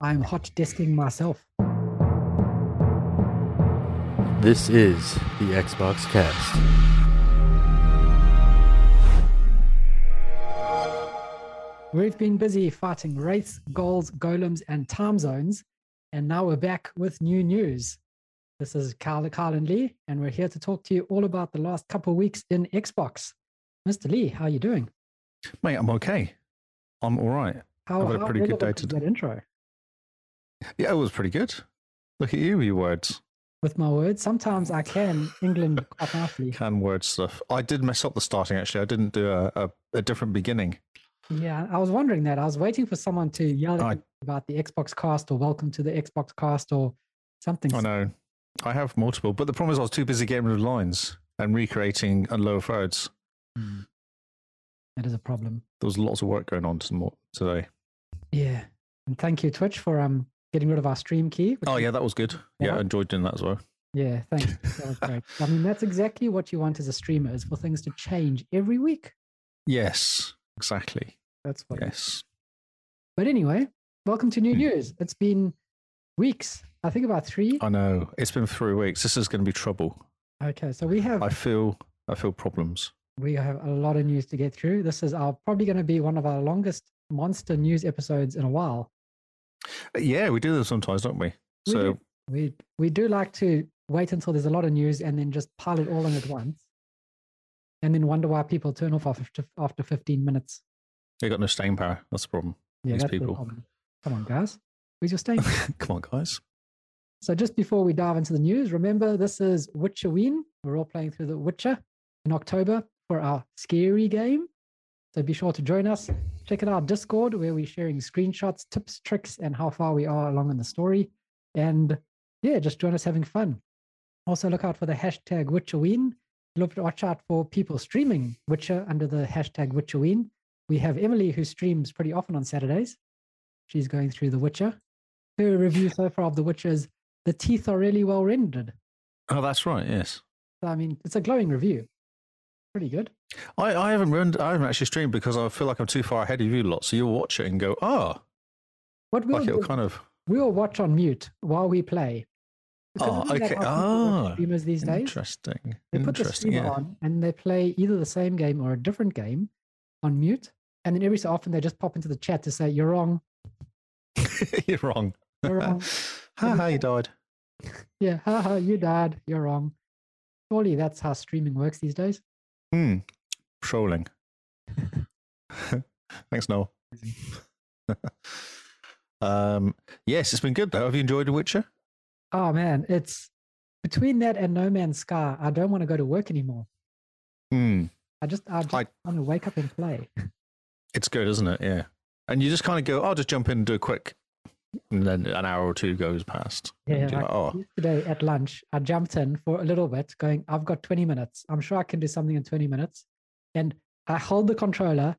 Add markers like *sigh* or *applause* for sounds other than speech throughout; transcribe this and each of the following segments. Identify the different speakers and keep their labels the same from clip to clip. Speaker 1: I'm hot desking myself.
Speaker 2: This is the Xbox Cast.
Speaker 1: We've been busy fighting wraiths, goals, golems, and time zones, and now we're back with new news. This is Carl, Carl and Lee, and we're here to talk to you all about the last couple of weeks in Xbox. Mr. Lee, how are you doing?
Speaker 3: Mate, I'm okay. I'm all right.
Speaker 1: How,
Speaker 3: I've had a
Speaker 1: how
Speaker 3: pretty good
Speaker 1: relevant
Speaker 3: day
Speaker 1: was
Speaker 3: today.
Speaker 1: That intro
Speaker 3: Yeah, it was pretty good. Look at you, with your words.
Speaker 1: with my words. Sometimes I can
Speaker 3: *laughs*
Speaker 1: England quite nicely.
Speaker 3: Can word stuff. I did mess up the starting, actually. I didn't do a, a, a different beginning.
Speaker 1: Yeah, I was wondering that. I was waiting for someone to yell at
Speaker 3: I-
Speaker 1: me about the Xbox Cast or Welcome to the Xbox Cast or something.
Speaker 3: I know. I have multiple, but the problem is I was too busy getting rid of lines and recreating and lower thirds.
Speaker 1: That is a problem.
Speaker 3: There was lots of work going on tom- today.
Speaker 1: Yeah, and thank you Twitch for um getting rid of our stream key. which
Speaker 3: Oh,
Speaker 1: is-
Speaker 3: yeah, that was good. Yeah, I enjoyed doing that as well.
Speaker 1: yeah, thanks.
Speaker 3: *laughs*
Speaker 1: That was great. I mean, that's exactly what you want as a streamer is for things to change every week.
Speaker 3: Yes, exactly.
Speaker 1: That's what.
Speaker 3: Yes.
Speaker 1: But anyway, welcome to new
Speaker 3: Hmm.
Speaker 1: news. It's been weeks. I think about three.
Speaker 3: I know. It's been three weeks. This is going to be trouble.
Speaker 1: Okay, so we have
Speaker 3: I feel. I feel problems.
Speaker 1: we have a lot of news to get through. This is our probably going to be one of our longest monster news episodes in a while.
Speaker 3: Yeah, we do this sometimes, don't we?
Speaker 1: We
Speaker 3: so
Speaker 1: do. We we do like to wait until there's a lot of news and then just pile it all in at once, and then wonder why people turn off after after 15 minutes.
Speaker 3: they got no staying power. That's the problem.
Speaker 1: Yeah,
Speaker 3: These
Speaker 1: that's the
Speaker 3: people.
Speaker 1: problem. Come on, guys, where's your staying?
Speaker 3: *laughs* Come on, guys.
Speaker 1: so just before we dive into the news, remember this is Witcherween. We're all playing through the Witcher in October for our scary game. So be sure to join us. Check out our Discord where we're sharing screenshots, tips, tricks, and how far we are along in the story. And yeah, just join us having fun. Also, look out for the hashtag Witcherween. Look, watch out for people streaming Witcher under the hashtag Witcherween. We have Emily who streams pretty often on Saturdays. She's going through The Witcher. Her review so far of The Witcher is the teeth are really well rendered.
Speaker 3: Oh, that's right. Yes,
Speaker 1: So, I mean, it's a glowing review. Pretty good.
Speaker 3: I, I haven't ruined. I haven't actually streamed because I feel like I'm too far ahead of you lot. So you'll watch it and go, ah,
Speaker 1: What we'll
Speaker 3: like
Speaker 1: do
Speaker 3: it'll kind of
Speaker 1: We'll watch on mute while we play. Because
Speaker 3: Oh,
Speaker 1: isn't that how
Speaker 3: okay.
Speaker 1: people watch
Speaker 3: Ah,
Speaker 1: streamers these days,
Speaker 3: interesting.
Speaker 1: they put the
Speaker 3: interesting.
Speaker 1: streamer
Speaker 3: Yeah.
Speaker 1: on and they play either the same game or a different game on mute. And then every so often they just pop into the chat to say, You're wrong.
Speaker 3: *laughs* You're wrong.
Speaker 1: You're wrong.
Speaker 3: *laughs* ha *sighs* ha! You died.
Speaker 1: Yeah, *laughs* haha, you died. You're wrong. Surely that's how streaming works these days.
Speaker 3: Hmm. Trolling. *laughs* Thanks, Noel. *laughs* um. Yes, it's been good though. Have you enjoyed The Witcher?
Speaker 1: Oh, man. It's between that and No Man's Sky. I don't want to go to work anymore.
Speaker 3: Hmm.
Speaker 1: I just, I just
Speaker 3: I-
Speaker 1: want to wake up and play.
Speaker 3: It's good, isn't it? Yeah. And you just kind of go, I'll just jump in and do a quick, and then an hour or two goes past.
Speaker 1: Yeah,
Speaker 3: And you're
Speaker 1: like-
Speaker 3: like, oh,
Speaker 1: Yesterday at lunch, I jumped in for a little bit, going, I've got 20 minutes. I'm sure I can do something in 20 minutes. And I hold the controller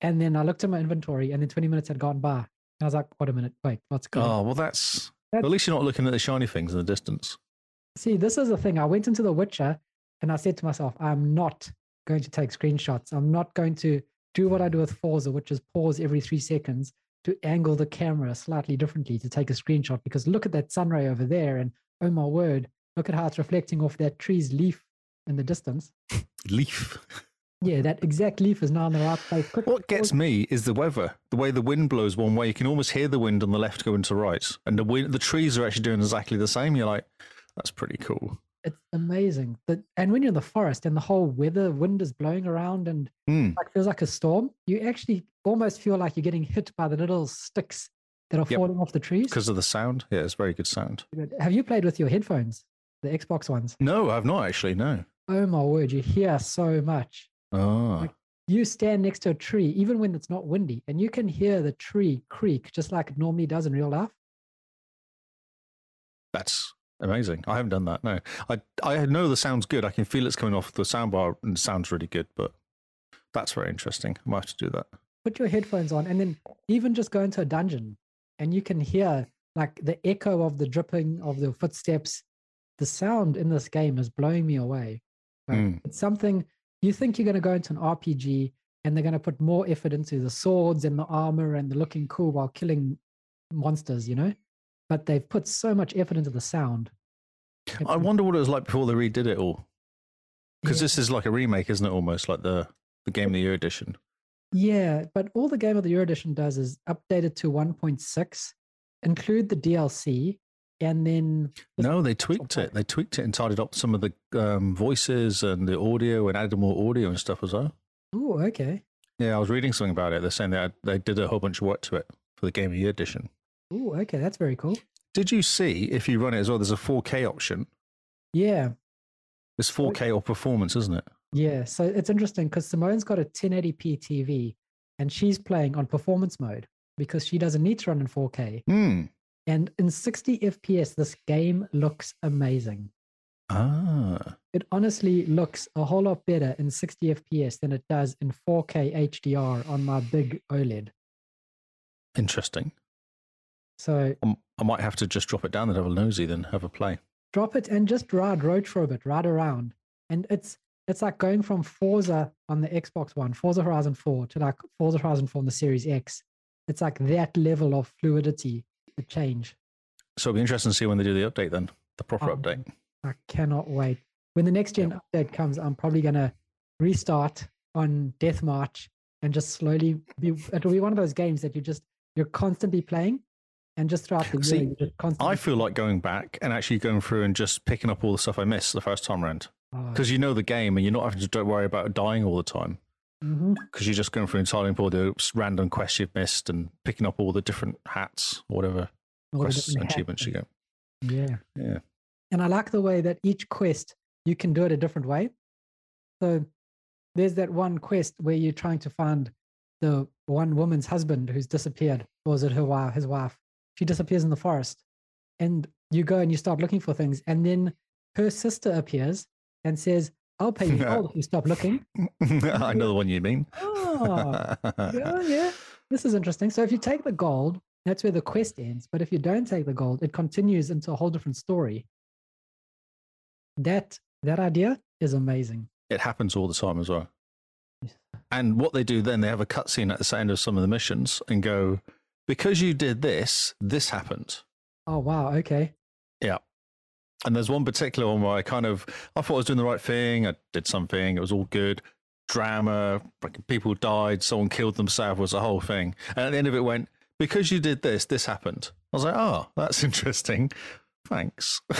Speaker 1: and then I looked at my inventory and then 20 minutes had gone by. And I was like, wait a minute, wait, what's going on?
Speaker 3: oh, well, that's,
Speaker 1: That's-
Speaker 3: at least you're not looking at the shiny things in the distance.
Speaker 1: See, this is the thing. I went into The Witcher and I said to myself, I'm not going to take screenshots. I'm not going to do what I do with Forza, which is pause every three seconds to angle the camera slightly differently to take a screenshot because look at that sunray over there. And oh my word, look at how it's reflecting off that tree's leaf in the distance.
Speaker 3: Leaf.
Speaker 1: Yeah, that exact leaf is now in the right place. Quick,
Speaker 3: What gets me is the weather, the way the wind blows one way. You can almost hear the wind on the left going to right. And the, wind, the trees are actually doing exactly the same. You're like, that's pretty cool.
Speaker 1: It's amazing. That, and when you're in the forest and the whole weather, wind is blowing around and
Speaker 3: Hmm.
Speaker 1: like feels like a storm. You actually almost feel like you're getting hit by the little sticks that are
Speaker 3: Yep.
Speaker 1: falling off the trees.
Speaker 3: Because of the sound. Yeah, it's very good sound.
Speaker 1: Have you played with your headphones, the Xbox ones?
Speaker 3: No, I've not actually. No.
Speaker 1: Oh my word, you hear so much.
Speaker 3: Ah.
Speaker 1: Like- You stand next to a tree, even when it's not windy, and you can hear the tree creak just like it normally does in real life.
Speaker 3: That's amazing. I haven't done that. No, I I know the sound's good. I can feel it's coming off the soundbar, and it sounds really good. But that's very interesting. I might have to do that.
Speaker 1: Put your headphones on, and then even just go into a dungeon, and you can hear like the echo of the dripping of the footsteps. The sound in this game is blowing me away. Like,
Speaker 3: Mm.
Speaker 1: It's something you think you're going to go into an RPG and they're going to put more effort into the swords and the armor and the looking cool while killing monsters, you know? But they've put so much effort into the sound. It's-
Speaker 3: I wonder what it was like before they redid it all. Because
Speaker 1: Mm-hmm. Yeah.
Speaker 3: this is like a remake, isn't it? Almost like the, the Game of the Year edition.
Speaker 1: Yeah, but all the Game of the Year edition does is update it to 1.6, include the DLC, and then
Speaker 3: No, they tweaked it. They tweaked it and tidied up some of the um, voices and the audio and added more audio and stuff as well.
Speaker 1: oh, okay,
Speaker 3: Yeah, I was reading something about it. They're saying that they did a whole bunch of work to it for the Game of the Year edition.
Speaker 1: oh, okay, that's very cool.
Speaker 3: Did you see if you run it as well? There's a 4K option.
Speaker 1: Yeah,
Speaker 3: It's 4K or performance, isn't it?
Speaker 1: yeah. So it's interesting because Simone's got a 1080p TV, and she's playing on performance mode because she doesn't need to run in 4K.
Speaker 3: Hmm.
Speaker 1: And in 60 FPS, this game looks amazing.
Speaker 3: Ah.
Speaker 1: It honestly looks a whole lot better in 60 FPS than it does in 4K HDR on my big E OLED.
Speaker 3: Interesting.
Speaker 1: So
Speaker 3: Um, I might have to just drop it down and have a nosy, then have a play.
Speaker 1: drop it and just ride road trip it ride around and it's it's like going from forza on the xbox one forza horizon 4 to like forza horizon 4 on the series x it's like that level of fluidity the change
Speaker 3: So it'll be interesting to see when they do the update then, the proper
Speaker 1: Um,
Speaker 3: update.
Speaker 1: i cannot wait when the next gen update comes i'm probably going to restart on death march and just slowly be it'll be one of those games that you just you're constantly playing and just throughout the year
Speaker 3: See,
Speaker 1: you just constantly
Speaker 3: I feel like going back and actually going through and just picking up all the stuff I missed the first time round
Speaker 1: Oh,
Speaker 3: because you know the game and you're not having to don't worry about dying all the time
Speaker 1: mhm.
Speaker 3: because you're just going through and tiling up all the random quests you've missed and picking up all the different hats, or whatever
Speaker 1: All the
Speaker 3: quests
Speaker 1: different
Speaker 3: and
Speaker 1: hats
Speaker 3: achievements you get.
Speaker 1: and- yeah *laughs*
Speaker 3: Yeah. *laughs*
Speaker 1: And I like the way that each quest you can do it a different way. So there's that one quest where you're trying to find the one woman's husband who's disappeared, or is it her wife? His wife. She disappears in the forest, and you go and you start looking for things, and then her sister appears and says, "I'll pay you gold if you stop looking."
Speaker 3: I know the one you mean.
Speaker 1: Oh,
Speaker 3: *laughs*
Speaker 1: yeah, yeah. This is interesting. So if you take the gold, that's where the quest ends. But if you don't take the gold, it continues into a whole different story. That that idea is amazing.
Speaker 3: it happens all the time as well.
Speaker 1: Yes.
Speaker 3: And what they do then, they have a cutscene at the end of some of the missions and go, because you did this, this happened.
Speaker 1: Oh wow, okay. *laughs*
Speaker 3: And there's one particular one where I kind of, I thought I was doing the right thing. I did something. It was all good. Drama, fucking people died. Someone killed themselves was the whole thing. And at the end of it went, because you did this, this happened. I was like, oh, that's *laughs* interesting. Thanks. *laughs*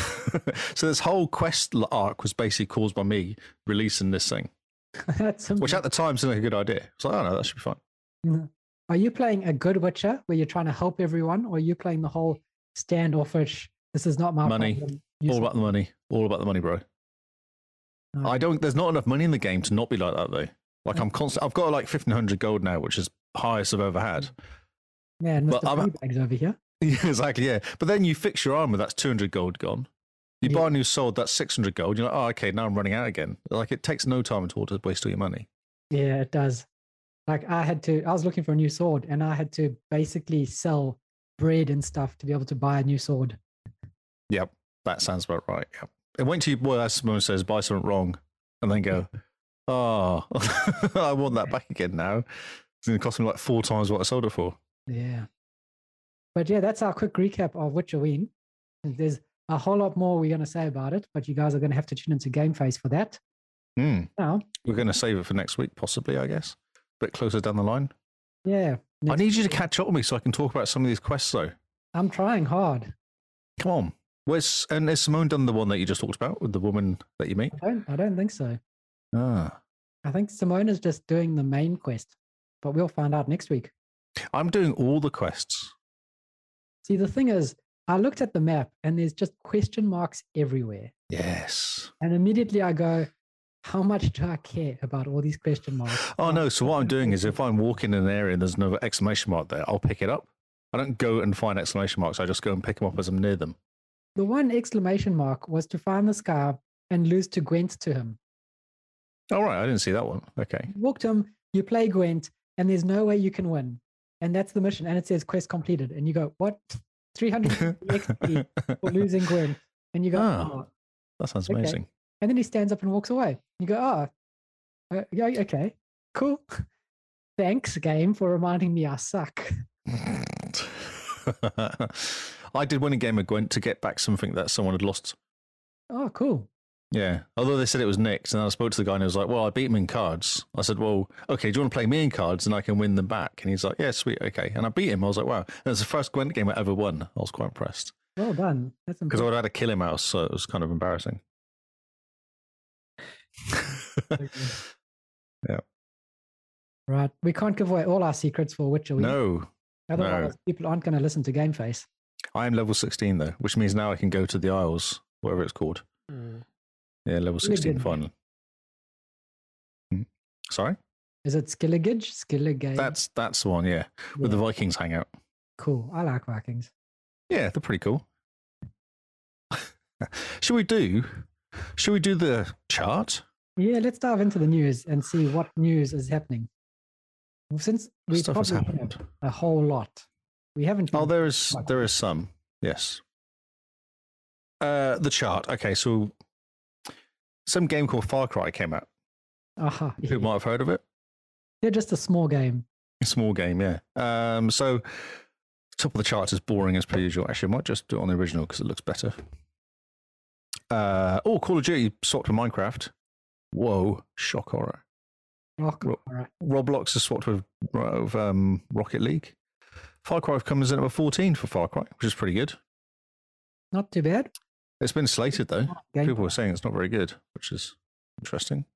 Speaker 3: so this whole quest arc was basically caused by me releasing this thing,
Speaker 1: that's
Speaker 3: which
Speaker 1: amazing.
Speaker 3: at the time seemed like a good idea. It's like, oh no, that should be fine.
Speaker 1: Are you playing a good Witcher where you're trying to help everyone, or are you playing the whole standoffish? This is not my
Speaker 3: Money.
Speaker 1: problem. you
Speaker 3: all
Speaker 1: suck?"
Speaker 3: about the money. All about the money, bro.
Speaker 1: No.
Speaker 3: I don't. There's not enough money in the game to not be like that, though. Like I'm constant. I've got like 1500 gold now, which is highest I've ever had.
Speaker 1: Man,
Speaker 3: Well,
Speaker 1: Mr.
Speaker 3: I'm-
Speaker 1: Freebags over here.
Speaker 3: *laughs* Yeah, exactly. Yeah. But then you fix your armor. That's 200 gold gone. You buy
Speaker 1: Yeah.
Speaker 3: a new sword. That's 600 gold. You're like, oh, okay. Now I'm running out again. Like it takes no time at all to waste all your money.
Speaker 1: Yeah, it does. Like I had to, I was looking for a new sword and I had to basically sell bread and stuff to be able to buy a new sword.
Speaker 3: Yep. That sounds about right. Yep. It went to you. Well, as someone says, buy something wrong, and then go, oh, *laughs* I want that back again now. It's going to cost me like four times what I sold it for.
Speaker 1: Yeah. But yeah, that's our quick recap of Witcher Ween. And There's a whole lot more we're going to say about it, but you guys are going to have to tune into Game Face for that.
Speaker 3: Hmm.
Speaker 1: Now,
Speaker 3: We're going to save it for next week, possibly, I guess. A bit closer down the line.
Speaker 1: yeah,
Speaker 3: I
Speaker 1: next-
Speaker 3: need you to catch up with me so I can talk about some of these quests, though.
Speaker 1: I'm trying hard.
Speaker 3: Come on. Where's, and has Simone done the one that you just talked about with the woman that you meet?
Speaker 1: I don't, I don't think so.
Speaker 3: Ah.
Speaker 1: I think Simone is just doing the main quest, but we'll find out next week.
Speaker 3: I'm doing all the quests.
Speaker 1: See, the thing is, I looked at the map and there's just question marks everywhere.
Speaker 3: Yes.
Speaker 1: And immediately I go, how much do I care about all these question marks?
Speaker 3: Oh, no. So, what I'm doing is
Speaker 1: if
Speaker 3: if I'm walking in an area and there's another exclamation mark there, I'll pick it up. I don't go and find exclamation marks. I just go and pick them up as I'm near them.
Speaker 1: The one exclamation mark was to find the scar and lose to Gwent to him.
Speaker 3: All Oh, right. I didn't see that one. Okay.
Speaker 1: You walk to him, you play Gwent, and there's no way you can win. And that's the mission. And it says quest completed. And you go, what? *laughs* 300 XP
Speaker 3: *laughs*
Speaker 1: for losing Gwent. And you go,
Speaker 3: Ah.
Speaker 1: oh.
Speaker 3: That sounds
Speaker 1: Okay.
Speaker 3: amazing. *laughs*
Speaker 1: And then he stands up and walks away. You go, oh, uh, yeah, okay, *laughs* cool. Thanks, game, for reminding me I suck.
Speaker 3: I did win a game of Gwent to get back something that someone had lost.
Speaker 1: Oh, cool.
Speaker 3: Yeah. Although they said it was Nick's, and I spoke to the guy and he was like, Well, I beat him in cards. I said, Well, okay, do you want to play me in cards and I can win them back? And he's like, Yeah, sweet, okay. And I beat him. I was like, Wow. And it was the first Gwent game I ever won. I was quite impressed
Speaker 1: Well done. That's
Speaker 3: because I
Speaker 1: impressive.
Speaker 3: would have had to kill him out, so it was kind of embarrassing. *laughs* *laughs* Yeah.
Speaker 1: Right. We can't give away all our secrets for Witcher. Week.
Speaker 3: no,
Speaker 1: Otherwise, people aren't going to listen to Game Face.
Speaker 3: I am level 16 though, which means now I can go to the Isles, whatever it's called.
Speaker 1: Hmm.
Speaker 4: Mm.
Speaker 3: Yeah, level 16
Speaker 1: Skilligage.
Speaker 3: final. Hmm. Sorry?
Speaker 1: Is it Skilligage? Skilligage.
Speaker 3: That's that's the one, yeah. With the Vikings hangout.
Speaker 1: cool. I like Vikings.
Speaker 3: Yeah, they're pretty cool. *laughs* should we do should we do the chart?
Speaker 1: Yeah, let's dive into the news and see what news is happening. Well, since we
Speaker 3: Stuff has
Speaker 1: probably have
Speaker 3: happened.
Speaker 1: a whole lot, we haven't.
Speaker 3: Oh,
Speaker 1: been-
Speaker 3: there is
Speaker 1: Right.
Speaker 3: there is some. Yes. Uh the chart. Okay, so some game called Far Cry came out.
Speaker 1: Aha. *laughs*
Speaker 3: People might have heard of it.
Speaker 1: They're just a small game.
Speaker 3: Small game, yeah. Um, so top of the charts is boring as per usual. Actually, I might just do it on the original because it looks better. Uh, oh, Call of Duty swapped with Minecraft. Whoa, shock horror.
Speaker 1: Rock.
Speaker 3: Well-
Speaker 1: All Oh, right.
Speaker 3: Roblox is swapped with, with um, Rocket League. Far Cry comes in at number 14 for Far Cry, which is pretty good.
Speaker 1: Not too bad.
Speaker 3: It's been slated though.
Speaker 1: Game-
Speaker 3: People were saying it's not very good, which is interesting.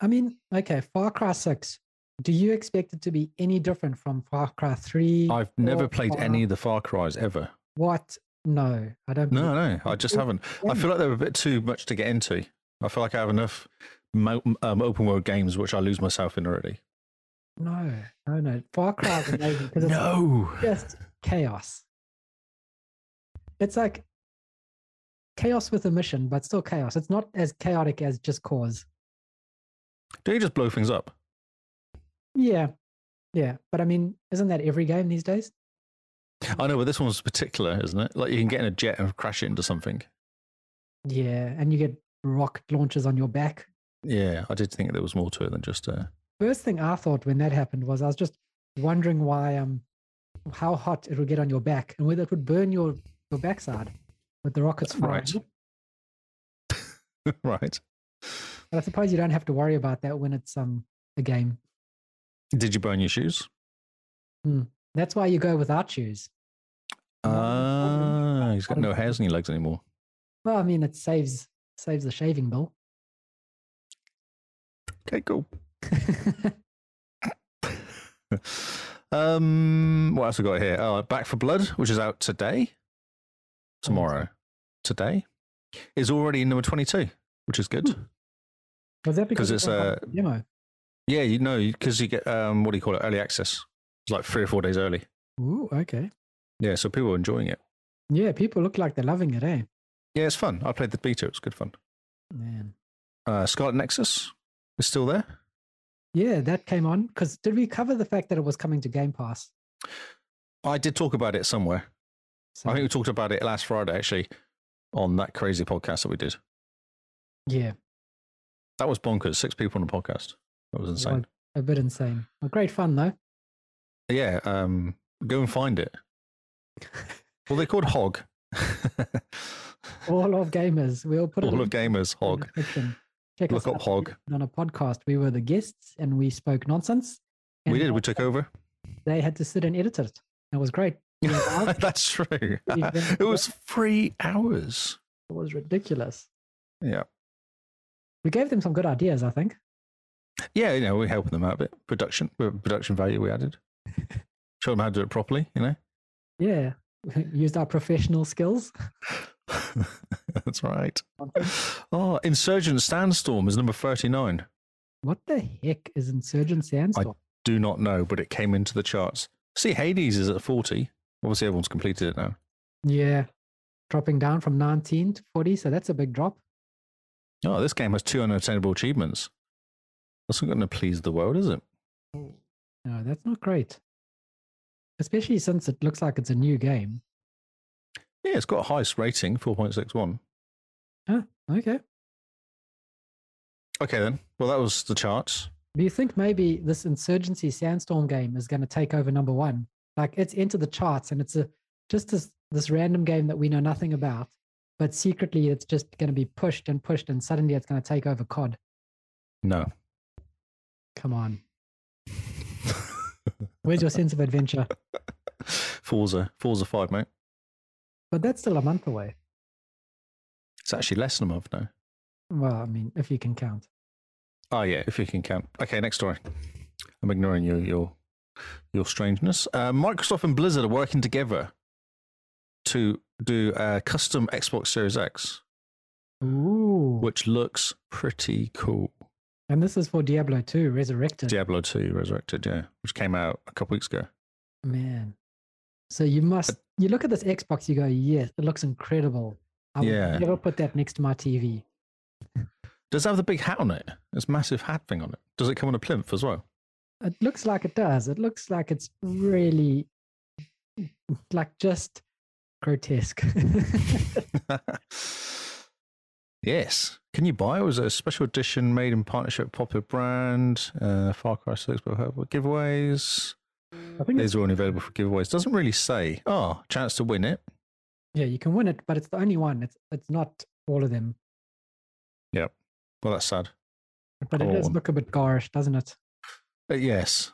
Speaker 1: I mean, okay, Far Cry 6. Do you expect it to be any different from Far Cry 3?
Speaker 3: I've never
Speaker 1: or
Speaker 3: played
Speaker 1: Far-
Speaker 3: any of the Far Cries ever.
Speaker 1: What? No, I don't.
Speaker 3: No,
Speaker 1: believe-
Speaker 3: no, I just haven't. I feel like they're a bit too much to get into. I feel like I have enough mo- um, open world games which I lose myself in already.
Speaker 1: No, no, no. Far Cry is amazing because it's
Speaker 3: No,
Speaker 1: just chaos. It's like chaos with a mission, but still chaos. It's not as chaotic as Just Cause.
Speaker 3: do you just blow things up?
Speaker 1: Yeah, yeah. But I mean, isn't that every game these days?
Speaker 3: I know, but this one's particular, isn't it? Like you can get in a jet and crash it into something.
Speaker 1: Yeah, and you get rocket launches on your back.
Speaker 3: Yeah, I did think there was more to it than just uh, *laughs*
Speaker 1: first thing I thought when that happened was I was just wondering why um how hot it would get on your back and whether it would burn your your backside with the rockets flying.
Speaker 3: Right. right.
Speaker 1: But I suppose you don't have to worry about that when it's um a game.
Speaker 3: Did you burn your shoes?
Speaker 1: That's why you go without shoes. No, I
Speaker 3: Ah, he's got no hairs on your legs anymore.
Speaker 1: Well, I mean, it saves saves the shaving *laughs* bill.
Speaker 3: Okay, cool. *laughs* um, what else we got here? Oh, Back for Blood, which is out today, tomorrow, today, is already number twenty-two, which is good.
Speaker 1: Was that because it
Speaker 3: 'Cause it's,
Speaker 1: got on
Speaker 3: uh,
Speaker 1: the demo?
Speaker 3: Yeah, you know, because you get um, what do you call it? Early access. It's like three or four days early.
Speaker 1: Ooh, okay.
Speaker 3: Yeah, so people are enjoying it.
Speaker 1: Yeah, people look like they're loving it, eh?
Speaker 3: Yeah, it's fun. I played the beta; it's good fun.
Speaker 1: Man.
Speaker 3: Uh, Scarlet Nexus is still there.
Speaker 1: Yeah, that came on because did we cover the fact that it was coming to Game Pass?
Speaker 3: I did talk about it somewhere.
Speaker 1: So,
Speaker 3: I think we talked about it last Friday, actually, on that crazy podcast that we did.
Speaker 1: yeah,
Speaker 3: That was bonkers. Six people on a podcast. That was insane.
Speaker 1: a bit insane. Well, great fun though.
Speaker 3: Yeah, um, go and find it. Well, they're called Hog. *laughs*
Speaker 1: All of gamers. We'll put
Speaker 3: All
Speaker 1: it
Speaker 3: of gamers,
Speaker 1: in the
Speaker 3: Hog.
Speaker 1: description. Check
Speaker 3: Look
Speaker 1: us
Speaker 3: up
Speaker 1: out
Speaker 3: Hog.
Speaker 1: on a podcast. We were the guests and we spoke nonsense.
Speaker 3: We
Speaker 1: and
Speaker 3: did. We took over. *laughs*
Speaker 1: They had to sit and edit it. It was great. We were out.
Speaker 3: That's true.
Speaker 1: went
Speaker 3: it was three hours.
Speaker 1: it was ridiculous.
Speaker 3: Yeah.
Speaker 1: We gave them some good ideas, I think.
Speaker 3: Yeah, you know, we're helping them out a bit. Production, uh, production value
Speaker 1: *laughs*
Speaker 3: we added. Show them how to do it properly, you know? *laughs*
Speaker 1: Yeah. *laughs* Used our professional skills.
Speaker 3: That's right.
Speaker 1: on things.
Speaker 3: Oh, Insurgent Sandstorm is number 39.
Speaker 1: What the heck is Insurgent Sandstorm?
Speaker 3: Do not know, but it came into the charts. See, Hades is at 40. Obviously, everyone's completed it now.
Speaker 1: Yeah. Dropping down from 19 to 40. So that's a big drop.
Speaker 3: Oh, this game has two unattainable achievements. That's not going to please the world, is it?
Speaker 1: No, that's not great. Especially since it looks like it's a new game.
Speaker 3: Yeah, it's got a highest rating, 4.61.
Speaker 1: Okay.
Speaker 3: Okay, then. Well, that was the charts.
Speaker 1: Do you think maybe this insurgency sandstorm game is going to take over number one? Like it's entered the charts and it's a just this this random game that we know nothing about, but secretly it's just going to be pushed and pushed, and suddenly it's going to take over COD.
Speaker 3: No. *laughs*
Speaker 1: Come on, where's your sense of adventure?
Speaker 3: Forza. Forza 5, mate.
Speaker 1: But that's still a month away.
Speaker 3: It's actually less than a month now.
Speaker 1: Well, I mean, if you can count.
Speaker 3: Oh, yeah, if you can count. Okay, next story. I'm ignoring your your, your strangeness. Uh, Microsoft and Blizzard are working together to do a custom Xbox Series X,
Speaker 1: Ooh,
Speaker 3: which looks pretty cool.
Speaker 1: and this is for Diablo 2 Resurrected.
Speaker 3: Diablo 2 Resurrected, yeah, which came out a couple weeks ago.
Speaker 1: Man. So you must you look at this Xbox, you go, yes, it looks incredible. I would
Speaker 3: Yeah.
Speaker 1: never put that next to my TV.
Speaker 3: Does it have the big hat on it? This massive hat thing on it. Does it come on a plinth as well?
Speaker 1: It looks like it does. It looks like it's really like just grotesque. *laughs*
Speaker 3: yes. Can you buy it? It was a special edition made in partnership with popular brand, uh, Far Cry 6 but with giveaways.
Speaker 1: I think it's,
Speaker 3: These are only available for giveaways. Doesn't really say. Oh, chance to win it.
Speaker 1: yeah, you can win it, but it's the only one. It's it's not all of them.
Speaker 3: Well, that's sad.
Speaker 1: But it does
Speaker 3: Cool.
Speaker 1: look a bit garish, doesn't it?
Speaker 3: Uh, yes.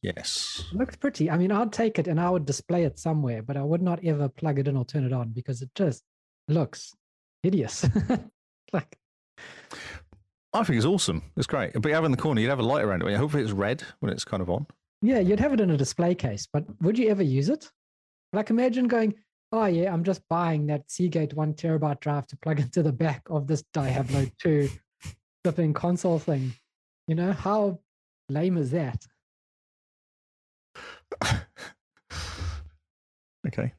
Speaker 3: Yes.
Speaker 1: It looks pretty. I mean, I'd take it and I would display it somewhere, but I would not ever plug it in or turn it on because it just looks hideous. *laughs* like
Speaker 3: I think it's awesome. It's great. But you have it in the corner, you'd have a light around it. Hopefully, it's red when it's kind of on.
Speaker 1: Yeah, you'd have it in a display case, but would you ever use it? Like, imagine going, oh, yeah, I'm just buying that Seagate one terabyte drive to plug *laughs* into the back of this
Speaker 3: *laughs*
Speaker 1: Diablo 2 flipping console thing. You know, how lame is that? *laughs*
Speaker 3: Okay.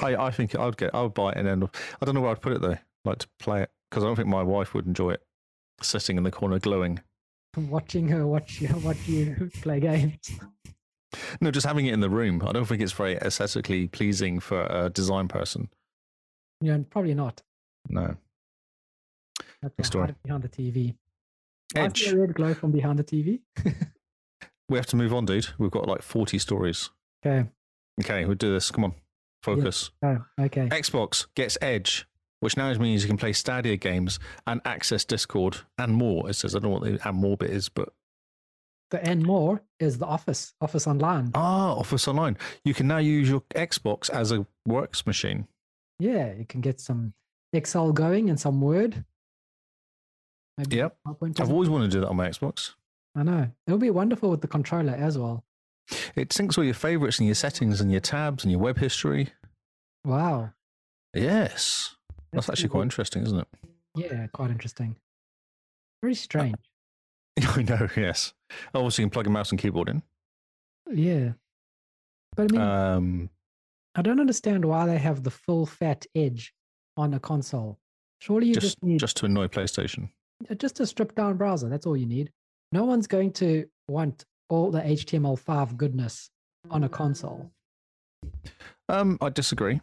Speaker 3: I, I think I'd get. I would buy it and then I don't know where I'd put it though. Like to play it because I don't think my wife would enjoy it, sitting in the corner glowing.
Speaker 1: Watching her watch *laughs* you, watch you play games.
Speaker 3: No, just having it in the room. I don't think it's very aesthetically pleasing for a design person.
Speaker 1: You know, probably not.
Speaker 3: No.
Speaker 1: That's
Speaker 3: Next
Speaker 1: why I
Speaker 3: story.
Speaker 1: hide it behind the TV. I see
Speaker 3: Edge.
Speaker 1: a red glow from behind the TV.
Speaker 3: We have to move on, dude. We've got like forty stories.
Speaker 1: Okay.
Speaker 3: Okay, we'll do this. Come on, focus.
Speaker 1: Oh, okay.
Speaker 3: Xbox gets Edge, which now means you can play Stadia games and access Discord and more. It says I don't know what the and more bit is, but
Speaker 1: The and more is the office, office online.
Speaker 3: ah, Office Online. You can now use your Xbox as a works machine.
Speaker 1: Yeah, you can get some Excel going and some Word. Maybe
Speaker 3: Yep.
Speaker 1: PowerPoint
Speaker 3: I've
Speaker 1: doesn't-
Speaker 3: always wanted to do that on my Xbox.
Speaker 1: I know. It'll be wonderful with the controller as well.
Speaker 3: It syncs all your favorites and your settings and your tabs and your web history.
Speaker 1: Wow.
Speaker 3: Yes. That's actually quite
Speaker 1: pretty
Speaker 3: interesting, Uh, isn't it?
Speaker 1: cool. Yeah, quite interesting. Very strange.
Speaker 3: *laughs* I know, yes. Obviously, you can plug a mouse and keyboard in.
Speaker 1: yeah. But I mean,
Speaker 3: Um,
Speaker 1: I don't understand why they have the full fat edge on a console. Surely you just,
Speaker 3: just,
Speaker 1: need
Speaker 3: just to annoy PlayStation.
Speaker 1: uh, just a stripped down browser. That's all you need. No one's going to want all the HTML5 goodness on a console.
Speaker 3: Um, I disagree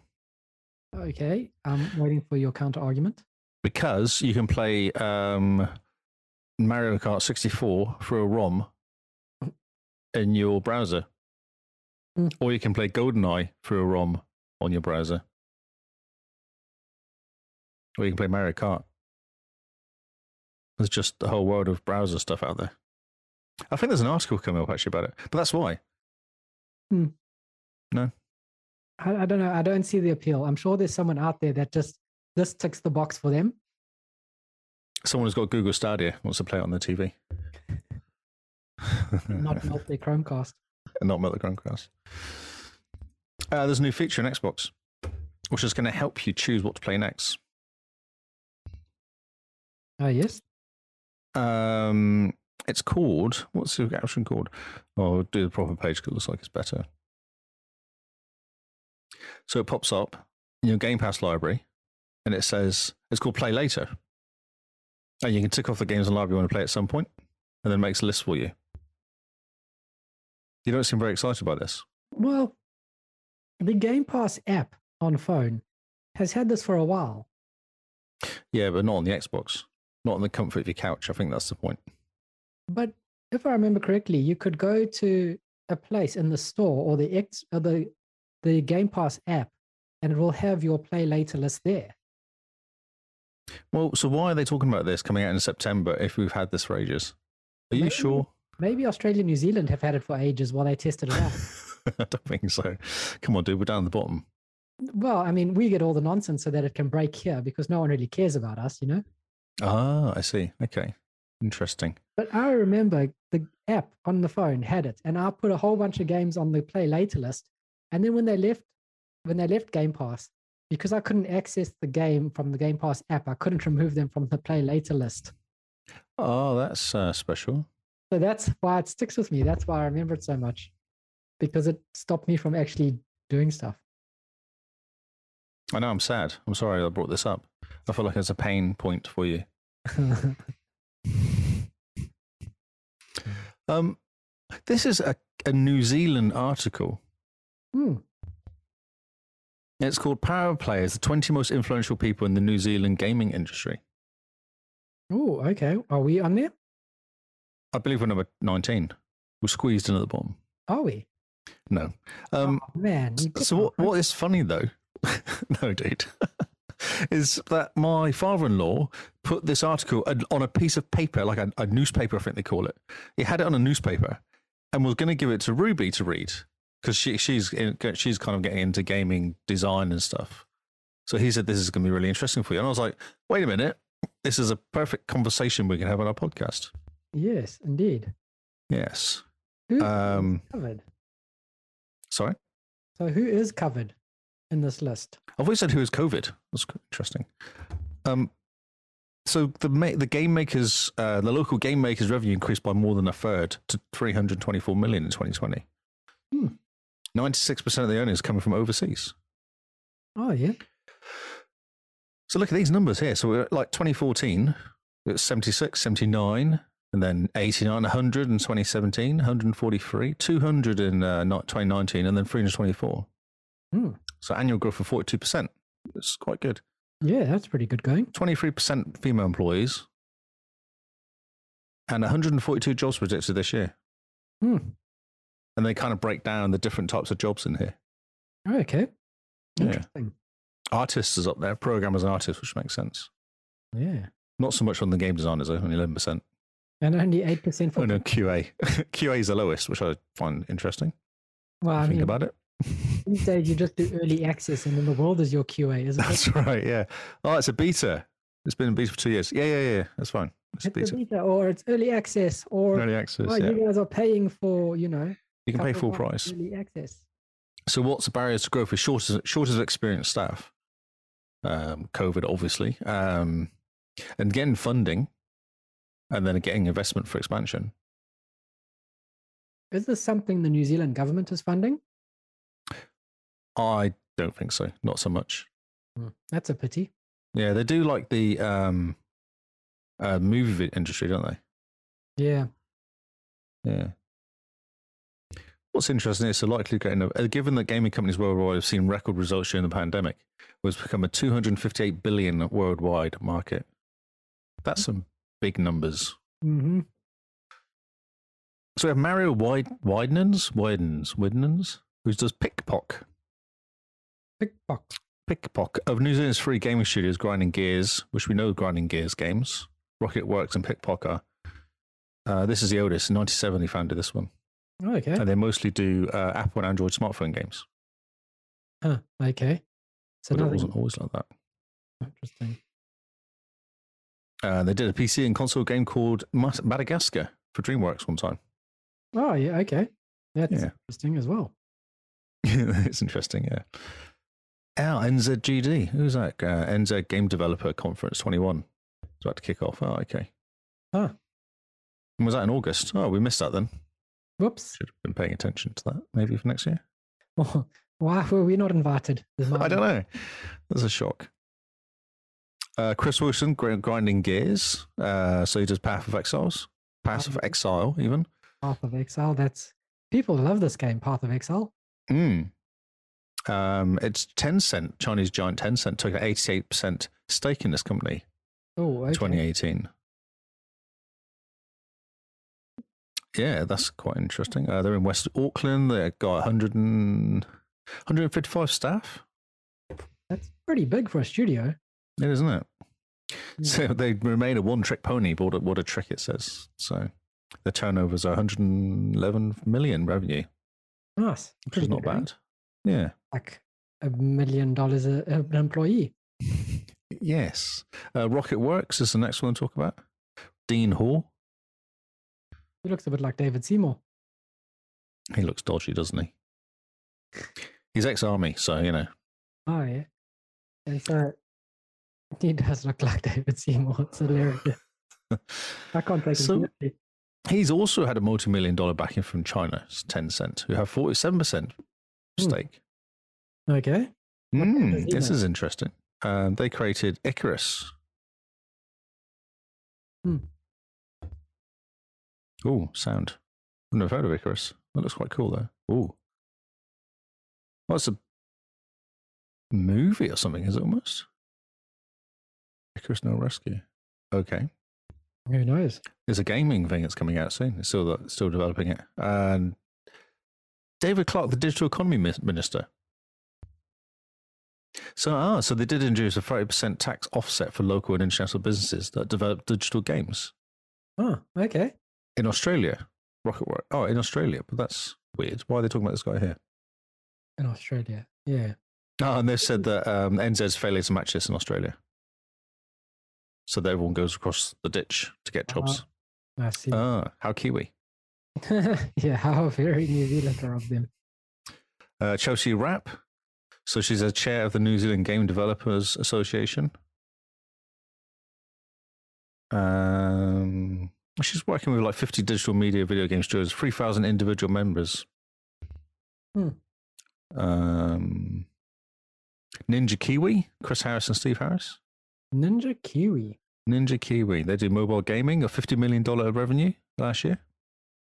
Speaker 1: Okay. I'm waiting for your counter argument.
Speaker 3: because you can play um, Mario Kart 64 through a ROM in your browser,
Speaker 1: Mm.
Speaker 3: or you can play GoldenEye through a ROM on your browser, or you can play Mario Kart. There's just the whole world of browser stuff out there. I think there's an article coming up actually about it, but that's why.
Speaker 1: I, I don't know. I don't see the appeal. I'm sure there's someone out there that just this ticks the box for them.
Speaker 3: Someone who's got Google Stadia wants to play it on the TV. *laughs*
Speaker 1: not melt their Chromecast.
Speaker 3: and not melt the Chromecast. Uh, there's a new feature in Xbox, which is going to help you choose what to play next.
Speaker 1: Oh yes,
Speaker 3: Um, it's called what's the option called? Oh, I'll do the proper page because it looks like it's better. So it pops up in your Game Pass library, and it says it's called Play Later, and you can tick off the games in the library you want to play at some point, and then it makes a list for you. You don't seem very excited by this.
Speaker 1: Well, the Game Pass app on phone has had this for a while.
Speaker 3: Yeah, but not on the Xbox, not on the comfort of your couch. I think that's the point.
Speaker 1: But if I remember correctly, you could go to a place in the store or the X or the the uh, Game Pass app and it will have your play later list there.
Speaker 3: Well, so why are they talking about this coming out in September if we've had this for ages? Are you
Speaker 1: Maybe.
Speaker 3: sure?
Speaker 1: Maybe Australia and New Zealand have had it for ages while they tested it out.
Speaker 3: *laughs* I don't think so. Come on, dude, we're down the bottom.
Speaker 1: well, I mean, we get all the nonsense so that it can break here because no one really cares about us, you know?
Speaker 3: Ah, I see. Okay. Interesting.
Speaker 1: But I remember the app on the phone had it, and I put a whole bunch of games on the play later list. And then when they left, when they left Game Pass, because I couldn't access the game from the Game Pass app, I couldn't *laughs* remove them from the play later list.
Speaker 3: Oh, that's uh, special.
Speaker 1: So that's why it sticks with me. That's why I remember it so much, because it stopped me from actually doing stuff.
Speaker 3: I know I'm sad. I'm sorry I brought this up. I feel like it's a pain point for you. Um, this is a, a New Zealand article.
Speaker 1: Hmm.
Speaker 3: It's called Power Players, the 20 most influential people in the New Zealand gaming industry.
Speaker 1: Oh, okay. Are we on there?
Speaker 3: I believe we're number 19. We're squeezed in at the bottom.
Speaker 1: Are we?
Speaker 3: No. Um,
Speaker 1: oh, man. you
Speaker 3: So
Speaker 1: dickhead,
Speaker 3: what,
Speaker 1: right?
Speaker 3: what is funny though, *laughs* no dude, *laughs* is that my father-in-law put this article on- on a piece of paper, like a, a newspaper, I think they call it. He had it on a newspaper, and was going to give it to Ruby to read because she she's in, she's kind of getting into gaming design and stuff. So he said this is going to be really interesting for you, and I was like, wait a minute, this is a perfect conversation we can have on our podcast.
Speaker 1: Yes, indeed.
Speaker 3: Yes.
Speaker 1: Who is
Speaker 3: Um,
Speaker 1: covered?
Speaker 3: Sorry,
Speaker 1: So who is covered in this list?
Speaker 3: I've always said who is COVID. That's qu- interesting. Um, so the ma- the game makers, uh, the local game makers' revenue increased by more than a third to 324 million in 2020.
Speaker 1: Hmm.
Speaker 3: 96 percent of the earnings coming from overseas.
Speaker 1: Oh yeah.
Speaker 3: So look at these numbers here. So we're at like 2014, it's 76, 79, and then 89, 100 in 2017, 143, 200 in uh, not- 2019, and then 324.
Speaker 1: Hmm.
Speaker 3: So annual growth of 42 percent. It's quite good.
Speaker 1: Yeah, that's pretty good going.
Speaker 3: 23% female employees and 142 jobs predicted this year.
Speaker 1: Hmm.
Speaker 3: And they kind of break down the different types of jobs in here.
Speaker 1: Oh, okay.
Speaker 3: Yeah.
Speaker 1: Interesting.
Speaker 3: Artists is up there, programmers and artists, which makes sense.
Speaker 1: Yeah.
Speaker 3: Not so much on the game designers, though, only 11%.
Speaker 1: And only eight percent for
Speaker 3: Oh, no, *laughs* QA. QA is the lowest, which I find interesting.
Speaker 1: well, I
Speaker 3: think
Speaker 1: mean,
Speaker 3: about it.
Speaker 1: these days you
Speaker 3: *laughs*
Speaker 1: just do early access and then the world is your QA, isn't it?
Speaker 3: That's right, yeah. Oh, it's a beta. It's been a beta for two years. Yeah, yeah, yeah. That's fine. It's a
Speaker 1: It's a
Speaker 3: beta.
Speaker 1: beta or it's early access or
Speaker 3: Early access,
Speaker 1: oh,
Speaker 3: yeah.
Speaker 1: you guys are paying for, you know,
Speaker 3: You can pay
Speaker 1: couple
Speaker 3: full
Speaker 1: of months
Speaker 3: price.
Speaker 1: Early access.
Speaker 3: So, what's the barriers to growth? Is shortage, shortage of experienced staff, um, COVID, obviously, um, and getting funding, and then getting investment for expansion.
Speaker 1: Is this something the New Zealand government is funding?
Speaker 3: I don't think so. Not so much.
Speaker 1: Hmm, That's a pity.
Speaker 3: Yeah, they do like the um, uh, movie industry, don't they?
Speaker 1: Yeah.
Speaker 3: Yeah. What's interesting is the likelihood getting uh, given that gaming companies worldwide have seen record results during the pandemic, was become a 258 billion worldwide market. That's some big numbers.
Speaker 1: hmm
Speaker 3: So we have Mario Wide- Widenans, Widenans, Widenans, who does Pickpock.
Speaker 1: Big box.
Speaker 3: Pickpock of New Zealand's three gaming studios, Grinding Gears, which we know Grinding Gears games, Rocket Works, and Pickpock are. Uh, this is the oldest. In 97, he founded this one.
Speaker 1: Oh, okay.
Speaker 3: And they mostly do uh, Apple and Android smartphone games.
Speaker 1: Huh, okay. So
Speaker 3: But it
Speaker 1: nothing
Speaker 3: wasn't always like that.
Speaker 1: interesting.
Speaker 3: Uh, they did a PC and console game called Mas- Madagascar for DreamWorks one time.
Speaker 1: Oh yeah, okay. That's
Speaker 3: Yeah.
Speaker 1: interesting as well.
Speaker 3: *laughs* it's interesting, yeah. Ow, NZGD. Who's that? Uh, NZ Game Developer Conference 21. It's about to kick off. Oh, okay.
Speaker 1: Huh.
Speaker 3: And was that in August? Oh, we missed that then.
Speaker 1: Whoops.
Speaker 3: Should have been paying attention to that maybe for next year.
Speaker 1: Oh, Why were we not invited?
Speaker 3: I don't know. That's a shock. Uh, Chris Wilson, Gr- Grinding Gears. Uh, so he does Path of Exiles. Path of Exile, even.
Speaker 1: Path of Exile. That's people love this game, Path of Exile.
Speaker 3: Mm. Um, it's Tencent, Chinese giant Tencent, took an 88% stake in this company.
Speaker 1: Oh, okay.
Speaker 3: 2018. Yeah, that's quite interesting. Uh, they're in West Auckland. They've got 100 and, 155 staff.
Speaker 1: pretty big for a studio.
Speaker 3: It isn't it.
Speaker 1: Yeah.
Speaker 3: So they remain a one-trick pony. What a, what a trick it says. So the turnovers are 111 million revenue,
Speaker 1: Nice.
Speaker 3: which
Speaker 1: Pretty
Speaker 3: is not
Speaker 1: good, eh?
Speaker 3: bad. Yeah. *laughs*
Speaker 1: Like a million dollars a- a- an employee.
Speaker 3: Yes. Uh, Rocket Works is the next one to talk about. Dean Hall.
Speaker 1: He looks a bit like David Seymour.
Speaker 3: He looks dodgy, doesn't he? He's ex-army, so you know.
Speaker 1: Oh yeah. And so he does look like *laughs* David Seymour. It's
Speaker 3: *laughs*
Speaker 1: hilarious. I can't take him
Speaker 3: So-
Speaker 1: seriously.
Speaker 3: He's also had a multi-million dollar backing from China, Tencent, who have forty-seven percent
Speaker 1: Hmm.
Speaker 3: stake.
Speaker 1: Okay. What the heck
Speaker 3: Hmm,
Speaker 1: is he
Speaker 3: this
Speaker 1: then?
Speaker 3: is interesting. Um, they created Icarus.
Speaker 1: Hmm.
Speaker 3: Oh, sound. I've never heard of Icarus. That looks quite cool, though. Ooh. Well, it's a movie or something, is it almost? Icarus No Rescue. Okay.
Speaker 1: Who knows?
Speaker 3: There's a gaming thing that's coming out soon. It's still, still developing it. And David Clark, the digital economy mis- minister. So, ah, so they did introduce a 30% tax offset for local and international businesses that develop digital games
Speaker 1: Oh, okay.
Speaker 3: in Australia. Rocket Rock. Oh, in Australia. But that's weird. Why are they talking about this guy here?
Speaker 1: In Australia. Yeah.
Speaker 3: Oh, and they've said that um, NZ's failure to match this in Australia. So that everyone goes across the ditch to get jobs.
Speaker 1: I see.
Speaker 3: Ah, how Kiwi.
Speaker 1: *laughs* yeah, how very New Zealander of them.
Speaker 3: uh, Chelsea Rapp. So she's a chair of the New Zealand Game Developers Association. Um, she's working with like 50 digital media video game studios, 3,000 individual members.
Speaker 1: Hmm.
Speaker 3: Um, Ninja Kiwi, Chris Harris and Steve Harris.
Speaker 1: Ninja Kiwi.
Speaker 3: Ninja Kiwi, they do mobile gaming, a $50 million revenue last year.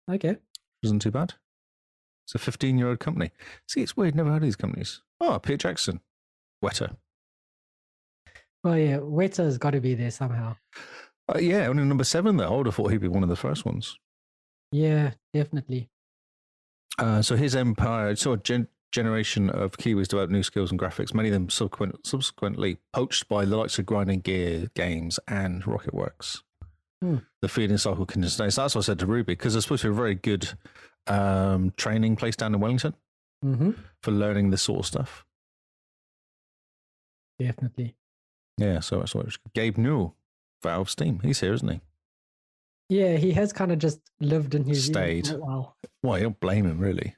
Speaker 1: Okay.
Speaker 3: Isn't too bad. It's a 15 year old company. See, it's weird. Never heard of these companies. Oh, Peter Jackson. Wetter.
Speaker 1: Well, yeah, Weta's got to be there somehow.
Speaker 3: Uh, yeah, only number seven, though. I would have thought he'd be one of the first ones.
Speaker 1: Yeah, definitely.
Speaker 3: Uh, so his empire saw a gen- generation of Kiwis develop new skills and graphics, many of them subsequent- subsequently poached by the likes of Grinding Gear Games and Rocketworks.
Speaker 1: Hmm.
Speaker 3: The feeding cycle continues. So that's what I said to Ruby, because there's supposed to be a very good um, training place down in Wellington
Speaker 1: Mm-hmm.
Speaker 3: for learning this sort of stuff.
Speaker 1: Definitely.
Speaker 3: Yeah, so that's what it's Gabe Newell, Valve Steam. He's here, isn't he?
Speaker 1: Yeah, he has kind of just lived in New Zealand.
Speaker 3: Stayed.
Speaker 1: for a while.
Speaker 3: Well, you don't blame him, really.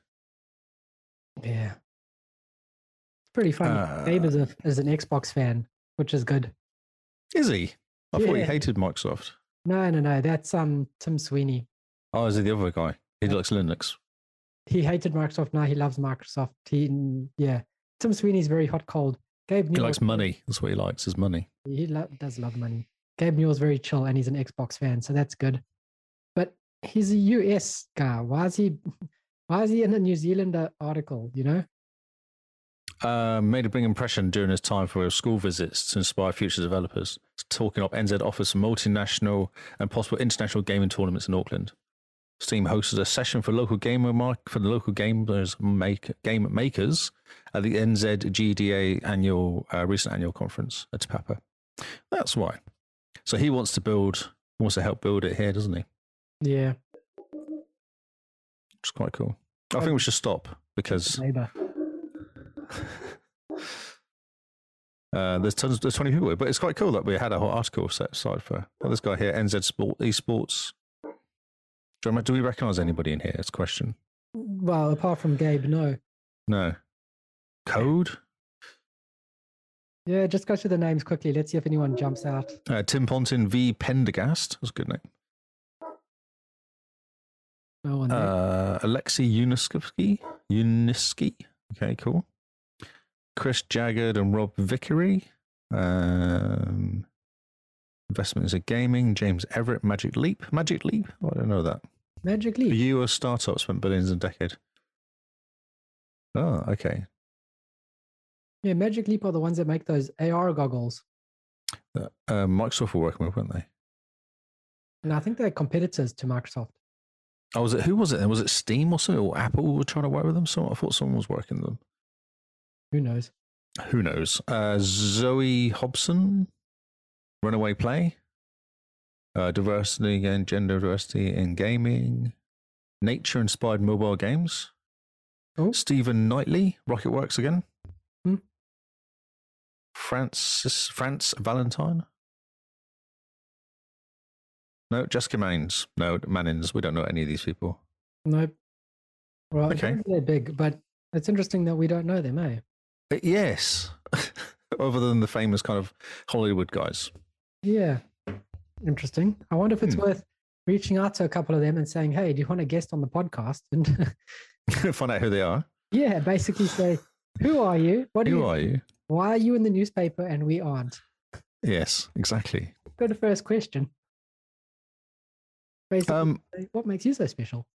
Speaker 1: Yeah. It's pretty funny.
Speaker 3: Uh,
Speaker 1: Gabe is, a, is an Xbox fan, which is good.
Speaker 3: Is he? I thought he
Speaker 1: Yeah.
Speaker 3: hated Microsoft.
Speaker 1: No, no, no. That's um Tim Sweeney.
Speaker 3: Oh, is he the other guy? He likes Linux.
Speaker 1: He hated Microsoft. Now he loves Microsoft. He, yeah. Tim Sweeney's very hot cold. Gabe
Speaker 3: He
Speaker 1: Newell-
Speaker 3: likes money. That's what he likes, is money.
Speaker 1: He lo- does love money. Gabe Newell's very chill and he's an Xbox fan, so that's good. But he's a US guy. Why is he? Why is he in a New Zealander article? You know?
Speaker 3: Uh, made a big impression during his time for his school visits to inspire future developers. Talking up NZ offers multinational and possible international gaming tournaments in Auckland. Steam hosted a session for local gamer mark for the local gamers make game makers at the NZ GDA annual uh, recent annual conference at Te Papa. That's why. So he wants to build, wants to help build it here, doesn't he?
Speaker 1: Yeah.
Speaker 3: Which is quite cool. I think we should stop because
Speaker 1: Labour.
Speaker 3: Uh, there's tons. There's 20 people here, but it's quite cool that we had a whole article set aside for well, this guy here, NZ Sport Esports. Do, you remember- do we recognise anybody in here? It's a question.
Speaker 1: Well, apart from Gabe, no.
Speaker 3: No. Code.
Speaker 1: Yeah, just go through the names quickly. Let's see if anyone jumps out.
Speaker 3: Uh, Tim Ponton v Pendergast. That's a good name.
Speaker 1: No one. eh? there.
Speaker 3: Uh, Alexei Uniskovsky. Uniski. Okay, cool. Chris Jagged and Rob Vickery. Um, Investments in Gaming. James Everett. Magic Leap. Magic Leap. Oh, I don't know that.
Speaker 1: Magic Leap.
Speaker 3: You or startup spent billions in a decade. Oh, okay.
Speaker 1: Yeah, Magic Leap are the ones that make those AR goggles.
Speaker 3: Uh, uh, Microsoft were working with, weren't they?
Speaker 1: And I think they're competitors to Microsoft.
Speaker 3: Oh, was it who was it? then? Was it Steam or something? Or Apple were trying to work with them? Someone, I thought someone was working with them.
Speaker 1: Who knows?
Speaker 3: who knows? Uh, Zoe Hobson, Runaway Play, uh, Diversity and Gender Diversity in Gaming, Nature Inspired Mobile Games,
Speaker 1: Oh.
Speaker 3: Stephen Knightley, Rocketworks again,
Speaker 1: Hmm.
Speaker 3: Francis France Valentine. No, Jessica Mannins. No, Mannins. We don't know any of these people.
Speaker 1: Nope. Well, okay.
Speaker 3: Okay.
Speaker 1: they're big, but it's interesting that we don't know them, eh?
Speaker 3: Uh, yes, *laughs* other than the famous kind of Hollywood guys. *laughs*
Speaker 1: Yeah. Interesting. I wonder if it's
Speaker 3: Hmm.
Speaker 1: worth reaching out to a couple of them and saying, hey, do you want a guest on the podcast? *laughs* And
Speaker 3: Find out who they are.
Speaker 1: yeah, basically say, who are you? What do
Speaker 3: Who
Speaker 1: you,
Speaker 3: are you?
Speaker 1: *laughs* Why are you in the newspaper and we aren't?
Speaker 3: Yes, exactly.
Speaker 1: Good first question. Basically,
Speaker 3: Um,
Speaker 1: say, what makes you so special?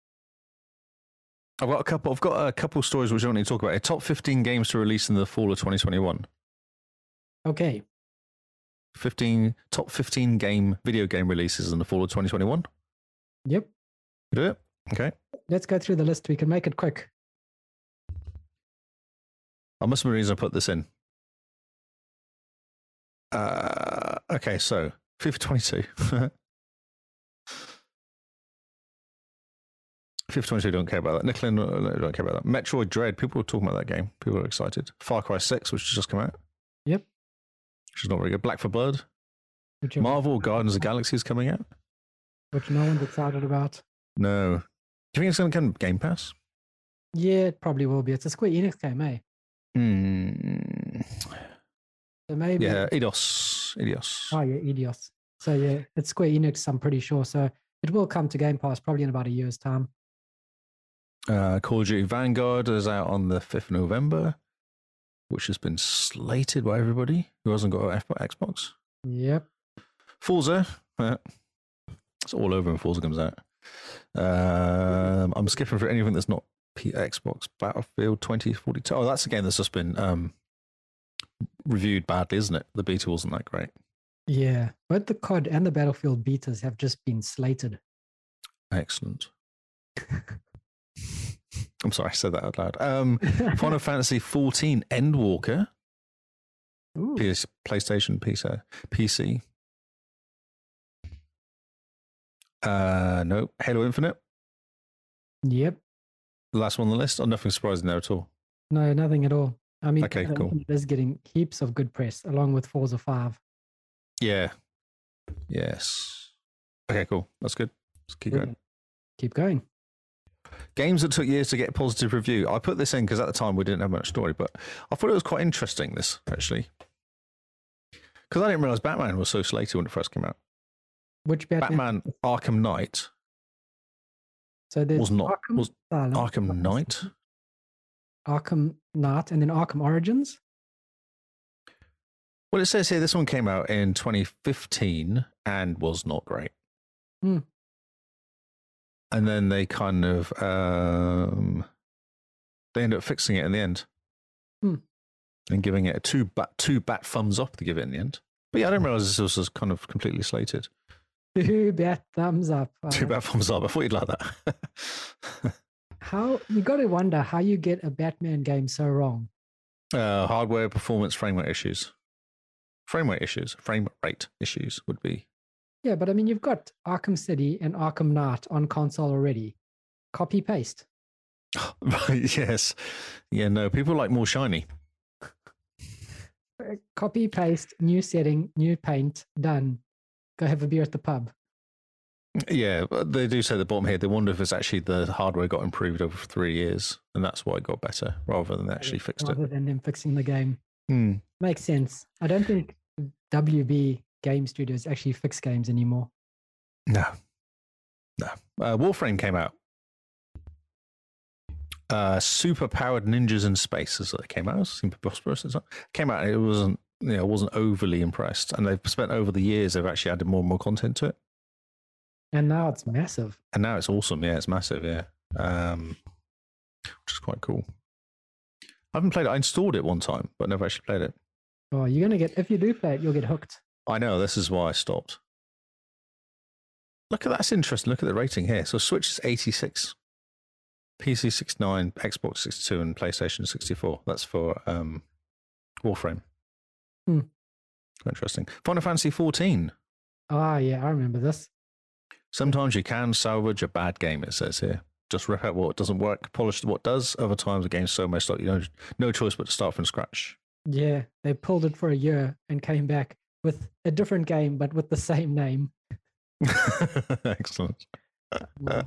Speaker 3: I've got a couple. I've got a couple stories which I want to talk about. A top 15 games to release in the fall of 2021.
Speaker 1: Okay.
Speaker 3: 15 top 15 game video game releases in the fall of 2021.
Speaker 1: Yep.
Speaker 3: You do it. Okay.
Speaker 1: Let's go through the list. We can make it quick.
Speaker 3: I must have a reason I put this in. Uh, okay, so FIFA *laughs* 22. FIFA 22 don't care about that. Nickel and uh, don't care about that. Metroid Dread, people were talking about that game. People were excited. Far Cry 6, which has just come out.
Speaker 1: Yep.
Speaker 3: Which is not very good. Black for Blood.
Speaker 1: Which, you-
Speaker 3: Marvel Gardens of the Galaxy is coming out.
Speaker 1: which no one's excited about.
Speaker 3: No. Do you think it's going to come to Game Pass?
Speaker 1: Yeah, it probably will be. It's a Square Enix game, eh?
Speaker 3: Hmm.
Speaker 1: So maybe.
Speaker 3: Yeah, Eidos. Eidos.
Speaker 1: Oh yeah, Idios. So yeah, it's Square Enix. I'm pretty sure. So it will come to Game Pass probably in about a year's time.
Speaker 3: Uh, Call of Duty Vanguard is out on the 5th of November, which has been slated by everybody who hasn't got an F- Xbox.
Speaker 1: Yep.
Speaker 3: Forza. uh, it's all over when Forza comes out. Um, I'm skipping for anything that's not P- Xbox Battlefield 2042. Oh, that's a game that's just been um, reviewed badly, isn't it? The beta wasn't that great.
Speaker 1: Yeah. Both the COD and the Battlefield betas have just been slated.
Speaker 3: Excellent. I'm sorry, I said that out loud. Um, Final Fantasy 14 Endwalker.
Speaker 1: *laughs* Ooh,
Speaker 3: PS, PlayStation, PC, PC. Uh, no, Halo Infinite,
Speaker 1: Yep.
Speaker 3: the last one on the list. Oh, nothing surprising there at all.
Speaker 1: No, nothing at all. I mean,
Speaker 3: Okay,
Speaker 1: Halo
Speaker 3: cool.
Speaker 1: Infinite is getting heaps of good press along with Forza Five.
Speaker 3: Yeah. Yes. Okay, cool. That's good. Let's keep going.
Speaker 1: Brilliant. Keep going.
Speaker 3: Games that took years to get positive review. I put this in because at the time we didn't have much story, but I thought it was quite interesting. This actually, because I didn't realize Batman was so slated when it first came out.
Speaker 1: Which Batman?
Speaker 3: Batman Arkham Knight
Speaker 1: so there's
Speaker 3: was not
Speaker 1: Arkham, Ah,
Speaker 3: was
Speaker 1: Asylum,
Speaker 3: Arkham Knight.
Speaker 1: Arkham Knight, and then Arkham Origins. *laughs*
Speaker 3: Well, it says here this one came out in 2015 and was not great.
Speaker 1: Hmm.
Speaker 3: And then they kind of um, they end up fixing it in the end,
Speaker 1: Hmm.
Speaker 3: and giving it a two bat two bat thumbs up to give it in the end. But yeah,
Speaker 1: Hmm.
Speaker 3: I didn't realize this was just kind of completely slated.
Speaker 1: Two bat thumbs up. I
Speaker 3: Two
Speaker 1: like
Speaker 3: bat thumbs up. I thought you'd like that. *laughs*
Speaker 1: How you got to wonder how you get a Batman game so wrong?
Speaker 3: uh, hardware performance frame rate issues. Frame rate issues. Frame rate issues would be *laughs*
Speaker 1: Yeah, but I mean, you've got Arkham City and Arkham Knight on console already. Copy paste.
Speaker 3: right. Yes. Yeah. No. People like more shiny.
Speaker 1: Uh, Copy paste, new setting, new paint, done. Go have a beer at the pub.
Speaker 3: Yeah, but they do say at the bottom here. They wonder if it's actually the hardware got improved over three years, and that's why it got better rather than they actually fixed it.
Speaker 1: rather than them fixing the game.
Speaker 3: Hmm.
Speaker 1: Makes sense. I don't think WB game studios actually fix games anymore.
Speaker 3: No, no. Uh, Warframe came out. Uh, super powered ninjas in space is what it came out. It seemed prosperous. It's not, came out. and It wasn't. You know, I wasn't overly impressed. And they've spent over the years. They've actually added more and more content to it.
Speaker 1: And now it's massive.
Speaker 3: and now it's awesome. Yeah, it's massive. Yeah, um, which is quite cool. I haven't played it. I installed it one time, but never actually played it.
Speaker 1: Oh, you're going to get, if you do play it, you'll get hooked.
Speaker 3: I know this is why I stopped. Look at that's interesting. Look at the rating here. So Switch is eighty six, PC sixty nine, Xbox sixty two, and PlayStation sixty four. That's for um, Warframe.
Speaker 1: Hmm.
Speaker 3: Interesting. Final Fantasy 14.
Speaker 1: Ah, yeah, I remember this.
Speaker 3: Sometimes you can salvage a bad game, it says here. Just rip out what doesn't work, polish what does. Other times, the game's so messed up, you know, no choice but to start from scratch. *laughs*
Speaker 1: Yeah, they pulled it for a year and came back with a different game, but with the same name.
Speaker 3: Excellent. Uh,
Speaker 1: Wow.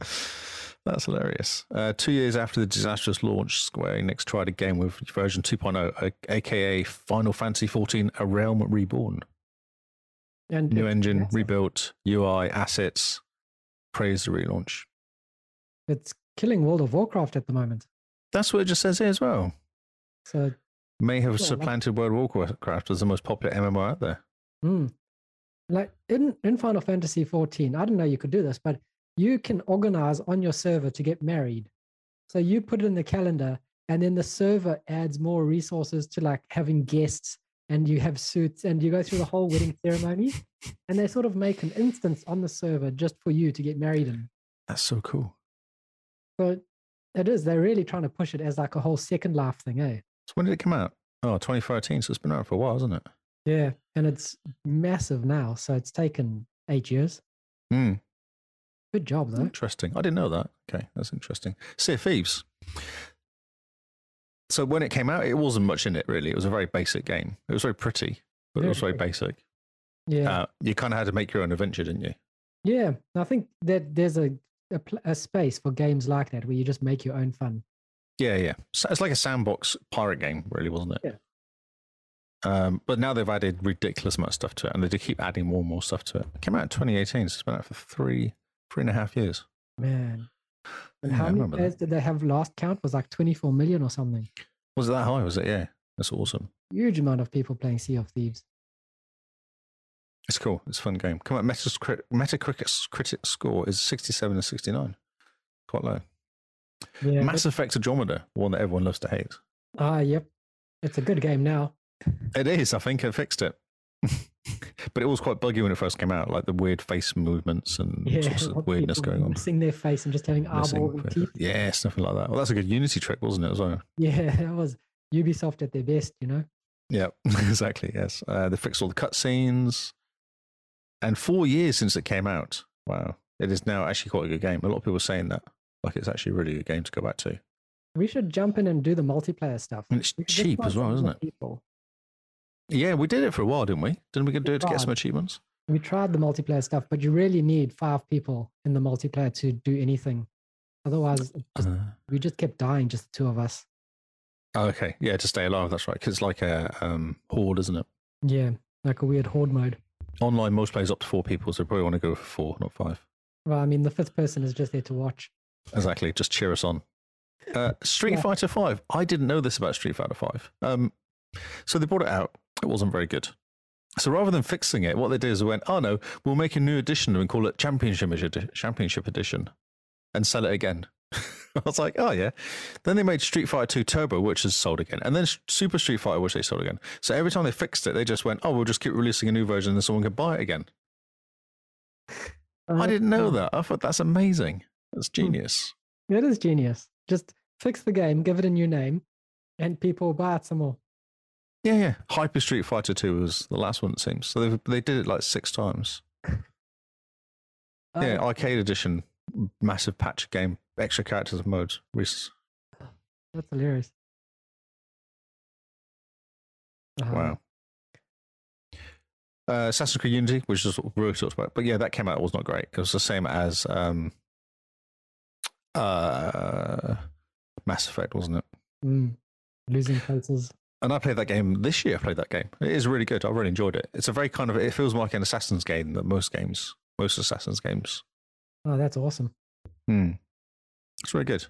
Speaker 3: That's hilarious. Uh, two years after the disastrous launch, Square Enix tried a game with version 2.0, a- aka Final Fantasy 14 A Realm Reborn.
Speaker 1: And
Speaker 3: New
Speaker 1: it-
Speaker 3: engine,
Speaker 1: that's-
Speaker 3: rebuilt, UI, assets. Praise the relaunch.
Speaker 1: It's killing World of Warcraft at the moment.
Speaker 3: That's what it just says here as well.
Speaker 1: So,
Speaker 3: May have
Speaker 1: Sure, that-
Speaker 3: supplanted World of Warcraft as the most popular MMO out there.
Speaker 1: mm. like in, in Final Fantasy 14, I didn't know you could do this, but you can organize on your server to get married. So you put it in the calendar, and then the server adds more resources to like having guests, and you have suits, and you go through the whole wedding ceremony, and they sort of make an instance on the server just for you to get married in.
Speaker 3: That's so cool.
Speaker 1: So it is. They're really trying to push it as like a whole second life thing, eh?
Speaker 3: So when did it come out? Oh, 2013. So it's been out for a while, isn't it?
Speaker 1: Yeah. And it's massive now. So it's taken eight years.
Speaker 3: Hmm.
Speaker 1: Good job, though.
Speaker 3: Interesting. I didn't know that. Okay, that's interesting. Sea of Thieves. So when it came out, it wasn't much in it really. It was a very basic game. It was very pretty, but it was very
Speaker 1: Very
Speaker 3: basic.
Speaker 1: Yeah.
Speaker 3: Uh, you kind of had to make your own adventure, didn't you?
Speaker 1: yeah. And I think that there's a, a, pl- a space for games like that where you just make your own fun.
Speaker 3: Yeah, yeah. So it's like a sandbox pirate game, really, wasn't it?
Speaker 1: Yeah.
Speaker 3: Um, but now they've added ridiculous amount of stuff to it, and they do keep adding more and more stuff to it. It came out in 2018, so it's been out for three, three and a half years.
Speaker 1: Man. And
Speaker 3: Yeah, I
Speaker 1: how many
Speaker 3: remember that.
Speaker 1: players did they have last count? Was like 24 million or something.
Speaker 3: Was it that high? Was it? Yeah, that's awesome.
Speaker 1: Huge amount of people playing Sea of Thieves.
Speaker 3: It's cool. It's a fun game. Come on, Metacritic, Metacritic's critic score is 67 and 69. Quite low.
Speaker 1: Yeah. but-
Speaker 3: Mass Effect Andromeda, one that everyone loves to hate.
Speaker 1: ah, yep. It's a good game
Speaker 3: *laughs*
Speaker 1: now.
Speaker 3: It is, I think it fixed it. *laughs* but it was quite buggy when it first came out, like the weird face movements and
Speaker 1: *laughs* Yeah.
Speaker 3: sorts
Speaker 1: lots
Speaker 3: of
Speaker 1: of
Speaker 3: weirdness
Speaker 1: people
Speaker 3: going on.
Speaker 1: Missing their face and just having eyeball
Speaker 3: Missing
Speaker 1: and
Speaker 3: face-
Speaker 1: teeth.
Speaker 3: yeah, something like that. Well, that's a good Unity trick, wasn't it? As well.
Speaker 1: *laughs* Yeah, that was Ubisoft at their best, you know.
Speaker 3: Yeah, *laughs* exactly. Yes, uh, they fixed all the cutscenes. And four years since it came out. Wow, it is now actually quite a good game. A lot of people are saying that, like it's actually a really good game to go back to.
Speaker 1: We should jump in and do the multiplayer stuff.
Speaker 3: And it's
Speaker 1: We should just
Speaker 3: cheap
Speaker 1: find
Speaker 3: as well,
Speaker 1: some
Speaker 3: isn't
Speaker 1: more
Speaker 3: it?
Speaker 1: People.
Speaker 3: Yeah, we did it for a while, didn't we? Didn't we get- do it to get
Speaker 1: tried.
Speaker 3: some achievements?
Speaker 1: We tried the multiplayer stuff, but you really need five people in the multiplayer to do anything. Otherwise, it just,
Speaker 3: Uh,
Speaker 1: we just kept dying, just the two of us.
Speaker 3: oh, okay, yeah, to stay alive. That's right. 'Cause it's like a um, horde, isn't it?
Speaker 1: Yeah, like a weird horde mode.
Speaker 3: Online, most players up to four people, so probably want to go for four, not five.
Speaker 1: Well, I mean, the fifth person is just there to watch.
Speaker 3: Exactly. Just cheer us on. Uh, Street
Speaker 1: Yeah.
Speaker 3: Fighter Five. I didn't know this about Street Fighter Five. Um, so they brought it out. It wasn't very good. So rather than fixing it, what they did is they went, "Oh no, we'll make a new edition and call it Championship Edi- Championship Edition, and sell it again." *laughs* I was like, "Oh yeah." Then they made Street Fighter Two Turbo, which is sold again, and then S- Super Street Fighter, which they sold again. So every time they fixed it, they just went, "Oh, we'll just keep releasing a new version, and someone can buy it again."
Speaker 1: Uh, Oh,
Speaker 3: I didn't know that. I thought that's amazing. That's genius.
Speaker 1: That is genius. Just fix the game, give it a new name, and people will buy it some more.
Speaker 3: Yeah, yeah. Hyper Street Fighter Two was the last one, it seems. So they they did it like six times.
Speaker 1: Uh,
Speaker 3: yeah, arcade edition, massive patch game, extra characters and modes. We s-
Speaker 1: That's hilarious. Uh,
Speaker 3: Wow. Uh, Assassin's Creed Unity, which is what we already talked about, but yeah, that came out it was not great. It was the same as um, uh, Mass Effect, wasn't it?
Speaker 1: Mm. Losing places.
Speaker 3: And I played that game this year. I played that game. It is really good. I really enjoyed it. It's a very kind of. It feels more like an Assassin's game than most games, most Assassin's games.
Speaker 1: Oh, that's awesome.
Speaker 3: Hmm. It's very good.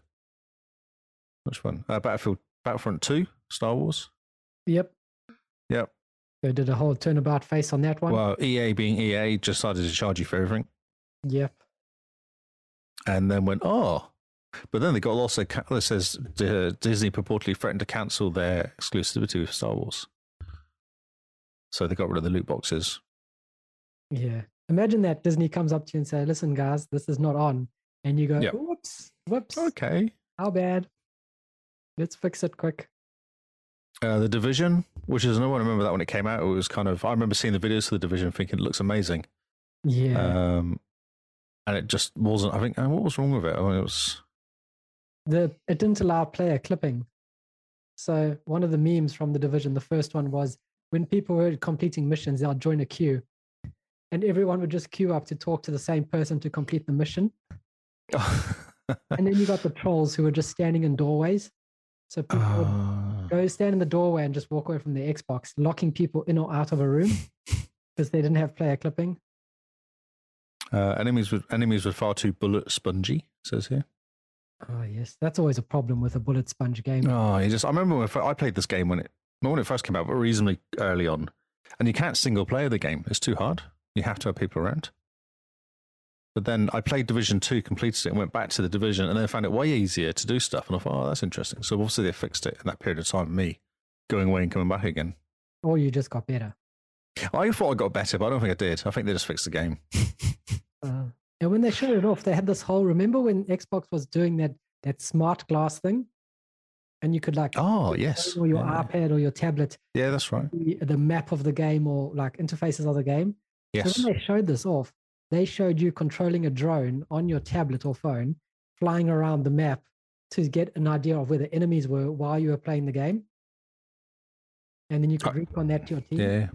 Speaker 3: Much fun. Uh, Battlefield Battlefront 2, Star Wars.
Speaker 1: Yep.
Speaker 3: Yep.
Speaker 1: They did a whole turnabout face on that one.
Speaker 3: Well, EA being EA just decided to charge you for everything
Speaker 1: Yep.
Speaker 3: and then went, oh. But then they got also, ca- this says uh, Disney purportedly threatened to cancel their exclusivity with Star Wars. So they got rid of the loot boxes.
Speaker 1: Yeah. Imagine that Disney comes up to you and say, "Listen, guys, this is not on," and you go,
Speaker 3: Yep.
Speaker 1: "Whoops, whoops,
Speaker 3: Okay.
Speaker 1: how bad? Let's fix it quick."
Speaker 3: Uh, the Division, which is another one. I remember that when it came out, it was kind of. I remember seeing the videos for the division, thinking it looks amazing.
Speaker 1: Yeah.
Speaker 3: Um, and it just wasn't. I think oh, what was wrong with it? Oh, it was.
Speaker 1: the it didn't allow player clipping. So one of the memes from the division, the first one was when people were completing missions, they'll join a queue. And everyone would just queue up to talk to the same person to complete the mission. And then you got the trolls who were just standing in doorways. So people would
Speaker 3: Ah.
Speaker 1: go stand in the doorway and just walk away from the Xbox, locking people in or out of a
Speaker 3: *laughs*
Speaker 1: room because they didn't have player clipping.
Speaker 3: Uh, enemies with enemies were far too bullet spongy. it Says here.
Speaker 1: Oh yes, that's always a problem with a bullet sponge game.
Speaker 3: Oh, you just. I remember when I fir- I played this game when it not when it first came out, but reasonably early on. And you can't single player the game; it's too hard. You have to have people around. But then I played Division Two, completed it, and went back to the Division, and then found it way easier to do stuff. And I thought, oh, that's interesting. So obviously they fixed it in that period of time. Me going away and coming back again.
Speaker 1: Or you just got better.
Speaker 3: I thought I got better, but I don't think I did. I think they just fixed the game.
Speaker 1: Uh, and when they shut it off, they had this whole. Remember when Xbox was doing that that smart glass thing, and you could like
Speaker 3: Oh
Speaker 1: put your
Speaker 3: yes,
Speaker 1: phone or your
Speaker 3: yeah.
Speaker 1: iPad or your tablet,
Speaker 3: yeah, that's right.
Speaker 1: the, the map of the game or like interfaces of the game.
Speaker 3: Yes.
Speaker 1: So when they showed this off, they showed you controlling a drone on your tablet or phone, flying around the map to get an idea of where the enemies were while you were playing the game. And then you could
Speaker 3: Uh,
Speaker 1: recon that to your team.
Speaker 3: Yeah,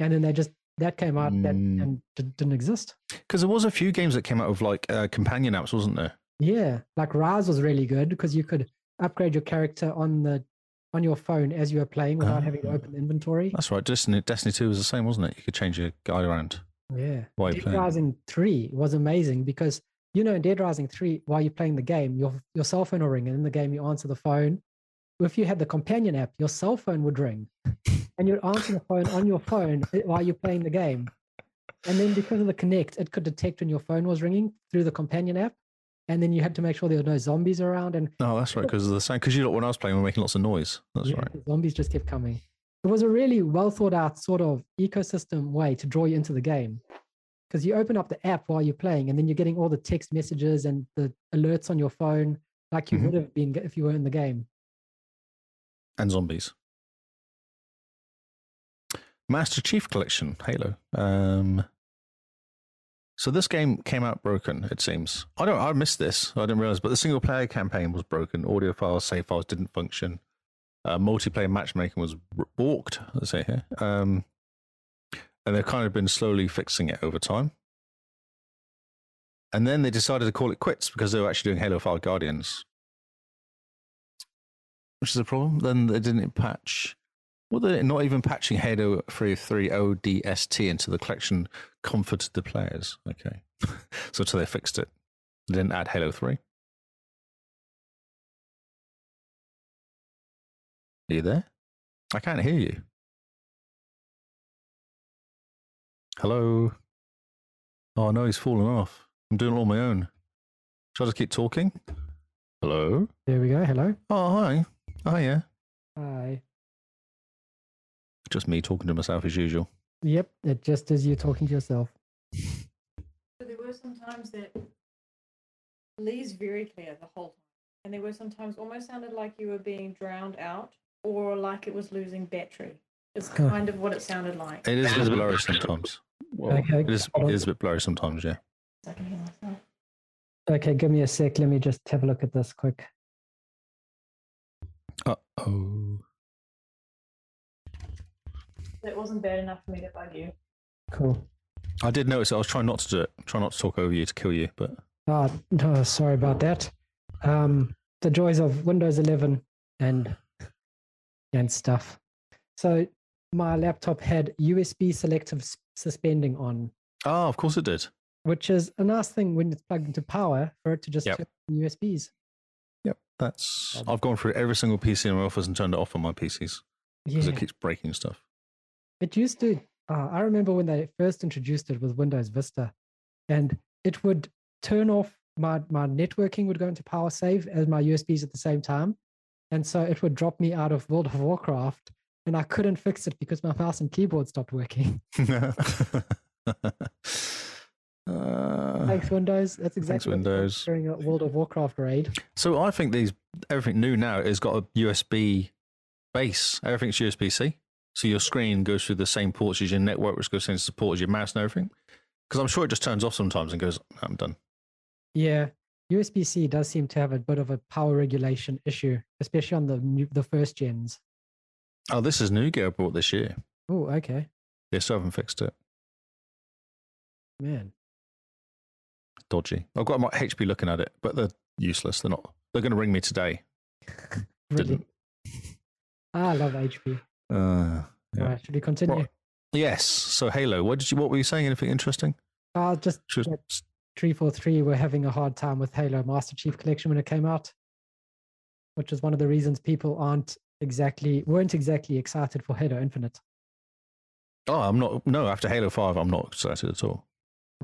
Speaker 1: And then they just that came out that
Speaker 3: Mm.
Speaker 1: and d- didn't exist.
Speaker 3: because there was a few games that came out of like uh, companion apps, wasn't there?
Speaker 1: Yeah, like Rise was really good because you could upgrade your character on the on your phone as you were playing without having to
Speaker 3: Ah.
Speaker 1: open the inventory.
Speaker 3: That's right. Destiny, Destiny 2 was the same, wasn't it? You could change your guy around
Speaker 1: Yeah.
Speaker 3: while you're
Speaker 1: Dead
Speaker 3: playing.
Speaker 1: Rising 3 was amazing because, you know, in Dead Rising 3, while you're playing the game, your, your cell phone will ring, and in the game, you answer the phone. If you had the companion app, your cell phone would ring, and you'd answer the phone on your phone *laughs* i- while you're playing the game. And then because of the Connect, it could detect when your phone was ringing through the companion app. And then you had to make sure there were no zombies around. And
Speaker 3: No, Oh, that's right. Because of the sound. Because you know, when I was playing, we were making lots of noise. That's
Speaker 1: yeah,
Speaker 3: right.
Speaker 1: the zombies just kept coming. It was a really well thought out sort of ecosystem way to draw you into the game. Because you open up the app while you're playing, and then you're getting all the text messages and the alerts on your phone, like you
Speaker 3: Mhm.
Speaker 1: would have been if you were in the game.
Speaker 3: And zombies. Master Chief Collection, Halo. Um, so this game came out broken, it seems. I don't. I missed this. I didn't realize. But the single player campaign was broken. Audio files, save files didn't function. Uh, multiplayer matchmaking was r- balked. Let's say here. Um, and they've kind of been slowly fixing it over time. And then they decided to call it quits because they were actually doing Halo 5 Guardians, which is a problem. Then they didn't patch. Well, they're not even patching Halo oh 3.3 ODST into the collection comforted the players. Okay. *laughs* so, so they fixed it. They didn't add Halo 3. Are you there? I can't hear you. Hello. Oh no, he's fallen off. I'm doing it on my own. Should I just keep talking? Hello.
Speaker 1: There we go. Hello.
Speaker 3: Oh hi. Oh yeah.
Speaker 1: Hi.
Speaker 3: Just me talking to myself as usual.
Speaker 1: Yep, it just is you talking to yourself.
Speaker 4: But there were some times that Lee's very clear the whole time. And there were some times almost sounded like you were being drowned out or like it was losing battery. It's
Speaker 1: Huh.
Speaker 4: kind of what it sounded like.
Speaker 3: It is a bit blurry sometimes.
Speaker 1: Okay.
Speaker 3: It is, it is a bit blurry sometimes. Yeah.
Speaker 4: I can hear myself.
Speaker 1: Okay, give me a sec. Let me just have a look at this quick.
Speaker 3: Uh oh.
Speaker 4: It wasn't bad enough for me to bug you.
Speaker 1: Cool.
Speaker 3: I did notice. it. I was trying not to do it. Try not to talk over you to kill you. But
Speaker 1: Ah, no, sorry about that. Um, the joys of Windows 11 and and stuff. So my laptop had USB selective s- suspending on,
Speaker 3: oh, of course it did.
Speaker 1: which is a nice thing when it's plugged into power for it to just
Speaker 3: Yep.
Speaker 1: turn on USBs.
Speaker 3: Yep. That's. I've gone through every single PC in my office and turned it off on my PCs because
Speaker 1: Yeah,
Speaker 3: it
Speaker 1: it,
Speaker 3: keeps breaking stuff. *laughs*
Speaker 1: used to. Uh, I remember when they first introduced it with Windows Vista, and it would turn off my my networking would go into power save as my USBs at the same time, and so it would drop me out of World of Warcraft, and I couldn't fix it because my mouse and keyboard stopped
Speaker 3: *laughs*
Speaker 1: working.
Speaker 3: uh,
Speaker 1: Thanks, Windows. That's exactly
Speaker 3: Thanks,
Speaker 1: what happened
Speaker 3: Windows.
Speaker 1: during a World of Warcraft raid.
Speaker 3: so I think these everything new now has got a USB base. Everything's USB C. So your screen goes through the same ports as your network, which goes into the port as your mouse and everything. Because I'm sure it just turns off sometimes and goes, I'm done.
Speaker 1: Yeah, USB C does seem to have a bit of a power regulation issue, especially on the new- the first gens.
Speaker 3: Oh, this is new gear I bought this year.
Speaker 1: Oh, okay,
Speaker 3: They still haven't fixed it.
Speaker 1: man.
Speaker 3: Dodgy. I've got my HP looking at it, but they're useless. They're not. They're going to ring me today.
Speaker 1: Really. *laughs* Ah,
Speaker 3: Didn't.
Speaker 1: I love HP.
Speaker 3: Uh, Yeah.
Speaker 1: All right, should we continue?
Speaker 3: Well- yes. So Halo. What did you? What were you saying? Anything interesting?
Speaker 1: Uh, just
Speaker 3: Should-
Speaker 1: Yeah. 343 were having a hard time with Halo Master Chief Collection when it came out, which is one of the reasons people aren't exactly weren't exactly excited for Halo Infinite.
Speaker 3: Oh, I'm not. No, after Halo Five, I'm not excited at all.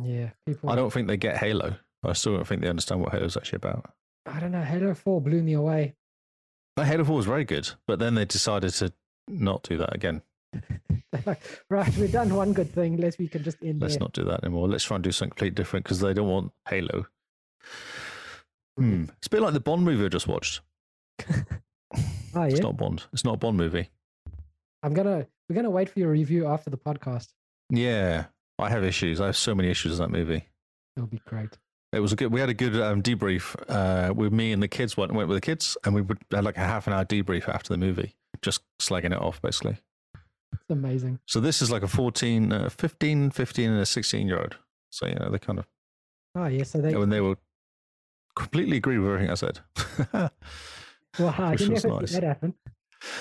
Speaker 1: Yeah, people.
Speaker 3: I don't think they get Halo. I still don't think they understand what Halo's actually about.
Speaker 1: I don't know. Halo Four blew me away. *laughs*
Speaker 3: Now, Halo Four was very good, but then they decided to not do that again.
Speaker 1: They're like, right, we've done one good thing. Let's we can just end
Speaker 3: Let's
Speaker 1: there.
Speaker 3: not do that anymore. Let's try and do something completely different because they don't want Halo. Hmm. It's a bit like the Bond movie I just watched.
Speaker 1: Oh,
Speaker 3: It's
Speaker 1: yeah?
Speaker 3: not Bond. It's not a Bond movie.
Speaker 1: I'm gonna we're gonna wait for your review after the podcast.
Speaker 3: Yeah, I have issues. I have so many issues in that movie.
Speaker 1: It'll be great.
Speaker 3: It was a good. We had a good um, debrief uh, with me and the kids. Went went with the kids, and we would- had like a half an hour debrief after the movie, just slagging it off basically.
Speaker 1: It's amazing.
Speaker 3: So this is like a 14, uh, 15, 15, and a 16 year old. So, you know, they kind of,
Speaker 1: Oh yeah, so they
Speaker 3: and they will completely agree with everything I said. *laughs*
Speaker 1: wow, I
Speaker 3: which
Speaker 1: didn't
Speaker 3: was
Speaker 1: ever see
Speaker 3: nice.
Speaker 1: that happen.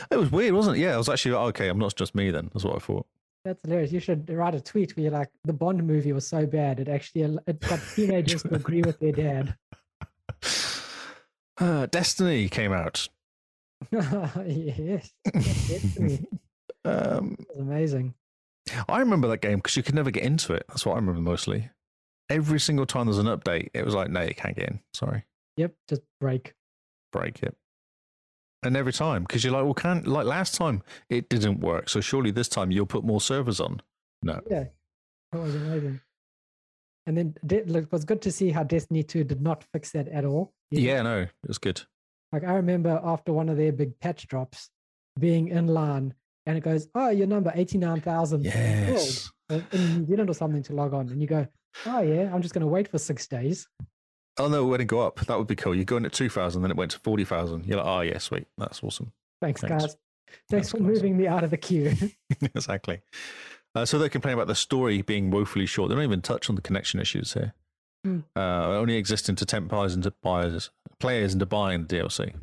Speaker 3: it was weird, wasn't it? Yeah, I was actually, okay, I'm not just me then. That's what I thought.
Speaker 1: That's hilarious. You should write a tweet where you're like, the Bond movie was so bad it actually al- it got teenagers to agree with their dad. *laughs*
Speaker 3: *laughs* Uh, Destiny came out.
Speaker 1: yes, Destiny.
Speaker 3: *laughs* um,
Speaker 1: That's amazing.
Speaker 3: I remember that game because you could never get into it. That's what I remember mostly. Every single time there's an update, it was like, no, you can't get in. Sorry.
Speaker 1: Yep, just break.
Speaker 3: break it. And every time, because you're like, well, can't like last time it didn't work, so surely this time you'll put more servers on. No,
Speaker 1: Yeah, that was amazing. And then De- look, it was good to see how Destiny 2 did not fix that at all. You
Speaker 3: yeah, no, it was good.
Speaker 1: Like I remember after one of their big patch drops, being in line and it goes, "Oh, your number eighty nine thousand
Speaker 3: Yes,
Speaker 1: in New Zealand or something to log on," and you go, "Oh yeah, I'm just going to wait for six days."
Speaker 3: oh no, when it go up, that would be cool. You go in at two thousand, then it went to forty thousand. You're like, oh yeah, sweet, that's awesome. *laughs*
Speaker 1: Thanks,
Speaker 3: Thanks.
Speaker 1: guys.
Speaker 3: Thanks,
Speaker 1: Thanks for
Speaker 3: guys.
Speaker 1: moving me out of the queue. *laughs*
Speaker 3: exactly. Uh, so they complain about the story being woefully short. They don't even touch on the connection issues here.
Speaker 1: Hmm.
Speaker 3: Uh, only existing to tempt buyers into buyers, players into buying the DLC.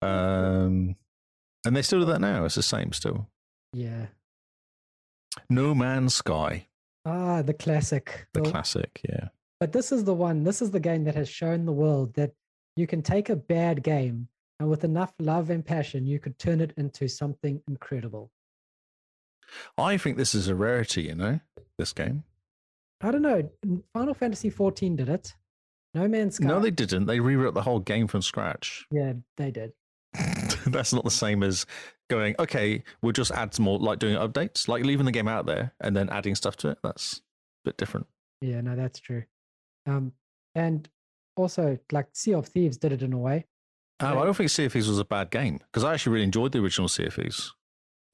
Speaker 3: Um, and they still do that now. It's the same still.
Speaker 1: yeah.
Speaker 3: No Man's Sky,
Speaker 1: Ah, the classic.
Speaker 3: the
Speaker 1: The-
Speaker 3: classic. Yeah,
Speaker 1: But this is the one, this is the game that has shown the world that you can take a bad game and with enough love and passion, you could turn it into something incredible.
Speaker 3: I think this is a rarity. You know, this game.
Speaker 1: I don't know. n- Final Fantasy 14 did it. No Man's Sky.
Speaker 3: No, they didn't. They rewrote the whole game from scratch. *laughs*
Speaker 1: Yeah, they did.
Speaker 3: That's not the same as going. Okay, we'll just add some more, like doing updates, like leaving the game out there and then adding stuff to it. That's a bit different.
Speaker 1: Yeah, no, that's true. Um, and also, like Sea of Thieves did it in a way.
Speaker 3: Um,
Speaker 1: Yeah.
Speaker 3: I don't think Sea of Thieves was a bad game because I actually really enjoyed the original Sea of Thieves.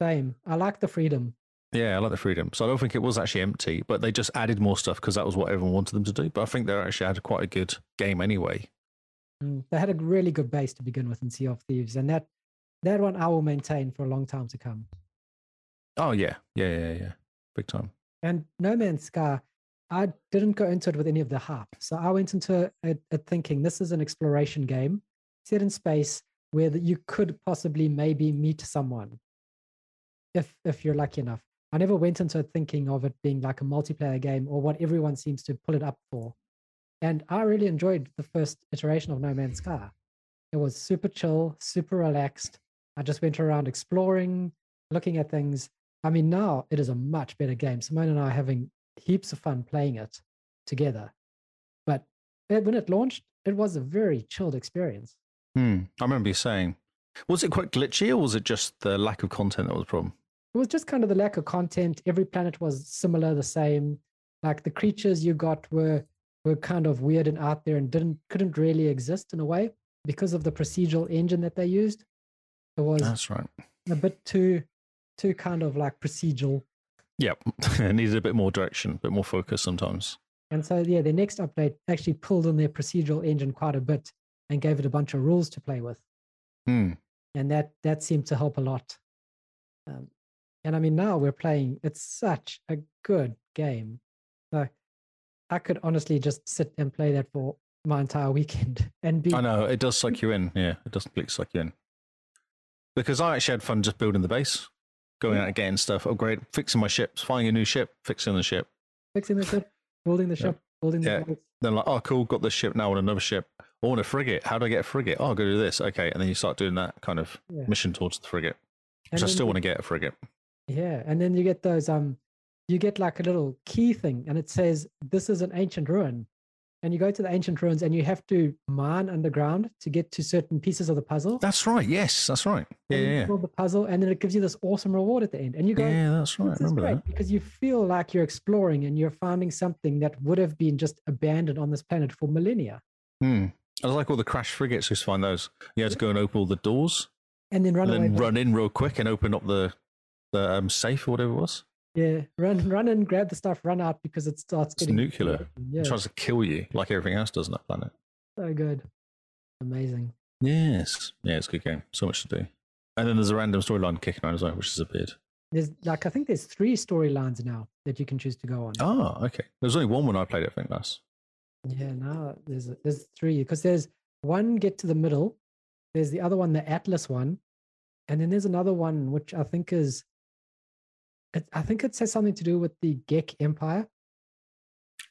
Speaker 1: Same. I like the freedom.
Speaker 3: Yeah, I like the freedom. So I don't think it was actually empty, but they just added more stuff because that was what everyone wanted them to do. But I think they actually had quite a good game anyway.
Speaker 1: Mm, They had a really good base to begin with in Sea of Thieves, and that that one I will maintain for a long time to come.
Speaker 3: Oh yeah, yeah, yeah, yeah, big time.
Speaker 1: And No Man's Sky, I didn't go into it with any of the hype. So I went into it, it thinking this is an exploration game set in space where that you could possibly maybe meet someone if if you're lucky enough. I never went into it thinking of it being like a multiplayer game or what everyone seems to pull it up for. And I really enjoyed the first iteration of No Man's Sky. It was super chill, super relaxed. I just went around exploring, looking at things, I mean, now it is a much better game. Simone and I are having heaps of fun playing it together. But eh, when it launched, it was a very chilled experience.
Speaker 3: Hmm. I remember you saying, was it quite glitchy or was it just the lack of content that was the problem?
Speaker 1: It was just kind of the lack of content. Every planet was similar, the same. Like the creatures you got were were kind of weird and out there and didn't couldn't really exist in a way because of the procedural engine that they used. It was
Speaker 3: *laughs* That's right.
Speaker 1: a bit too too kind of like procedural.
Speaker 3: Yep. it needed a bit more direction, a bit more focus sometimes.
Speaker 1: And so, yeah, their next update actually pulled in their procedural engine quite a bit and gave it a bunch of rules to play with.
Speaker 3: Hmm.
Speaker 1: And that that seemed to help a lot. Um, and I mean, now we're playing. It's such a good game. Like, I could honestly just sit and play that for my entire weekend *laughs* and be.
Speaker 3: I know it does suck you in. Yeah, it does completely suck you in. Because I actually had fun just building the base, going out and getting stuff, upgrade, fixing my ships, finding a new ship, fixing the ship.
Speaker 1: fixing the ship, building the
Speaker 3: Yeah.
Speaker 1: ship, building the
Speaker 3: Yeah.
Speaker 1: boats.
Speaker 3: Then like, oh, cool, got this ship now on another ship. I want a frigate. How do I get a frigate? Oh, I'll go do this. Okay, and then you start doing that kind of
Speaker 1: Yeah.
Speaker 3: mission towards the frigate, which I
Speaker 1: And then
Speaker 3: still
Speaker 1: you-
Speaker 3: want to get a frigate.
Speaker 1: Yeah, and then you get those um, you get like a little key thing, and it says this is an ancient ruin, and you go to the ancient ruins, and you have to mine underground to get to certain pieces of the puzzle.
Speaker 3: That's right. Yes, that's right. Yeah,
Speaker 1: and you
Speaker 3: yeah,
Speaker 1: solve the puzzle, and then it gives you this awesome reward at the end, and you
Speaker 3: yeah.
Speaker 1: go,
Speaker 3: Yeah, that's right.
Speaker 1: "This is
Speaker 3: Remember
Speaker 1: great,"
Speaker 3: that?
Speaker 1: because you feel like you're exploring and you're finding something that would have been just abandoned on this planet for millennia,
Speaker 3: Hmm. I was like all the crash frigates. Who's find those? You had to go and open all the doors,
Speaker 1: and then run
Speaker 3: and
Speaker 1: away.
Speaker 3: then
Speaker 1: back.
Speaker 3: run in real quick and open up the the um, safe or whatever it was.
Speaker 1: Yeah, run, run, and grab the stuff, run out because it starts
Speaker 3: It's
Speaker 1: getting
Speaker 3: nuclear.
Speaker 1: Yeah,
Speaker 3: It tries to kill you like everything else does on that planet.
Speaker 1: so good, amazing.
Speaker 3: Yes. Yeah, it's a good game. So much to do. And then there's a random storyline kicking around as well, which has appeared.
Speaker 1: There's like I think there's three storylines now that you can choose to go on.
Speaker 3: Ah, okay. There was only one when I played it, I think, last.
Speaker 1: Yeah, now there's there's three because there's one get to the middle, there's the other one, the Atlas one, and then there's another one which I think is, it, I think it has something to do with the Gek Empire.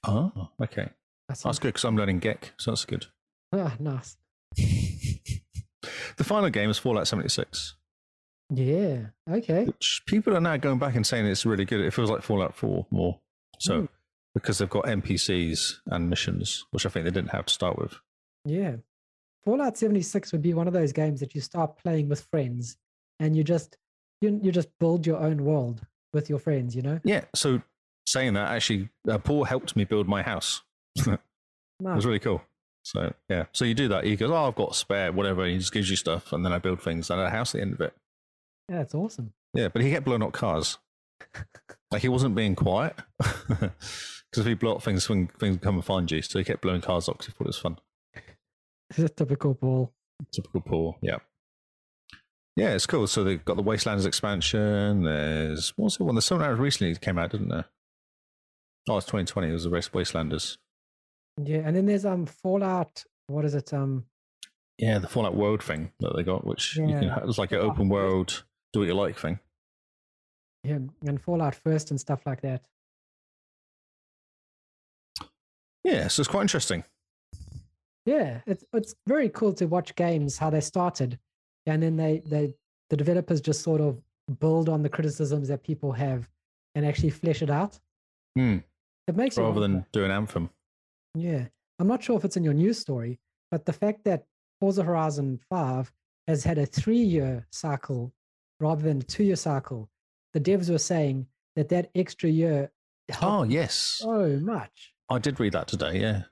Speaker 3: Ah, okay.
Speaker 1: I
Speaker 3: That's good because I'm learning Gek, so that's good.
Speaker 1: Ah, *laughs* nice.
Speaker 3: The final game is Fallout 76,
Speaker 1: Yeah. Okay.
Speaker 3: which people are now going back and saying it's really good. It feels like Fallout 4 more. So,
Speaker 1: Hmm.
Speaker 3: because they've got NPCs and missions, which I think they didn't have to start with.
Speaker 1: Yeah. Fallout 76 would be one of those games that you start playing with friends, and you just you you just build your own world with your friends. You know.
Speaker 3: Yeah. So, saying that, actually, uh, Paul helped me build my house. It
Speaker 1: Nice.
Speaker 3: was really cool. So yeah, so you do that. He goes, "Oh, I've got spare, whatever." He just gives you stuff, and then I build things and a house at the end of it.
Speaker 1: Yeah, it's awesome.
Speaker 3: Yeah, but he kept blowing up cars. like he wasn't being quiet *laughs* because if he blew up things, thing- things would come and find you. So he kept blowing cars up because he thought it was fun.
Speaker 1: It's a typical Paul.
Speaker 3: Typical Paul. Yeah. Yeah, it's cool. So they've got the Wastelanders expansion. There's what was the one? There's something that recently came out, didn't there? Oh, it's 2020. It was the Wast- Wastelanders.
Speaker 1: Yeah, and then there's um Fallout. What is it? Um,
Speaker 3: Yeah, the Fallout World thing that they got, which you
Speaker 1: Yeah.
Speaker 3: can, it's like an open world, do what you like thing.
Speaker 1: yeah, and Fallout First and stuff like that.
Speaker 3: Yeah, so it's quite interesting.
Speaker 1: Yeah, it's it's very cool to watch games how they started, and then they they the developers just sort of build on the criticisms that people have, and actually flesh it out.
Speaker 3: Hmm.
Speaker 1: It makes you
Speaker 3: Rather
Speaker 1: wonder.
Speaker 3: than doing Anthem.
Speaker 1: *laughs* yeah. I'm not sure if it's in your news story, but the fact that Forza Horizon Five has had a three-year cycle rather than a two-year cycle, the devs were saying that that extra year
Speaker 3: Oh,
Speaker 1: helped
Speaker 3: yes.
Speaker 1: so much.
Speaker 3: I did read that today, yeah.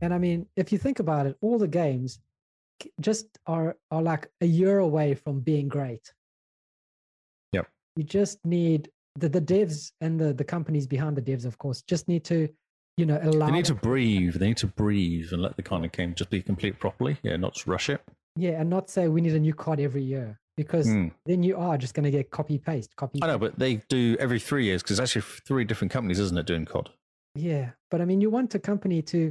Speaker 1: And I mean, if you think about it, all the games k- just are are like a year away from being great.
Speaker 3: Yep.
Speaker 1: You just need the, the devs and the, the companies behind the devs, of course, just need to, you know, allow
Speaker 3: They need to
Speaker 1: them-
Speaker 3: breathe. They need to breathe and let the kind of game just be complete properly. Yeah, not just rush it.
Speaker 1: yeah, and not say we need a new card every year because
Speaker 3: Hmm.
Speaker 1: then you are just going to get copy paste, copy.
Speaker 3: I know, but they do every three years because actually three different companies, isn't it, doing COD?
Speaker 1: Yeah, but I mean, you want a company to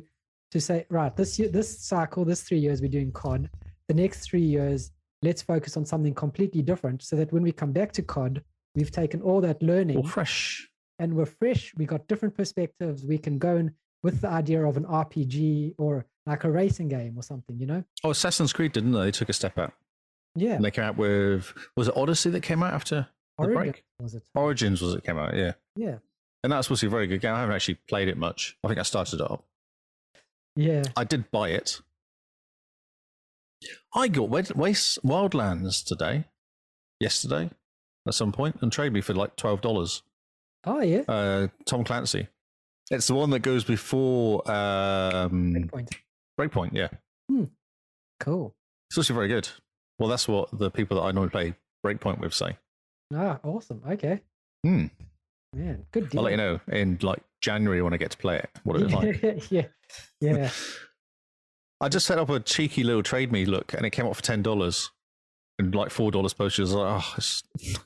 Speaker 1: to say, right, this year, this cycle, this three years, we're doing COD. The next three years, let's focus on something completely different, so that when we come back to COD, we've taken all that learning
Speaker 3: Or fresh.
Speaker 1: and we're fresh. We got different perspectives. We can go in with the idea of an RPG or like a racing game or something, you know?
Speaker 3: Oh, Assassin's Creed didn't they? They took a step out.
Speaker 1: Yeah,
Speaker 3: And they came out with, was it Odyssey that came out after the
Speaker 1: Origin
Speaker 3: break?
Speaker 1: was it?
Speaker 3: Origins was it came out, yeah.
Speaker 1: Yeah,
Speaker 3: And that's supposed to be a very good game. I haven't actually played it much. I think I started it up.
Speaker 1: yeah.
Speaker 3: I did buy it. I got Wed- Waste Wildlands today, yesterday, at some point, and traded me for like twelve dollars.
Speaker 1: Oh yeah.
Speaker 3: Uh, Tom Clancy. It's the one that goes before um,
Speaker 1: Good point.
Speaker 3: Breakpoint. Yeah,
Speaker 1: Cool.
Speaker 3: it's actually very good. Well, that's what the people that I normally play Breakpoint with say.
Speaker 1: Ah, awesome. Okay.
Speaker 3: Hmm.
Speaker 1: Man, good deal.
Speaker 3: I'll let you know in like January when I get to play it. What it
Speaker 1: *laughs*
Speaker 3: was like.
Speaker 1: yeah. Yeah.
Speaker 3: I just set up a cheeky little trade me look, and it came up for ten dollars, and like four dollars postage. I was like, oh, it's *laughs*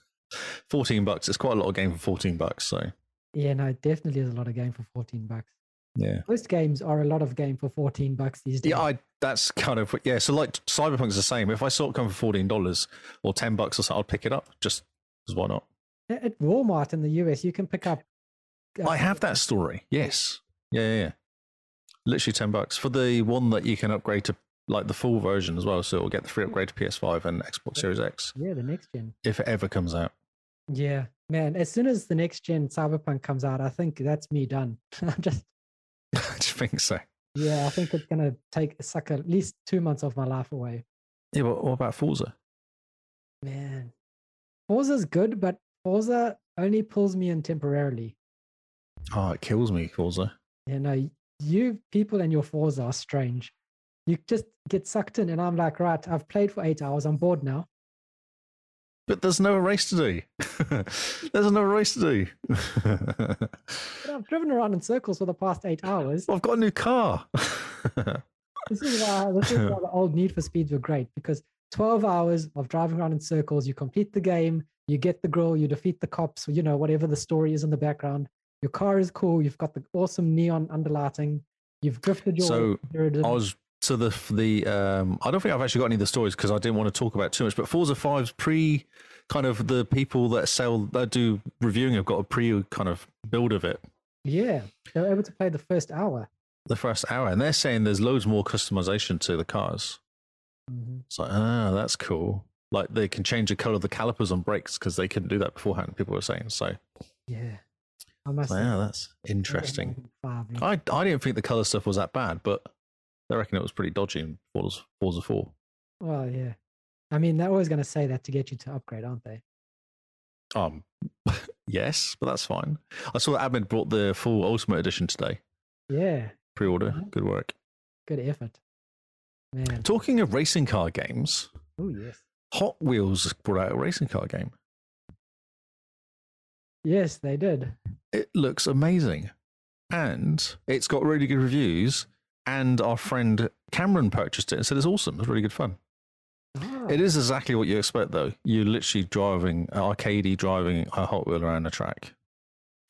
Speaker 3: fourteen bucks. It's quite a lot of game for fourteen bucks. So
Speaker 1: Yeah, no, it definitely is a lot of game for 14 bucks.
Speaker 3: yeah,
Speaker 1: Most games are a lot of game for 14 bucks these days.
Speaker 3: yeah. I that's kind of yeah. So like Cyberpunk's the same. If I saw it come for fourteen dollars or ten bucks or something, I'd pick it up just because why not?
Speaker 1: At at Walmart in the US, you can pick up. uh,
Speaker 3: I have that story. Yes. Yeah, yeah, yeah. Literally ten bucks for the one that you can upgrade to like the full version as well. So it'll get the free upgrade to PS5 and Xbox Series X
Speaker 1: Yeah, the next gen.
Speaker 3: if it ever comes out. *laughs*
Speaker 1: Yeah, man. As soon as the next gen Cyberpunk comes out, I think that's me done. *laughs* I'm just,
Speaker 3: I just think so.
Speaker 1: yeah, I think it's going to take suck at least two months of my life away.
Speaker 3: Yeah, but what about Forza?
Speaker 1: Man. Forza's good, but Forza only pulls me in temporarily.
Speaker 3: Oh, it kills me, Forza.
Speaker 1: You know, you people and your Forza are strange. You just get sucked in, and I'm like, right, I've played for eight hours. I'm bored now.
Speaker 3: But there's no race to do. *laughs* there's no race to do. *laughs*
Speaker 1: But I've driven around in circles for the past eight hours.
Speaker 3: I've got a new car. *laughs*
Speaker 1: This is why this is why the old Need for Speeds were great because 12 hours of driving around in circles, you complete the game, you get the grill, you defeat the cops, you know, whatever the story is in the background. Your car is cool. You've got the awesome neon underlighting. You've drifted your
Speaker 3: So,
Speaker 1: way. through the-
Speaker 3: I was so the the um I don't think I've actually got any of the stories because I didn't want to talk about it too much. But Forza Five's pre kind of the people that sell that do reviewing have got a pre kind of build of it
Speaker 1: yeah, they were able to play the first hour.
Speaker 3: the first hour, and they're saying there's loads more customization to the cars.
Speaker 1: Mhm.
Speaker 3: It's like ah, that's cool. Like they can change the color of the calipers on brakes because they couldn't do that beforehand. People were saying so.
Speaker 1: Yeah, I must. say,
Speaker 3: Wow, that's interesting.
Speaker 1: Five, man.
Speaker 3: I I didn't think the color stuff was that bad, but I reckon it was pretty dodgy in Forza, Forza Four.
Speaker 1: well, yeah. I mean, they're always going to say that to get you to upgrade, aren't they?
Speaker 3: Um, *laughs* yes, but that's fine. I saw that admin brought the full Ultimate Edition today.
Speaker 1: Yeah,
Speaker 3: Pre-order,
Speaker 1: Mhm.
Speaker 3: good work.
Speaker 1: good effort, man.
Speaker 3: Talking of racing car games,
Speaker 1: Oh yes,
Speaker 3: Hot Wheels brought out a racing car game.
Speaker 1: yes, they did.
Speaker 3: It looks amazing, and it's got really good reviews. And our friend Cameron purchased it and said it's awesome. It's really good fun.
Speaker 1: Ah.
Speaker 3: It is exactly what you expect, though. You're literally driving, uh, arcadey driving a Hot Wheel around a track.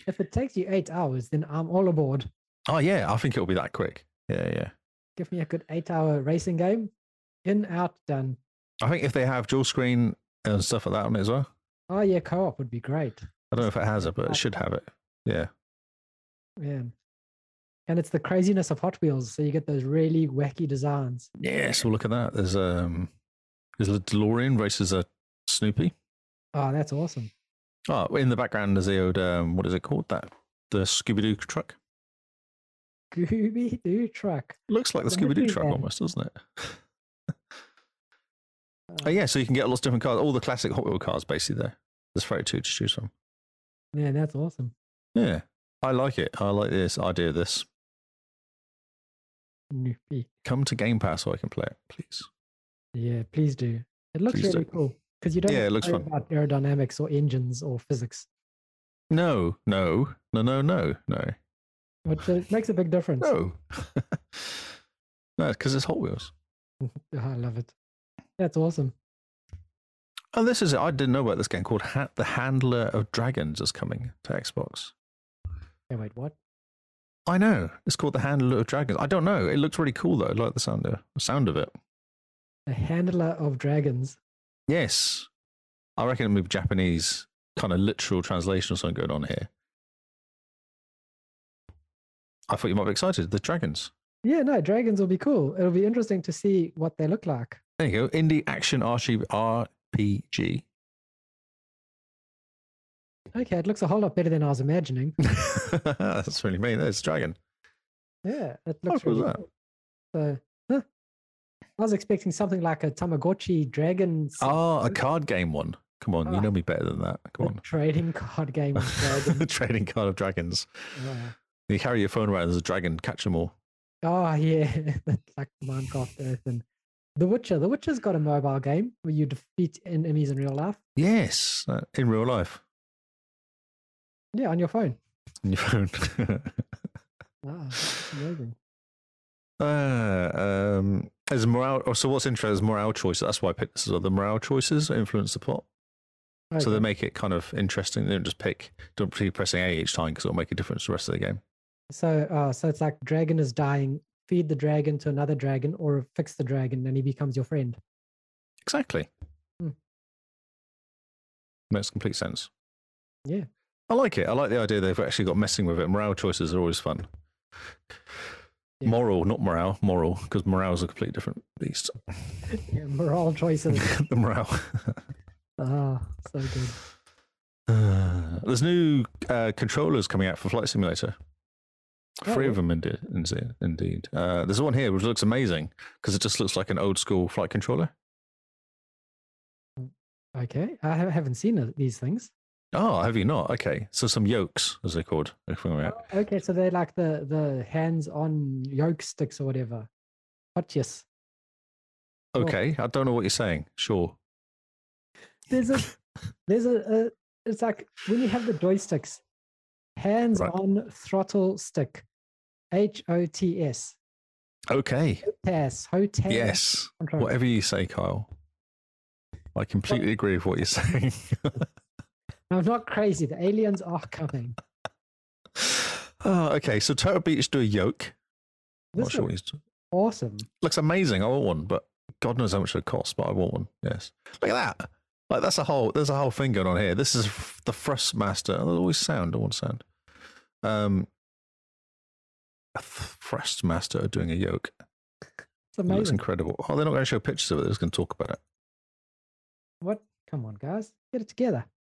Speaker 1: If it takes you eight hours, then I'm all aboard.
Speaker 3: Oh yeah, I think it'll be that quick. Yeah, yeah.
Speaker 1: Give me a good eight hour racing game. In, out, done.
Speaker 3: I think if they have dual screen and stuff like that on it as well.
Speaker 1: Oh, yeah, co op would be great.
Speaker 3: I don't know if it has it, but it should have it. Yeah.
Speaker 1: Man. And it's the craziness of Hot Wheels. So you get those really wacky designs.
Speaker 3: Yes, we'll look at that. There's um, there's a DeLorean races a Snoopy.
Speaker 1: Oh, that's awesome. *laughs*
Speaker 3: Oh, in the background there's the old um, what is it called? That the Scooby Doo truck.
Speaker 1: Gooby Doo truck.
Speaker 3: Looks like the
Speaker 1: The
Speaker 3: Scooby Doo
Speaker 1: Mickey
Speaker 3: truck
Speaker 1: van.
Speaker 3: almost, doesn't it? oh yeah, so you can get lots of different cars, all the classic Hot Wheel cars basically there. There's 32 to choose from.
Speaker 1: Man, that's awesome.
Speaker 3: Yeah, I like it. I like this idea of this.
Speaker 1: Noopy.
Speaker 3: Come to Game Pass so I can play it, please.
Speaker 1: Yeah, please do. It looks
Speaker 3: Please do.
Speaker 1: really cool because you don't
Speaker 3: Yeah,
Speaker 1: have
Speaker 3: it
Speaker 1: to
Speaker 3: looks
Speaker 1: worry
Speaker 3: fun.
Speaker 1: about aerodynamics or engines or physics,
Speaker 3: No, no, no, no, no, no. *laughs*
Speaker 1: which uh, makes a big difference.
Speaker 3: No. no, because it's Hot Wheels.
Speaker 1: Oh, *laughs* I love it. That's awesome.
Speaker 3: Oh, this is it. I didn't know about this game called ha- The Handler of Dragons is coming to Xbox.
Speaker 1: Yeah, wait, what?
Speaker 3: I know. It's called The Handler of Dragons. I don't know. It looks really cool, though. I like the sound of, the sound of it.
Speaker 1: The handler of dragons.
Speaker 3: Yes. I reckon it'll be Japanese kind of literal translation or something going on here. I thought you might be excited. The dragons.
Speaker 1: Yeah, no, dragons will be cool. It'll be interesting to see what they look like.
Speaker 3: There you go. Indie action RPG.
Speaker 1: Okay, it looks a whole lot better than I was
Speaker 3: *laughs*
Speaker 1: imagining.
Speaker 3: *laughs* That's really mean. There's a dragon.
Speaker 1: Yeah, it
Speaker 3: How
Speaker 1: looks
Speaker 3: cool is
Speaker 1: really
Speaker 3: that?
Speaker 1: cool. So, huh. I was expecting something like a Tamagotchi dragon set,
Speaker 3: Ah, a card game one. Come on,
Speaker 1: Ah.
Speaker 3: you know me better than that.
Speaker 1: the
Speaker 3: Come on.
Speaker 1: *laughs* trading card game with
Speaker 3: *laughs*
Speaker 1: dragons.
Speaker 3: The Trading card of dragons.
Speaker 1: Yeah. *laughs*
Speaker 3: You carry your phone around, there's a dragon, catch them all.
Speaker 1: oh yeah, that's like Minecraft Earth and The Witcher. The Witcher's got a mobile game where you defeat enemies in real life.
Speaker 3: Yes, uh, in real life,
Speaker 1: Yeah, on your phone.
Speaker 3: on your *laughs* phone.
Speaker 1: Wow, that's amazing.
Speaker 3: uh, um, as morale. oh, So what's interesting is morale choices. That's why I picked this as well. The morale choices influence the plot, so they
Speaker 1: Okay,
Speaker 3: make it kind of interesting. They don't just pick. Don't keep pressing A each time because it'll make a difference to the rest of the game.
Speaker 1: so uh, so it's like dragon is dying. Feed the dragon to another dragon, or fix the dragon, and he becomes your friend.
Speaker 3: Exactly.
Speaker 1: Hmm.
Speaker 3: Makes complete sense.
Speaker 1: Yeah.
Speaker 3: I like it. I like the idea they've actually got messing with it. Morale choices are always fun.
Speaker 1: Yeah.
Speaker 3: Moral, not morale, moral, because morale is a completely different beast. *laughs*
Speaker 1: Yeah, morale choices.
Speaker 3: the morale. *sighs*
Speaker 1: Ah, so good.
Speaker 3: Uh, There's new uh, controllers coming out for Flight Simulator.
Speaker 1: Oh,
Speaker 3: Three of them, indeed. indeed- indeed. Uh, there's one here which looks amazing because it just looks like an old school flight controller.
Speaker 1: Okay, I ha- haven't seen th- these things.
Speaker 3: Oh, have you not? Okay. So some yokes, as they're called. are coming out.
Speaker 1: Okay, so they're like the the hands-on yoke sticks or whatever. But yes, Cool.
Speaker 3: Okay, I don't know what you're saying. Sure.
Speaker 1: there's
Speaker 3: *laughs*
Speaker 1: a there's a, a it's like when you have the joysticks, hands-on throttle stick, H O T S,
Speaker 3: Okay.
Speaker 1: TAS, hotel.
Speaker 3: Yes.
Speaker 1: control.
Speaker 3: Whatever you say, Kyle. I completely agree with what you're saying. *laughs*
Speaker 1: I'm not crazy. The aliens are coming.
Speaker 3: oh, okay, so Turtle Beach do a yoke. Not
Speaker 1: This
Speaker 3: sure what
Speaker 1: looks
Speaker 3: he's
Speaker 1: awesome.
Speaker 3: looks amazing. I want one, but God knows how much it costs. But I want one. Yes. Look at that. Like that's a whole. There's a whole thing going on here. This is f- the Thrust Master. There's always sound. I want sound. Um, a Thrust Master doing a yoke.
Speaker 1: It's
Speaker 3: It looks
Speaker 1: amazing.
Speaker 3: incredible. Oh, they're not going to show pictures of it. They're just going to talk about it.
Speaker 1: What? Come on, guys, get it together. *laughs*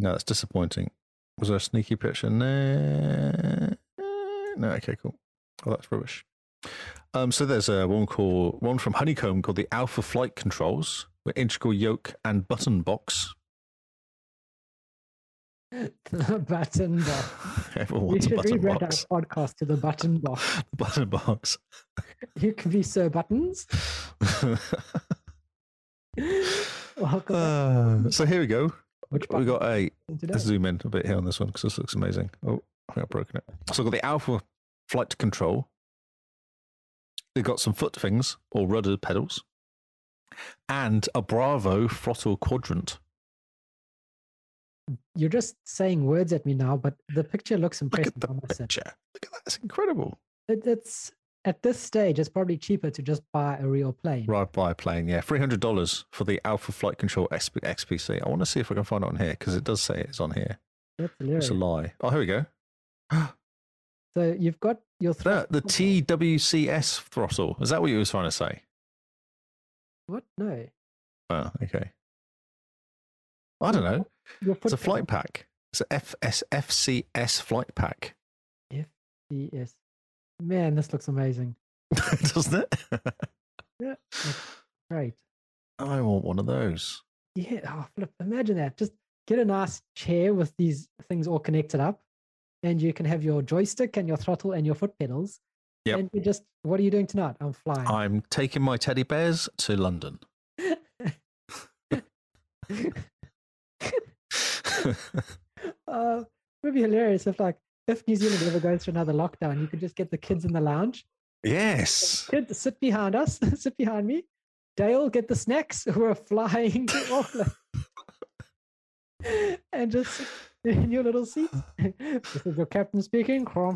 Speaker 3: No, that's disappointing. Was there a sneaky picture? No. No. Okay. Cool. Oh, that's rubbish. Um, so there's a one called one from Honeycomb called the Alpha Flight Controls, with integral yoke and button box.
Speaker 1: The button box.
Speaker 3: *laughs* Everyone
Speaker 1: We *laughs*
Speaker 3: wants a
Speaker 1: should
Speaker 3: button
Speaker 1: rebrand
Speaker 3: box.
Speaker 1: our podcast to the button box.
Speaker 3: *laughs* Button box.
Speaker 1: You can be Sir
Speaker 3: *sighs*
Speaker 1: Buttons. Welcome.
Speaker 3: Uh, so here we go.
Speaker 1: Which
Speaker 3: We
Speaker 1: button
Speaker 3: got a
Speaker 1: today?
Speaker 3: Let's zoom in a bit here on this one because this looks amazing. Oh, I think I've broken it. So I've got the Alpha Flight Control. They've got some foot things or rudder pedals and a Bravo throttle quadrant.
Speaker 1: You're just saying words at me now, but the picture looks
Speaker 3: Look
Speaker 1: impressive.
Speaker 3: at the
Speaker 1: I must say.
Speaker 3: picture. Look at that. It's incredible.
Speaker 1: It, it's at this stage, it's probably cheaper to just buy a real plane.
Speaker 3: Right by a plane. Yeah. $300 for the Alpha Flight Control XP- XPC. I want to see if I can find it on here because it does say it's on here.
Speaker 1: That's
Speaker 3: It's
Speaker 1: hilarious.
Speaker 3: a lie. Oh, here we go.
Speaker 1: So you've got your
Speaker 3: That,
Speaker 1: thrust
Speaker 3: the
Speaker 1: control.
Speaker 3: TWCS throttle. Is that what you were trying to say?
Speaker 1: What? No.
Speaker 3: Oh, okay. I don't know.
Speaker 1: Your
Speaker 3: It's a
Speaker 1: foot
Speaker 3: flight pack. It's a FSFCS flight pack, *laughs*
Speaker 1: Yes. Man, this looks amazing.
Speaker 3: doesn't it?
Speaker 1: Great.
Speaker 3: I want one of those.
Speaker 1: Yeah. Oh, flip. Imagine that. Just get a nice chair with these things all connected up, and you can have your joystick and your throttle and your foot pedals.
Speaker 3: Yep.
Speaker 1: And you just, what are you doing tonight? I'm flying.
Speaker 3: I'm taking my teddy bears to *laughs* London.
Speaker 1: Uh, it would be hilarious if, like, if New Zealand ever goes through another lockdown, you could just get the kids in the lounge.
Speaker 3: *laughs* yes.
Speaker 1: Kids, sit behind us, *laughs* sit behind me. Dale, get the snacks. *laughs* We're flying to Auckland. *laughs* and just sit in your little seat. *laughs* this is your captain speaking. *laughs*
Speaker 3: *laughs* Sorry.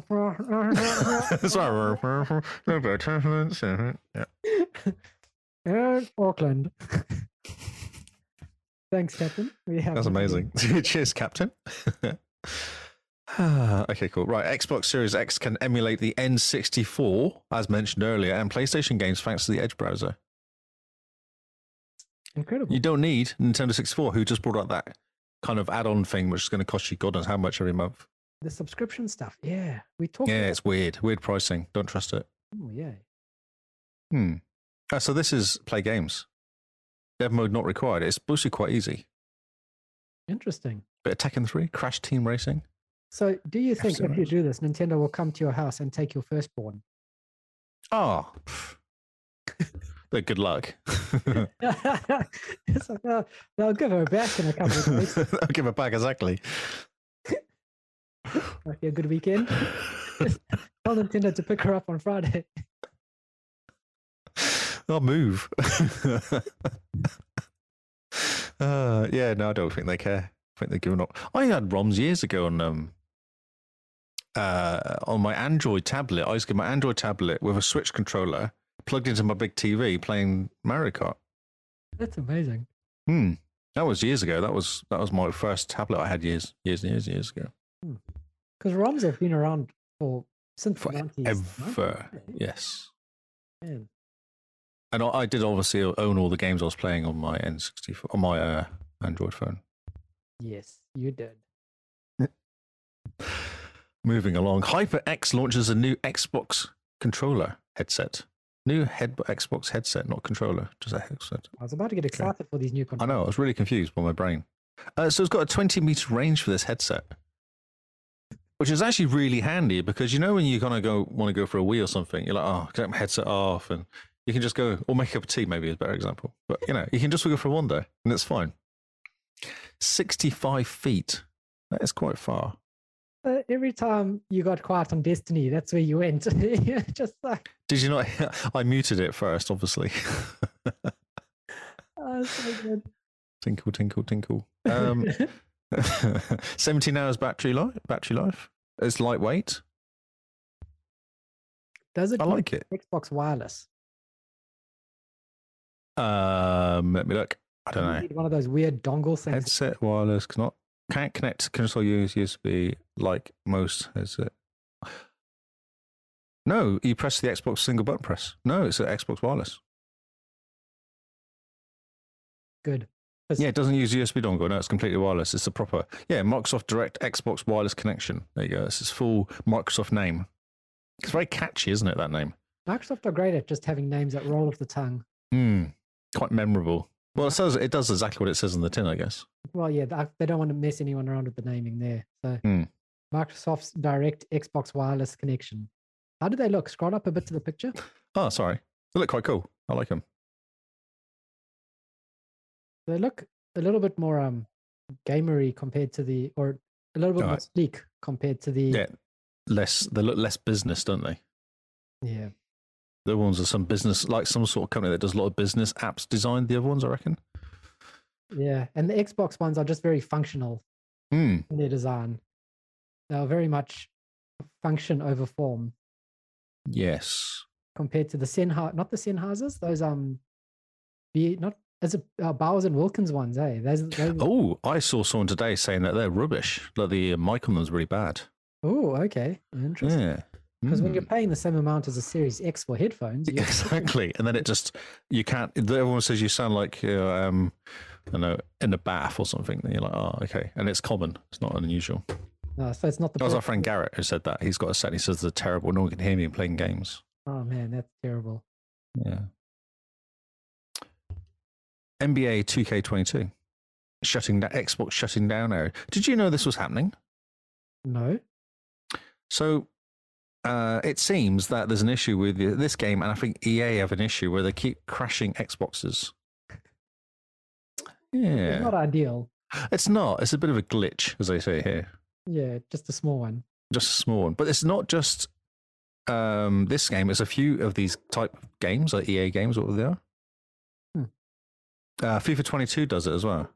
Speaker 3: Yeah.
Speaker 1: and Auckland. *laughs* Thanks, Captain. We have
Speaker 3: That's
Speaker 1: landed.
Speaker 3: amazing. *laughs* Cheers, Captain. *sighs* okay, cool. Right, Xbox Series X can emulate the N64, as mentioned earlier, and PlayStation games thanks to the Edge browser.
Speaker 1: Incredible.
Speaker 3: You don't need Nintendo 64, who just brought out that kind of add-on thing, which is going to cost you God knows how much every month.
Speaker 1: the subscription stuff. Yeah. We talked
Speaker 3: Yeah,
Speaker 1: about
Speaker 3: it's weird. Weird pricing. Don't trust it.
Speaker 1: Oh, yeah.
Speaker 3: Hmm. Uh, so this is play games. Dev mode not required. It's mostly quite easy.
Speaker 1: Interesting.
Speaker 3: Bit of Tekken 3, Crash Team Racing.
Speaker 1: So, do you think if you
Speaker 3: Absolutely.
Speaker 1: do this, Nintendo will come to your house and take your firstborn?
Speaker 3: Ah. pff. Ah, *laughs* but good luck. *laughs*
Speaker 1: *laughs* It's like, "Oh, they'll give her back in a couple of
Speaker 3: *laughs*
Speaker 1: weeks.
Speaker 3: I'll give it back exactly.
Speaker 1: Might be a good weekend. *laughs* Tell Nintendo to pick her up on Friday. *laughs*
Speaker 3: *laughs* I'll move. uh, yeah, no, I don't think they care. I think they're giving up. I had ROMs years ago on um uh on my Android tablet. I used to get my Android tablet with a Switch controller plugged into my big TV playing Mario Kart.
Speaker 1: That's amazing.
Speaker 3: Hmm. That was years ago. That was that was my first tablet I had years, years and years, and years ago.
Speaker 1: Because ROMs have been around for since
Speaker 3: For
Speaker 1: the 90s. right?
Speaker 3: Ever. Yes.
Speaker 1: Man.
Speaker 3: And I, I did obviously own all the games I was playing on my N64 on my uh, Android phone.
Speaker 1: Yes, you did.
Speaker 3: Moving along, HyperX launches a new Xbox controller headset. New head Xbox headset, not controller, just a headset.
Speaker 1: I was about to get excited for these new
Speaker 3: I
Speaker 1: controls.
Speaker 3: know, I was really confused by my brain. Uh, so it's got a 20 meter range for this headset, which is actually really handy because you know when you kind of go want to go for a wee or something, you're like, oh, get my headset off, and you can just go or make a cup of tea. Maybe is a better example, but you know you can just go for a wander and it's fine. 65 feet. That is quite far.
Speaker 1: Uh, every time you got quiet on Destiny, that's where you went. *laughs* You're Just like,
Speaker 3: Did you not? *laughs* hear- I muted it first, obviously.
Speaker 1: oh, so good.
Speaker 3: tinkle, tinkle, tinkle.
Speaker 1: *laughs*
Speaker 3: Um, *laughs* 17 hours battery life. Battery life. It's lightweight.
Speaker 1: Does it
Speaker 3: I
Speaker 1: work
Speaker 3: like it.
Speaker 1: with Xbox Wireless?
Speaker 3: Um, let me look. I don't
Speaker 1: You
Speaker 3: know.
Speaker 1: need One of those weird dongle things.
Speaker 3: Headset wireless cannot can't connect to console use USB like most headset. No, you press the Xbox single button press. No, it's an Xbox wireless.
Speaker 1: Good. 'Cause-
Speaker 3: Yeah, it doesn't use USB dongle. No, it's completely wireless. It's the proper yeah Microsoft Direct Xbox Wireless Connection. There you go. It's its full Microsoft name. It's very catchy, isn't it? That name.
Speaker 1: Microsoft are great at just having names that roll off the tongue.
Speaker 3: Hmm. Quite memorable. Well, it says it does exactly what it says on the tin, I guess.
Speaker 1: Well, yeah, th- they don't want to mess anyone around with the naming there. So
Speaker 3: Hmm.
Speaker 1: Microsoft's direct Xbox Wireless connection. How do they look? Scroll up a bit to the
Speaker 3: *laughs*
Speaker 1: picture.
Speaker 3: Oh, sorry. They look quite cool. I like them.
Speaker 1: They look a little bit more um gamery compared to the, or a little bit more
Speaker 3: Alright.
Speaker 1: sleek compared to the.
Speaker 3: Yeah. Less. They look less business, don't they?
Speaker 1: yeah.
Speaker 3: The other ones are some business, like some sort of company that does a lot of business apps design. The other ones, I reckon.
Speaker 1: Yeah, and the Xbox ones are just very functional
Speaker 3: Hmm.
Speaker 1: in their design. They are very much function over form
Speaker 3: Yes.
Speaker 1: compared to the Sennheiser, not the Sennheisers, those um, be not as a uh, Bowers and Wilkins ones, eh? Those, those
Speaker 3: Oh, I saw someone today saying that they're rubbish. Like the mic on them's really bad.
Speaker 1: oh, okay, interesting.
Speaker 3: Yeah.
Speaker 1: Because when
Speaker 3: Hmm.
Speaker 1: you're paying the same amount as a Series X for
Speaker 3: *laughs*
Speaker 1: headphones, you're
Speaker 3: exactly, and then it just you can't. Everyone says you sound like you know, um, I don't know in a bath or something. Then you're like, oh, okay, and it's common. It's not unusual.
Speaker 1: no, uh, so it's not the.
Speaker 3: That was our
Speaker 1: perfect-
Speaker 3: friend Garrett who said that. He's got a set. He says they're terrible. No one can hear me playing games.
Speaker 1: Oh man, that's terrible.
Speaker 3: Yeah. NBA 2K22 shutting down Xbox shutting down area. Did you know this was happening?
Speaker 1: No,
Speaker 3: So uh, it seems that there's an issue with this game, and I think EA have an issue where they keep crashing Xboxes.
Speaker 1: it's
Speaker 3: Yeah,
Speaker 1: not ideal.
Speaker 3: it's not. It's a bit of a glitch, as they say here,
Speaker 1: Yeah, just a small one.
Speaker 3: just a small one. But it's not just um, this game. It's a few of these type of games, like EA games, whatever they are.
Speaker 1: Hmm.
Speaker 3: Uh, FIFA 22 does it as well,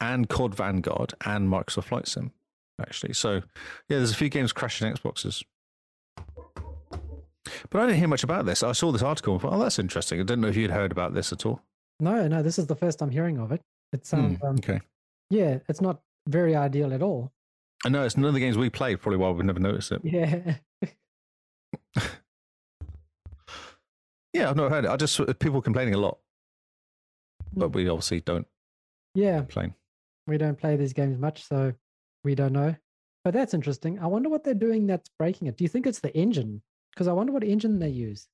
Speaker 3: and COD Vanguard and Microsoft Flight Sim, actually. So yeah, there's a few games crashing Xboxes. But I didn't hear much about this. I saw this article and thought, oh, that's interesting. I didn't know if you'd heard about this at all. Hmm,
Speaker 1: No, no, this is the first I'm hearing of it. It sounds, um,
Speaker 3: okay.
Speaker 1: yeah, it's not very ideal at all. *laughs*
Speaker 3: I know it's none of the games we played, probably why we've never noticed it.
Speaker 1: Yeah.
Speaker 3: Yeah, I've never heard it. I just, uh, people complaining a lot.
Speaker 1: Hmm.
Speaker 3: But we obviously don't
Speaker 1: Yeah,
Speaker 3: complain.
Speaker 1: we don't play these games much, so we don't know. But that's interesting. I wonder what they're doing that's breaking it. Do you think it's the engine? Because I wonder what engine they use.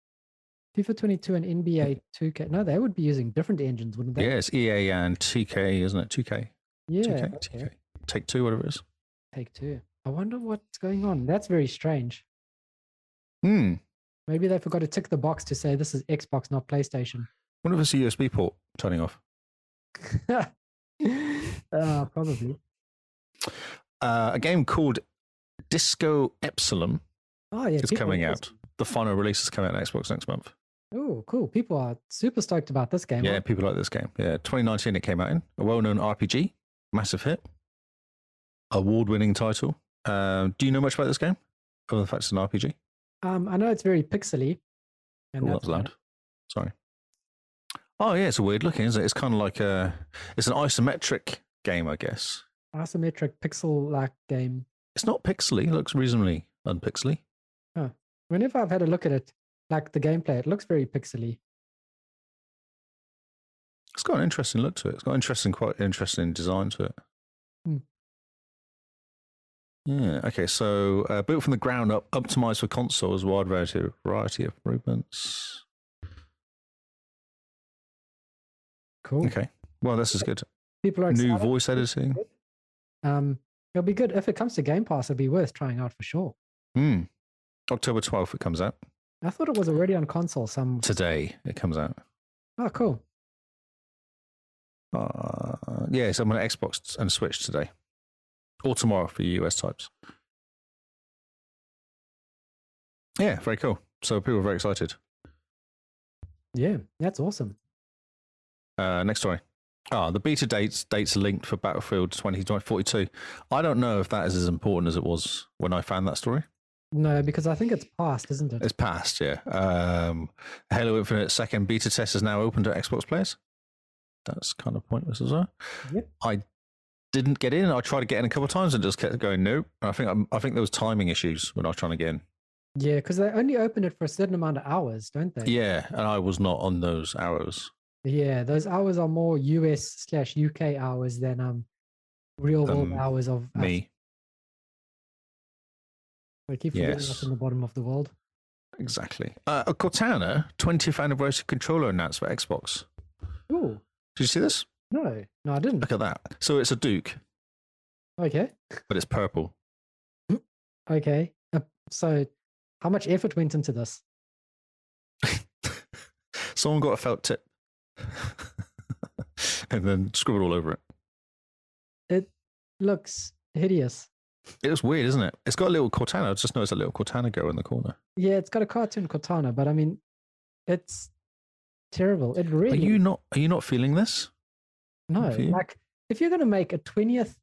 Speaker 1: FIFA 22 and NBA 2K. No, they would be using different engines, wouldn't
Speaker 3: Mm. Yeah,
Speaker 1: they?
Speaker 3: it's EA and TK, isn't it? 2K.
Speaker 1: Yeah.
Speaker 3: 2K.
Speaker 1: okay.
Speaker 3: TK. Take two, whatever it is.
Speaker 1: Take two. I wonder what's going on. That's very strange.
Speaker 3: Hmm.
Speaker 1: Maybe they forgot to tick the box to say this is Xbox, not
Speaker 3: *laughs*
Speaker 1: PlayStation.
Speaker 3: Wonder if it's a USB port turning off.
Speaker 1: uh, probably.
Speaker 3: Uh, a game called Disco Epsilon
Speaker 1: Oh yeah,
Speaker 3: is
Speaker 1: people-
Speaker 3: coming out. The final release is coming out on Xbox next month.
Speaker 1: Oh, cool! People are super stoked about this game.
Speaker 3: Yeah,
Speaker 1: aren't
Speaker 3: people like this game. Yeah, 2019 it came out in a well-known RPG, massive hit, award-winning title. Um, do you know much about this game? Other than the fact it's an RPG.
Speaker 1: they? Um, I know it's very pixely.
Speaker 3: Oh, that was
Speaker 1: about
Speaker 3: loud. Sorry. Oh yeah, it's a weird looking, isn't it? It's kind of like a, it's an isometric game, I guess.
Speaker 1: it. Isometric pixel-like game.
Speaker 3: It's not pixely. It looks reasonably unpixely.
Speaker 1: Whenever I've had a look at it, like the gameplay, it looks very pixely.
Speaker 3: It's got an interesting look to it. It's got interesting, quite interesting design to it.
Speaker 1: Hmm.
Speaker 3: Yeah. Okay. So uh, built from the ground up, optimized for consoles, wide variety, variety of movements.
Speaker 1: Cool.
Speaker 3: Okay. Well, this is good.
Speaker 1: People are
Speaker 3: New
Speaker 1: excited.
Speaker 3: voice editing.
Speaker 1: Um, it'll be good if it comes to Game Pass. It'll be worth trying out for sure.
Speaker 3: Hmm. October twelfth, it comes out
Speaker 1: I thought it was already on console. Some
Speaker 3: today. It comes out.
Speaker 1: oh, cool.
Speaker 3: Uh, yeah, so I'm on Xbox and Switch today, or tomorrow for you US types. Yeah, very cool. So people are very excited.
Speaker 1: Yeah, that's awesome.
Speaker 3: Uh, next story. Ah, the beta dates dates are linked for Battlefield 2042. I don't know if that is as important as it was when I found that story.
Speaker 1: No, because I think it's past, isn't it?
Speaker 3: It's past, yeah. Um, Halo Infinite second beta test is now open to Xbox players. That's kind of pointless as well.
Speaker 1: Yep.
Speaker 3: I didn't get in. I tried to get in a couple of times and just kept going nope. And I think I'm- I think there was timing issues when I was trying to get in.
Speaker 1: Yeah, because they only open it for a certain amount of hours, don't they?
Speaker 3: Yeah, and I was not on those arrows.
Speaker 1: Yeah, those hours are more US slash UK hours than um real world
Speaker 3: Than
Speaker 1: hours of us.
Speaker 3: Me,
Speaker 1: We keep forgetting
Speaker 3: Yes.
Speaker 1: us in the bottom of the world.
Speaker 3: exactly. Uh, a Cortana 20th anniversary controller announced for Xbox.
Speaker 1: Ooh,
Speaker 3: Did you see this?
Speaker 1: no, no, I didn't.
Speaker 3: Look at that. So it's a Duke,
Speaker 1: Okay,
Speaker 3: but it's purple. *laughs*
Speaker 1: okay. Uh, so, how much effort went into this?
Speaker 3: Someone got a felt tip *laughs* and then scribbled all over it.
Speaker 1: It looks hideous.
Speaker 3: It was weird, isn't it? It's got a little Cortana. I just noticed a little Cortana go in the corner.
Speaker 1: Yeah, it's got a cartoon Cortana, but I mean, it's terrible. It
Speaker 3: Are
Speaker 1: really
Speaker 3: you not? Are you not feeling this?
Speaker 1: No,
Speaker 3: for you?
Speaker 1: like if you're going to make a 20th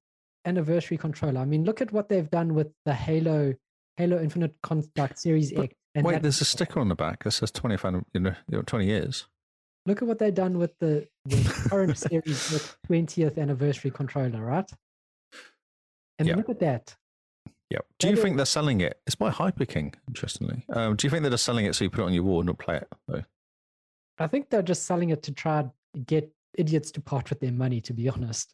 Speaker 1: anniversary controller, I mean, look at what they've done with the Halo Halo Infinite con- like Series
Speaker 3: But
Speaker 1: X. And
Speaker 3: Wait,
Speaker 1: that
Speaker 3: there's a
Speaker 1: controller.
Speaker 3: sticker on the back that says 20, fan- you know, you know, 20 years.
Speaker 1: Look at what they've done with the, the
Speaker 3: *laughs*
Speaker 1: current Series X 20th anniversary controller, right? And
Speaker 3: Yeah.
Speaker 1: look at that.
Speaker 3: Yep. Do you think they're selling it? It's by HyperKing, interestingly. Um, do you think they're just selling it so you put it on your wall and not play it? Though?
Speaker 1: I think they're just selling it to try and get idiots to part with their money. To be *laughs* honest,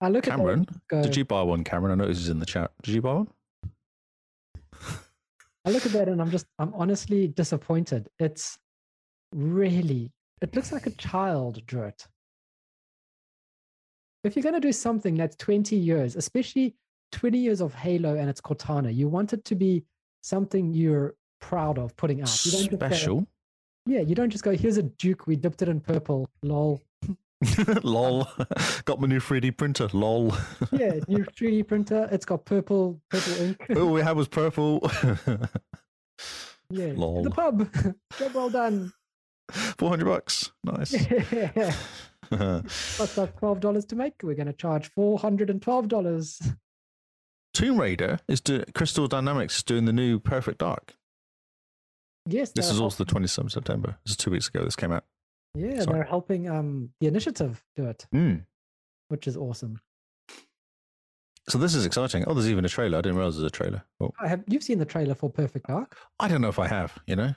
Speaker 1: I look
Speaker 3: Cameron,
Speaker 1: at that and go,
Speaker 3: did you buy one, Cameron? I noticed he's in the chat. Did you buy one?
Speaker 1: I look at that and I'm just, I'm honestly disappointed. It's really, it looks like a child drew it. If you're going to do something that's 20 years, especially 20 years of Halo and its Cortana, you want it to be something you're proud of putting out. You don't just go,
Speaker 3: Special.
Speaker 1: yeah, you don't just go, here's a Duke, we dipped it in purple, lol.
Speaker 3: *laughs* lol. Got my new 3D printer.
Speaker 1: *laughs*
Speaker 3: Lol. *laughs*
Speaker 1: Yeah, new 3D printer, it's got purple, purple ink.
Speaker 3: All we had was purple. *laughs*
Speaker 1: yeah, to
Speaker 3: lol.
Speaker 1: the pub. *laughs* Job well
Speaker 3: *laughs*
Speaker 1: done.
Speaker 3: 400 bucks.
Speaker 1: *laughs*
Speaker 3: Nice.
Speaker 1: That's like twelve dollars to make. We're going to charge four hundred and twelve dollars.
Speaker 3: Tomb Raider is do- Crystal Dynamics is doing the new Perfect Dark.
Speaker 1: Yes,
Speaker 3: This
Speaker 1: they're
Speaker 3: is also the 27th of September. This is two weeks ago. This came out.
Speaker 1: help- yeah,
Speaker 3: sorry.
Speaker 1: they're helping um the initiative do it,
Speaker 3: Mm.
Speaker 1: which is awesome.
Speaker 3: So this is exciting. Oh, there's even a trailer. I didn't realize there's a trailer. Well,
Speaker 1: I have you've seen the trailer for Perfect Dark?
Speaker 3: I don't know if I have. You know,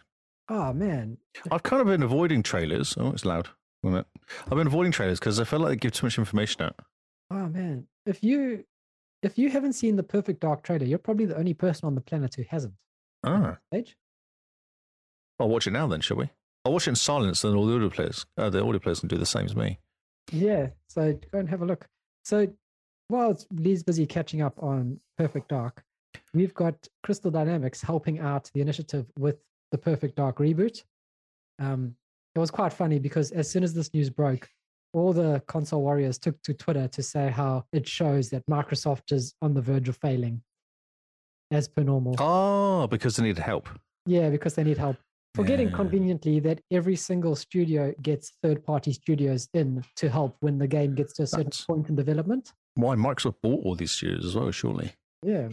Speaker 1: Oh man,
Speaker 3: I've kind of been avoiding trailers. Oh, it's loud. Wait a minute. I've been avoiding trailers because I feel like they give too much information out.
Speaker 1: oh man. If you if you haven't seen the Perfect Dark trailer, you're probably the only person on the planet who hasn't.
Speaker 3: Ah,
Speaker 1: Sage?
Speaker 3: I'll watch it now then, shall we? I'll watch it in silence, then all the audio players, uh, the audio players can do the same as me.
Speaker 1: Yeah. So go and have a look. So while it's- Lee's busy catching up on Perfect Dark, we've got Crystal Dynamics helping out the initiative with the Perfect Dark reboot. Um, it was quite funny because as soon as this news broke, all the console warriors took to Twitter to say how it shows that Microsoft is on the verge of failing, as per normal.
Speaker 3: Oh, because they need help.
Speaker 1: Yeah, because they need help. Forgetting
Speaker 3: Yeah.
Speaker 1: conveniently that every single studio gets third party studios in to help when the game gets to a certain
Speaker 3: That's-
Speaker 1: point in development.
Speaker 3: Why Microsoft bought all these studios as well, surely.
Speaker 1: Yeah.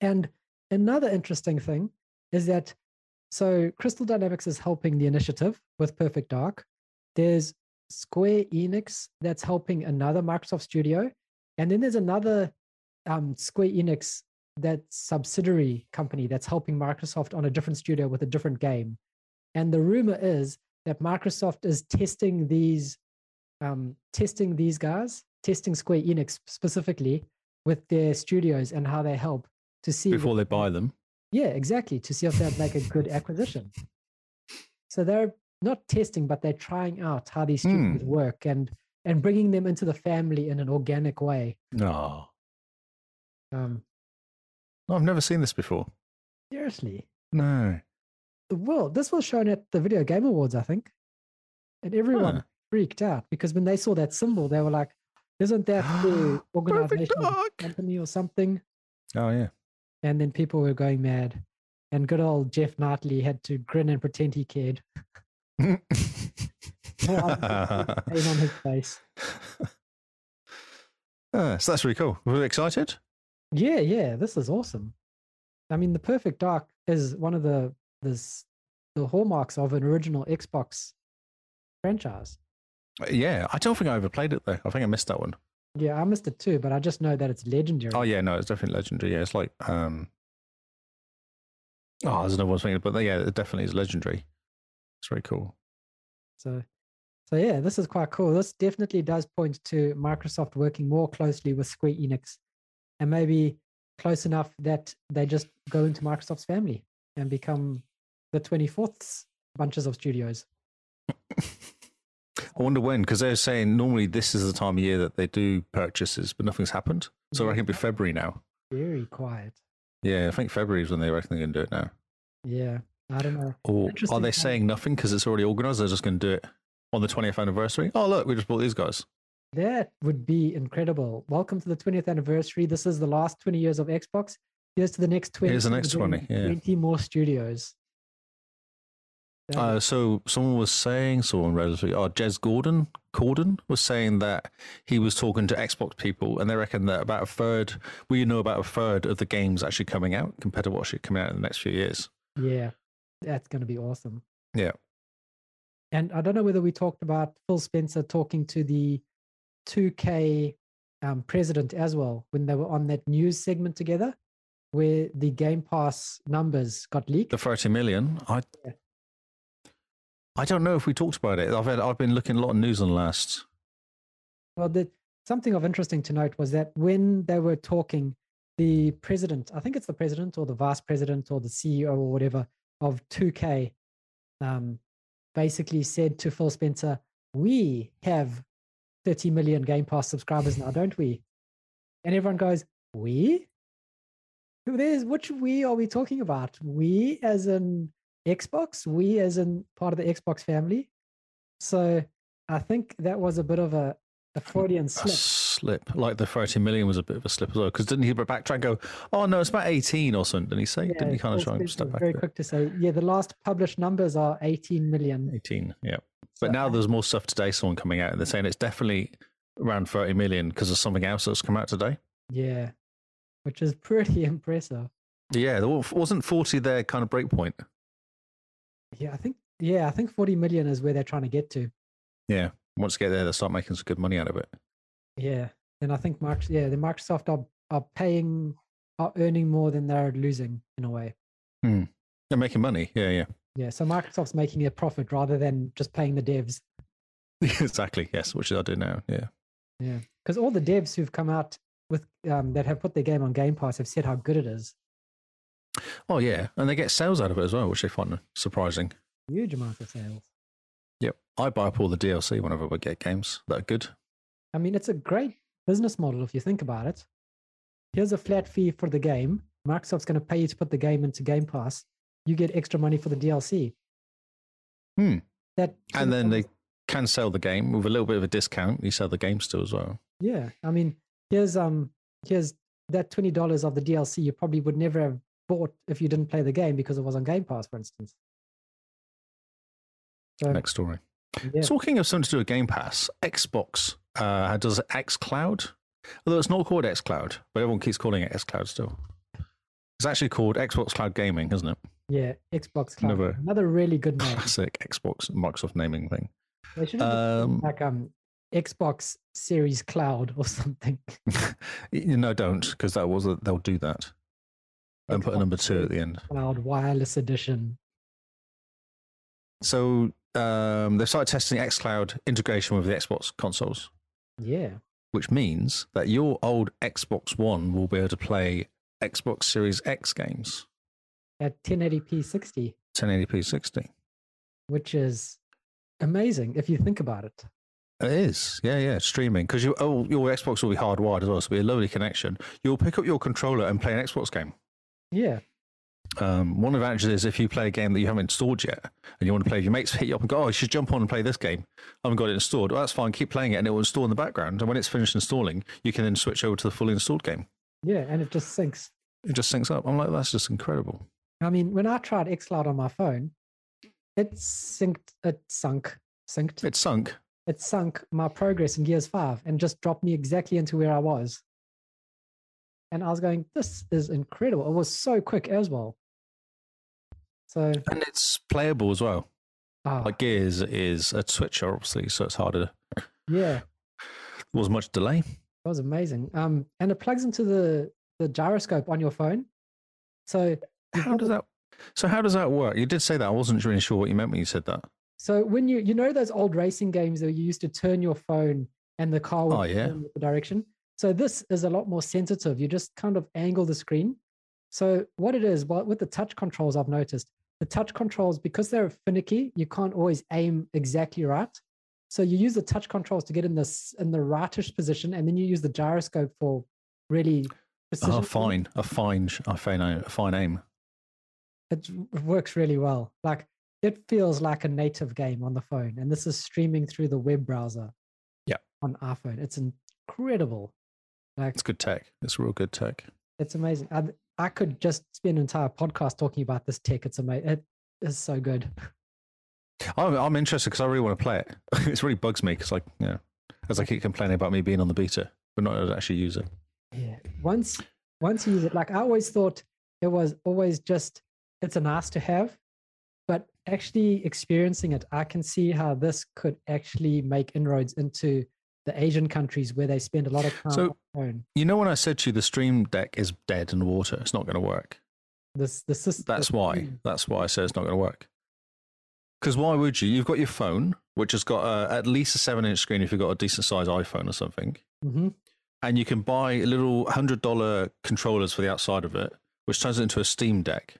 Speaker 1: And another interesting thing is that so Crystal Dynamics is helping the initiative with Perfect Dark. There's Square Enix that's helping another Microsoft studio. And then there's another um, Square Enix, that subsidiary company that's helping Microsoft on a different studio with a different game. And the rumor is that Microsoft is testing these, um, testing these guys, testing Square Enix specifically with their studios and how they help to see
Speaker 3: Before they buy them.
Speaker 1: yeah, exactly. To see if they'd make a good acquisition. So they're not testing, but they're trying out how these
Speaker 3: Hmm.
Speaker 1: students work and and bringing them into the family in an organic way.
Speaker 3: No.
Speaker 1: Um,
Speaker 3: Ah, I've never seen this before.
Speaker 1: seriously,
Speaker 3: No.
Speaker 1: the world. This was shown at the Video Game Awards, I think, and everyone
Speaker 3: Huh.
Speaker 1: freaked out because when they saw that symbol, they were like, "Isn't that
Speaker 3: *gasps*
Speaker 1: the organization
Speaker 3: Dark.
Speaker 1: company or something?"
Speaker 3: Oh, yeah.
Speaker 1: And then people were going mad, and good old Jeff Knightley had to grin and pretend he cared. More
Speaker 3: *laughs*
Speaker 1: other pain on his face.
Speaker 3: Ah, so that's really cool. Were you excited?
Speaker 1: Yeah, yeah, this is awesome. I mean, the Perfect Dark is one of the this the hallmarks of an original Xbox franchise.
Speaker 3: Yeah, I don't think I ever played it though. I think I missed that one.
Speaker 1: Yeah, I missed it too, but I just know that it's legendary.
Speaker 3: Oh yeah, no, it's definitely legendary. Yeah, it's like um, oh, there's another one thinking, but yeah, it definitely is legendary. It's very cool.
Speaker 1: So, so yeah, this is quite cool. This definitely does point to Microsoft working more closely with Square Enix, and maybe close enough that they just go into Microsoft's family and become the twenty fourth bunches of studios.
Speaker 3: I wonder when, because they're saying normally this is the time of year that they do purchases, but nothing's happened. So I reckon it'd be February now.
Speaker 1: Very quiet.
Speaker 3: Yeah, I think February is when they reckon they're going to do it now.
Speaker 1: Yeah, I don't know.
Speaker 3: Or are
Speaker 1: Interesting
Speaker 3: they
Speaker 1: time.
Speaker 3: saying nothing because it's already organised? They're just going to do it on the 20th anniversary. Oh look, we just bought these guys.
Speaker 1: That would be incredible. Welcome to the 20th anniversary. This is the last 20 years of Xbox. Here's to the next 20.
Speaker 3: Here's the
Speaker 1: We're
Speaker 3: next
Speaker 1: getting
Speaker 3: 20, yeah.
Speaker 1: 20 more studios. That'd
Speaker 3: Uh,
Speaker 1: be-
Speaker 3: so someone was saying, someone relatively, oh, Jez Gordon, Corden was saying that he was talking to Xbox people, and they reckon that about a third, we know about a third of the games actually coming out compared to what's actually coming out in the next few years.
Speaker 1: yeah, that's going to be awesome.
Speaker 3: Yeah.
Speaker 1: And I don't know whether we talked about Phil Spencer talking to the 2K um, president as well when they were on that news segment together where the Game Pass numbers got leaked.
Speaker 3: The thirty million, I,
Speaker 1: Yeah.
Speaker 3: I don't know if we talked about it. I've had, I've been looking a lot of news on the last.
Speaker 1: Well, the, something of interesting to note was that when they were talking, the president, I think it's the president or the vice president or the CEO or whatever of 2K, um, basically said to Phil Spencer, We have 30 million Game Pass subscribers now, don't we? And everyone goes, We? Who There's which we are we talking about? We as in Xbox? We as in part of the Xbox family? So I think that was a bit of a, a Freudian
Speaker 3: A
Speaker 1: slip.
Speaker 3: slip, like the thirty million was a bit of a slip as well, because didn't he backtrack and go, "Oh no, it's about eighteen or something"? Didn't he say? didn't he kind of
Speaker 1: Phil
Speaker 3: try and
Speaker 1: Spencer
Speaker 3: step
Speaker 1: was
Speaker 3: back? a
Speaker 1: Very
Speaker 3: bit?
Speaker 1: quick to say, yeah, the last published numbers are 18 million.
Speaker 3: Eighteen, yeah. But
Speaker 1: So
Speaker 3: now
Speaker 1: I-
Speaker 3: there's more stuff today. Someone coming out and they're saying it's definitely around 30 million because of something else that's come out today.
Speaker 1: yeah, which is *laughs* pretty impressive.
Speaker 3: Yeah, there wa- wasn't 40 their kind of breakpoint.
Speaker 1: Yeah, I think yeah, I think 40 million is where they're trying to get to.
Speaker 3: Yeah, once you get there, they start making some good money out of it.
Speaker 1: Yeah, and I think Mark, yeah, the Microsoft are are paying are earning more than they're losing in a way.
Speaker 3: They're making money. Yeah, *laughs* yeah,
Speaker 1: Yeah, so Microsoft's making a profit rather than just paying the devs
Speaker 3: exactly. Yes, which I do now. Yeah,
Speaker 1: because all the devs who've come out with um, that have put their game on Game Pass have said how good it is.
Speaker 3: oh, yeah, and they get sales out of it as well, which they find surprising.
Speaker 1: Huge amount of sales.
Speaker 3: Yep, I buy up all the DLC whenever we get games that are good.
Speaker 1: I mean, it's a great business model if you think about it. Here's a flat fee for the game. Microsoft's going to pay you to put the game into Game Pass. You get extra money for the DLC.
Speaker 3: Hmm.
Speaker 1: That
Speaker 3: And then they can sell the game with a little bit of a discount. You sell the game still as well.
Speaker 1: yeah. I mean, here's um here's that twenty dollars of the DLC you probably would never have bought if you didn't play the game because it was on Game Pass, for instance. So,
Speaker 3: Next story.
Speaker 1: yeah.
Speaker 3: Talking of something to do with Game Pass, Xbox uh, does X Cloud, although it's not called X Cloud, but everyone keeps calling it X Cloud still. It's actually called Xbox Cloud Gaming, isn't it?
Speaker 1: Yeah, Xbox Cloud.
Speaker 3: Another-
Speaker 1: Another really good
Speaker 3: *laughs*
Speaker 1: name.
Speaker 3: Classic Xbox Microsoft naming thing.
Speaker 1: They should have
Speaker 3: Um,
Speaker 1: like um Xbox Series Cloud or *laughs*
Speaker 3: *laughs*
Speaker 1: something.
Speaker 3: you know, don't because that was they'll do that and put a
Speaker 1: Xbox
Speaker 3: number two
Speaker 1: Series
Speaker 3: at the end.
Speaker 1: Cloud Wireless Edition.
Speaker 3: So um, they've started testing xCloud integration with the Xbox consoles,
Speaker 1: Yeah.
Speaker 3: which means that your old Xbox One will be able to play Xbox Series X games,
Speaker 1: At 1080p 60,
Speaker 3: 1080p 60.
Speaker 1: which is amazing if you think about it.
Speaker 3: It is, yeah, yeah, streaming because you, oh, your Xbox will be hardwired as well, so it'll be a lovely connection. You'll pick up your controller and play an Xbox game.
Speaker 1: Yeah.
Speaker 3: Um, one advantage is if you play a game that you haven't installed yet and you want to play, if your mates *laughs* hit you up and go, oh, you should jump on and play this game. I haven't got it installed. Well, that's fine. Keep playing it and it will install in the background. And when it's finished installing, you can then switch over to the fully installed game.
Speaker 1: Yeah. And it just syncs.
Speaker 3: It just syncs up. I'm like, that's just incredible.
Speaker 1: I mean, when I tried xCloud on my phone, it synced, it sunk, synced,
Speaker 3: It sunk.
Speaker 1: it sunk my progress in Gears 5 and just dropped me exactly into where I was. And I was going, this is incredible. It was so quick as well. So,
Speaker 3: And it's playable as well.
Speaker 1: ah,
Speaker 3: Like Gears is a switcher, obviously, so it's harder.
Speaker 1: yeah.
Speaker 3: There was much delay.
Speaker 1: That was amazing. Um, and it plugs into the the gyroscope on your phone.
Speaker 3: *laughs*
Speaker 1: So you
Speaker 3: How
Speaker 1: have
Speaker 3: does
Speaker 1: it-
Speaker 3: that? So how does that work? You did say that. I wasn't really sure what you meant when you said that.
Speaker 1: So when you you know those old racing games that you used to turn your phone and the car would
Speaker 3: Oh, yeah.
Speaker 1: turn with the direction. So this is a lot more sensitive. You just kind of angle the screen. So what it is, what with the touch controls, I've noticed the touch controls because they're finicky. You can't always aim exactly right. So you use the touch controls to get in this in the rightish position, and then you use the gyroscope for really precision.
Speaker 3: Oh, fine. A fine, sh- a fine, a fine aim.
Speaker 1: it w- works really well. Like it feels like a native game on the phone, and this is streaming through the web browser.
Speaker 3: Yeah.
Speaker 1: on iPhone, it's incredible. Like
Speaker 3: It's good tech. It's real good tech.
Speaker 1: it's amazing. I I could just spend an entire podcast talking about this tech. It's amazing. It is so good.
Speaker 3: I'm, I'm interested because I really want to play it. *laughs* it really bugs me because, like, you know, as I keep complaining about me being on the beta, but not able to actually use it.
Speaker 1: Yeah. Once once you use it, like I always thought it was always just it's a nice to have, but actually experiencing it, I can see how this could actually make inroads into the Asian countries where they spend a lot of time
Speaker 3: So-
Speaker 1: on their phone.
Speaker 3: You know, when I said to you the Stream Deck is dead in the water, it's not going to work.
Speaker 1: This this is
Speaker 3: That's why. That's why I said it's not going to work. Because why would you? You've got your phone, which has got uh, at least a seven-inch screen if you've got a decent-sized iPhone or something.
Speaker 1: hmm
Speaker 3: and you can buy little hundred dollar controllers for the outside of it, which turns it into a Steam Deck.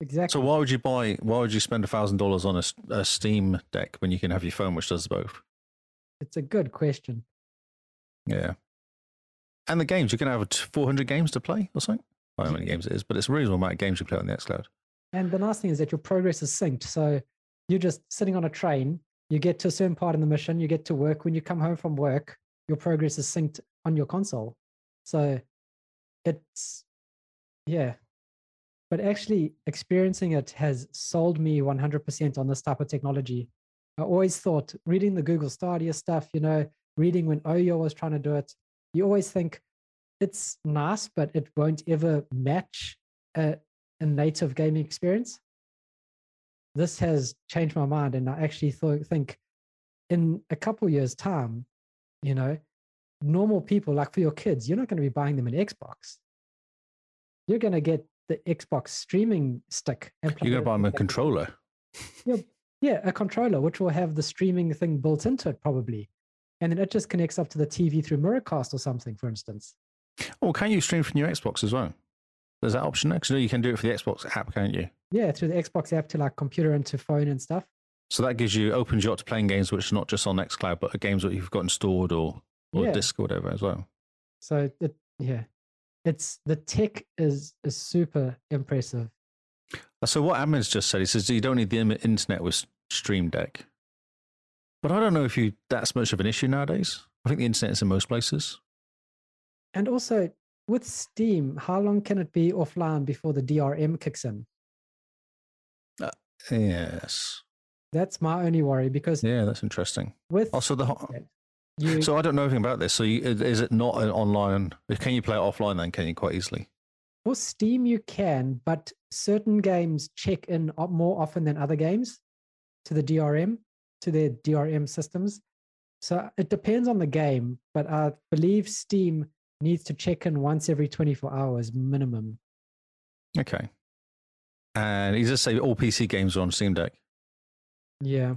Speaker 1: Exactly.
Speaker 3: So why would you buy? Why would you spend thousand dollars on a, s- a Steam Deck when you can have your phone, which does both?
Speaker 1: it's a good question.
Speaker 3: Yeah, and the games you can have four hundred games to play or something. I don't know how many games it is, but it's a reasonable amount of games you play on the xCloud.
Speaker 1: And the nice thing is that your progress is synced. So you're just sitting on a train, you get to a certain part in the mission, you get to work. When you come home from work, your progress is synced on your console. So it's, yeah. But actually, experiencing it has sold me 100% on this type of technology. I always thought reading the Google Stadia stuff, you know, reading when Oyo was trying to do it, you always think it's nice, but it won't ever match a, a native gaming experience. This has changed my mind, and I actually th- think in a couple years' time, you know, normal people like for your kids, you're not going to be buying them an Xbox. You're going to get the Xbox streaming stick. And plug
Speaker 3: You're
Speaker 1: it
Speaker 3: going to buy them
Speaker 1: into
Speaker 3: a
Speaker 1: that.
Speaker 3: controller.
Speaker 1: Yeah, a controller, which will have the streaming thing built into it probably. And then it just connects up to the TV through Miracast or something, for instance.
Speaker 3: Or can you stream from your Xbox as well? There's that option next. No, you can do it for the Xbox app, can't you?
Speaker 1: Yeah, through the Xbox app to like computer and to phone and stuff.
Speaker 3: So that gives you opens you up to playing games which are not just on xCloud, but are games that you've got installed or or
Speaker 1: Yeah.
Speaker 3: disc or whatever as well.
Speaker 1: So it, yeah, it's the tech is is super impressive.
Speaker 3: Uh, So what Admin's just said, he says you don't need the im- internet with Stream Deck. But I don't know if you that's much of an issue nowadays. I think the internet's in most places.
Speaker 1: And also with Steam, how long can it be offline before the DRM kicks in?
Speaker 3: Yes.
Speaker 1: That's my only worry because
Speaker 3: Yeah, that's interesting.
Speaker 1: with
Speaker 3: Also, the ho-
Speaker 1: you,
Speaker 3: so I don't know anything about this. So you, is it not an online? Can you play it offline then? Can you quite easily?
Speaker 1: for Steam you can, but certain games check in o- more often than other games to the DRM to their DRM systems. So it depends on the game, but I believe Steam needs to check in once every 24 hours minimum.
Speaker 3: Okay. And he just say all PC games are on Steam Deck.
Speaker 1: Yeah.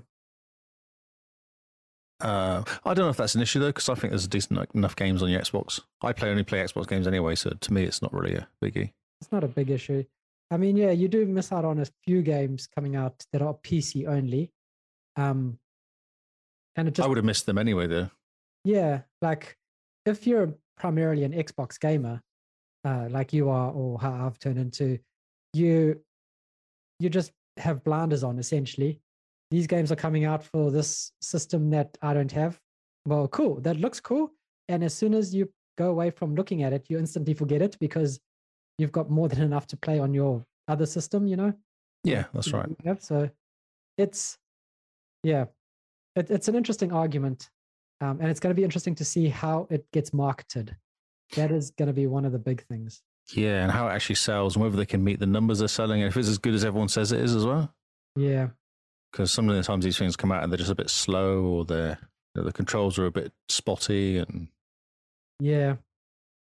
Speaker 3: Uh, I don't know if that's an issue though, because I think there's a decent like, enough games on your Xbox. I play only play Xbox games anyway, so to me it's not really a biggie.
Speaker 1: it's not a big issue. I mean, yeah, you do miss out on a few games coming out that are PC only. Um, and it
Speaker 3: I
Speaker 1: just,
Speaker 3: would have missed them anyway though.
Speaker 1: yeah, like if you're primarily an Xbox gamer, uh, like you are, or how I've turned into, you, you just have blinders on essentially. These games are coming out for this system that I don't have. Well, cool. That looks cool. And as soon as you go away from looking at it, you instantly forget it because you've got more than *laughs* enough to play on your other system, you know?
Speaker 3: Yeah, that's
Speaker 1: that
Speaker 3: right.
Speaker 1: you have. So it's, yeah, it, it's an interesting argument. Um, and it's going to be interesting to see how it gets marketed. That is going to be one of the big things.
Speaker 3: Yeah, and how it actually sells, and whether they can meet the numbers they're selling, and if it's as good as everyone says it is as well.
Speaker 1: Yeah.
Speaker 3: Because some of the times these things come out and they're just a bit slow, or they're you know, the controls are a bit spotty, and
Speaker 1: Yeah.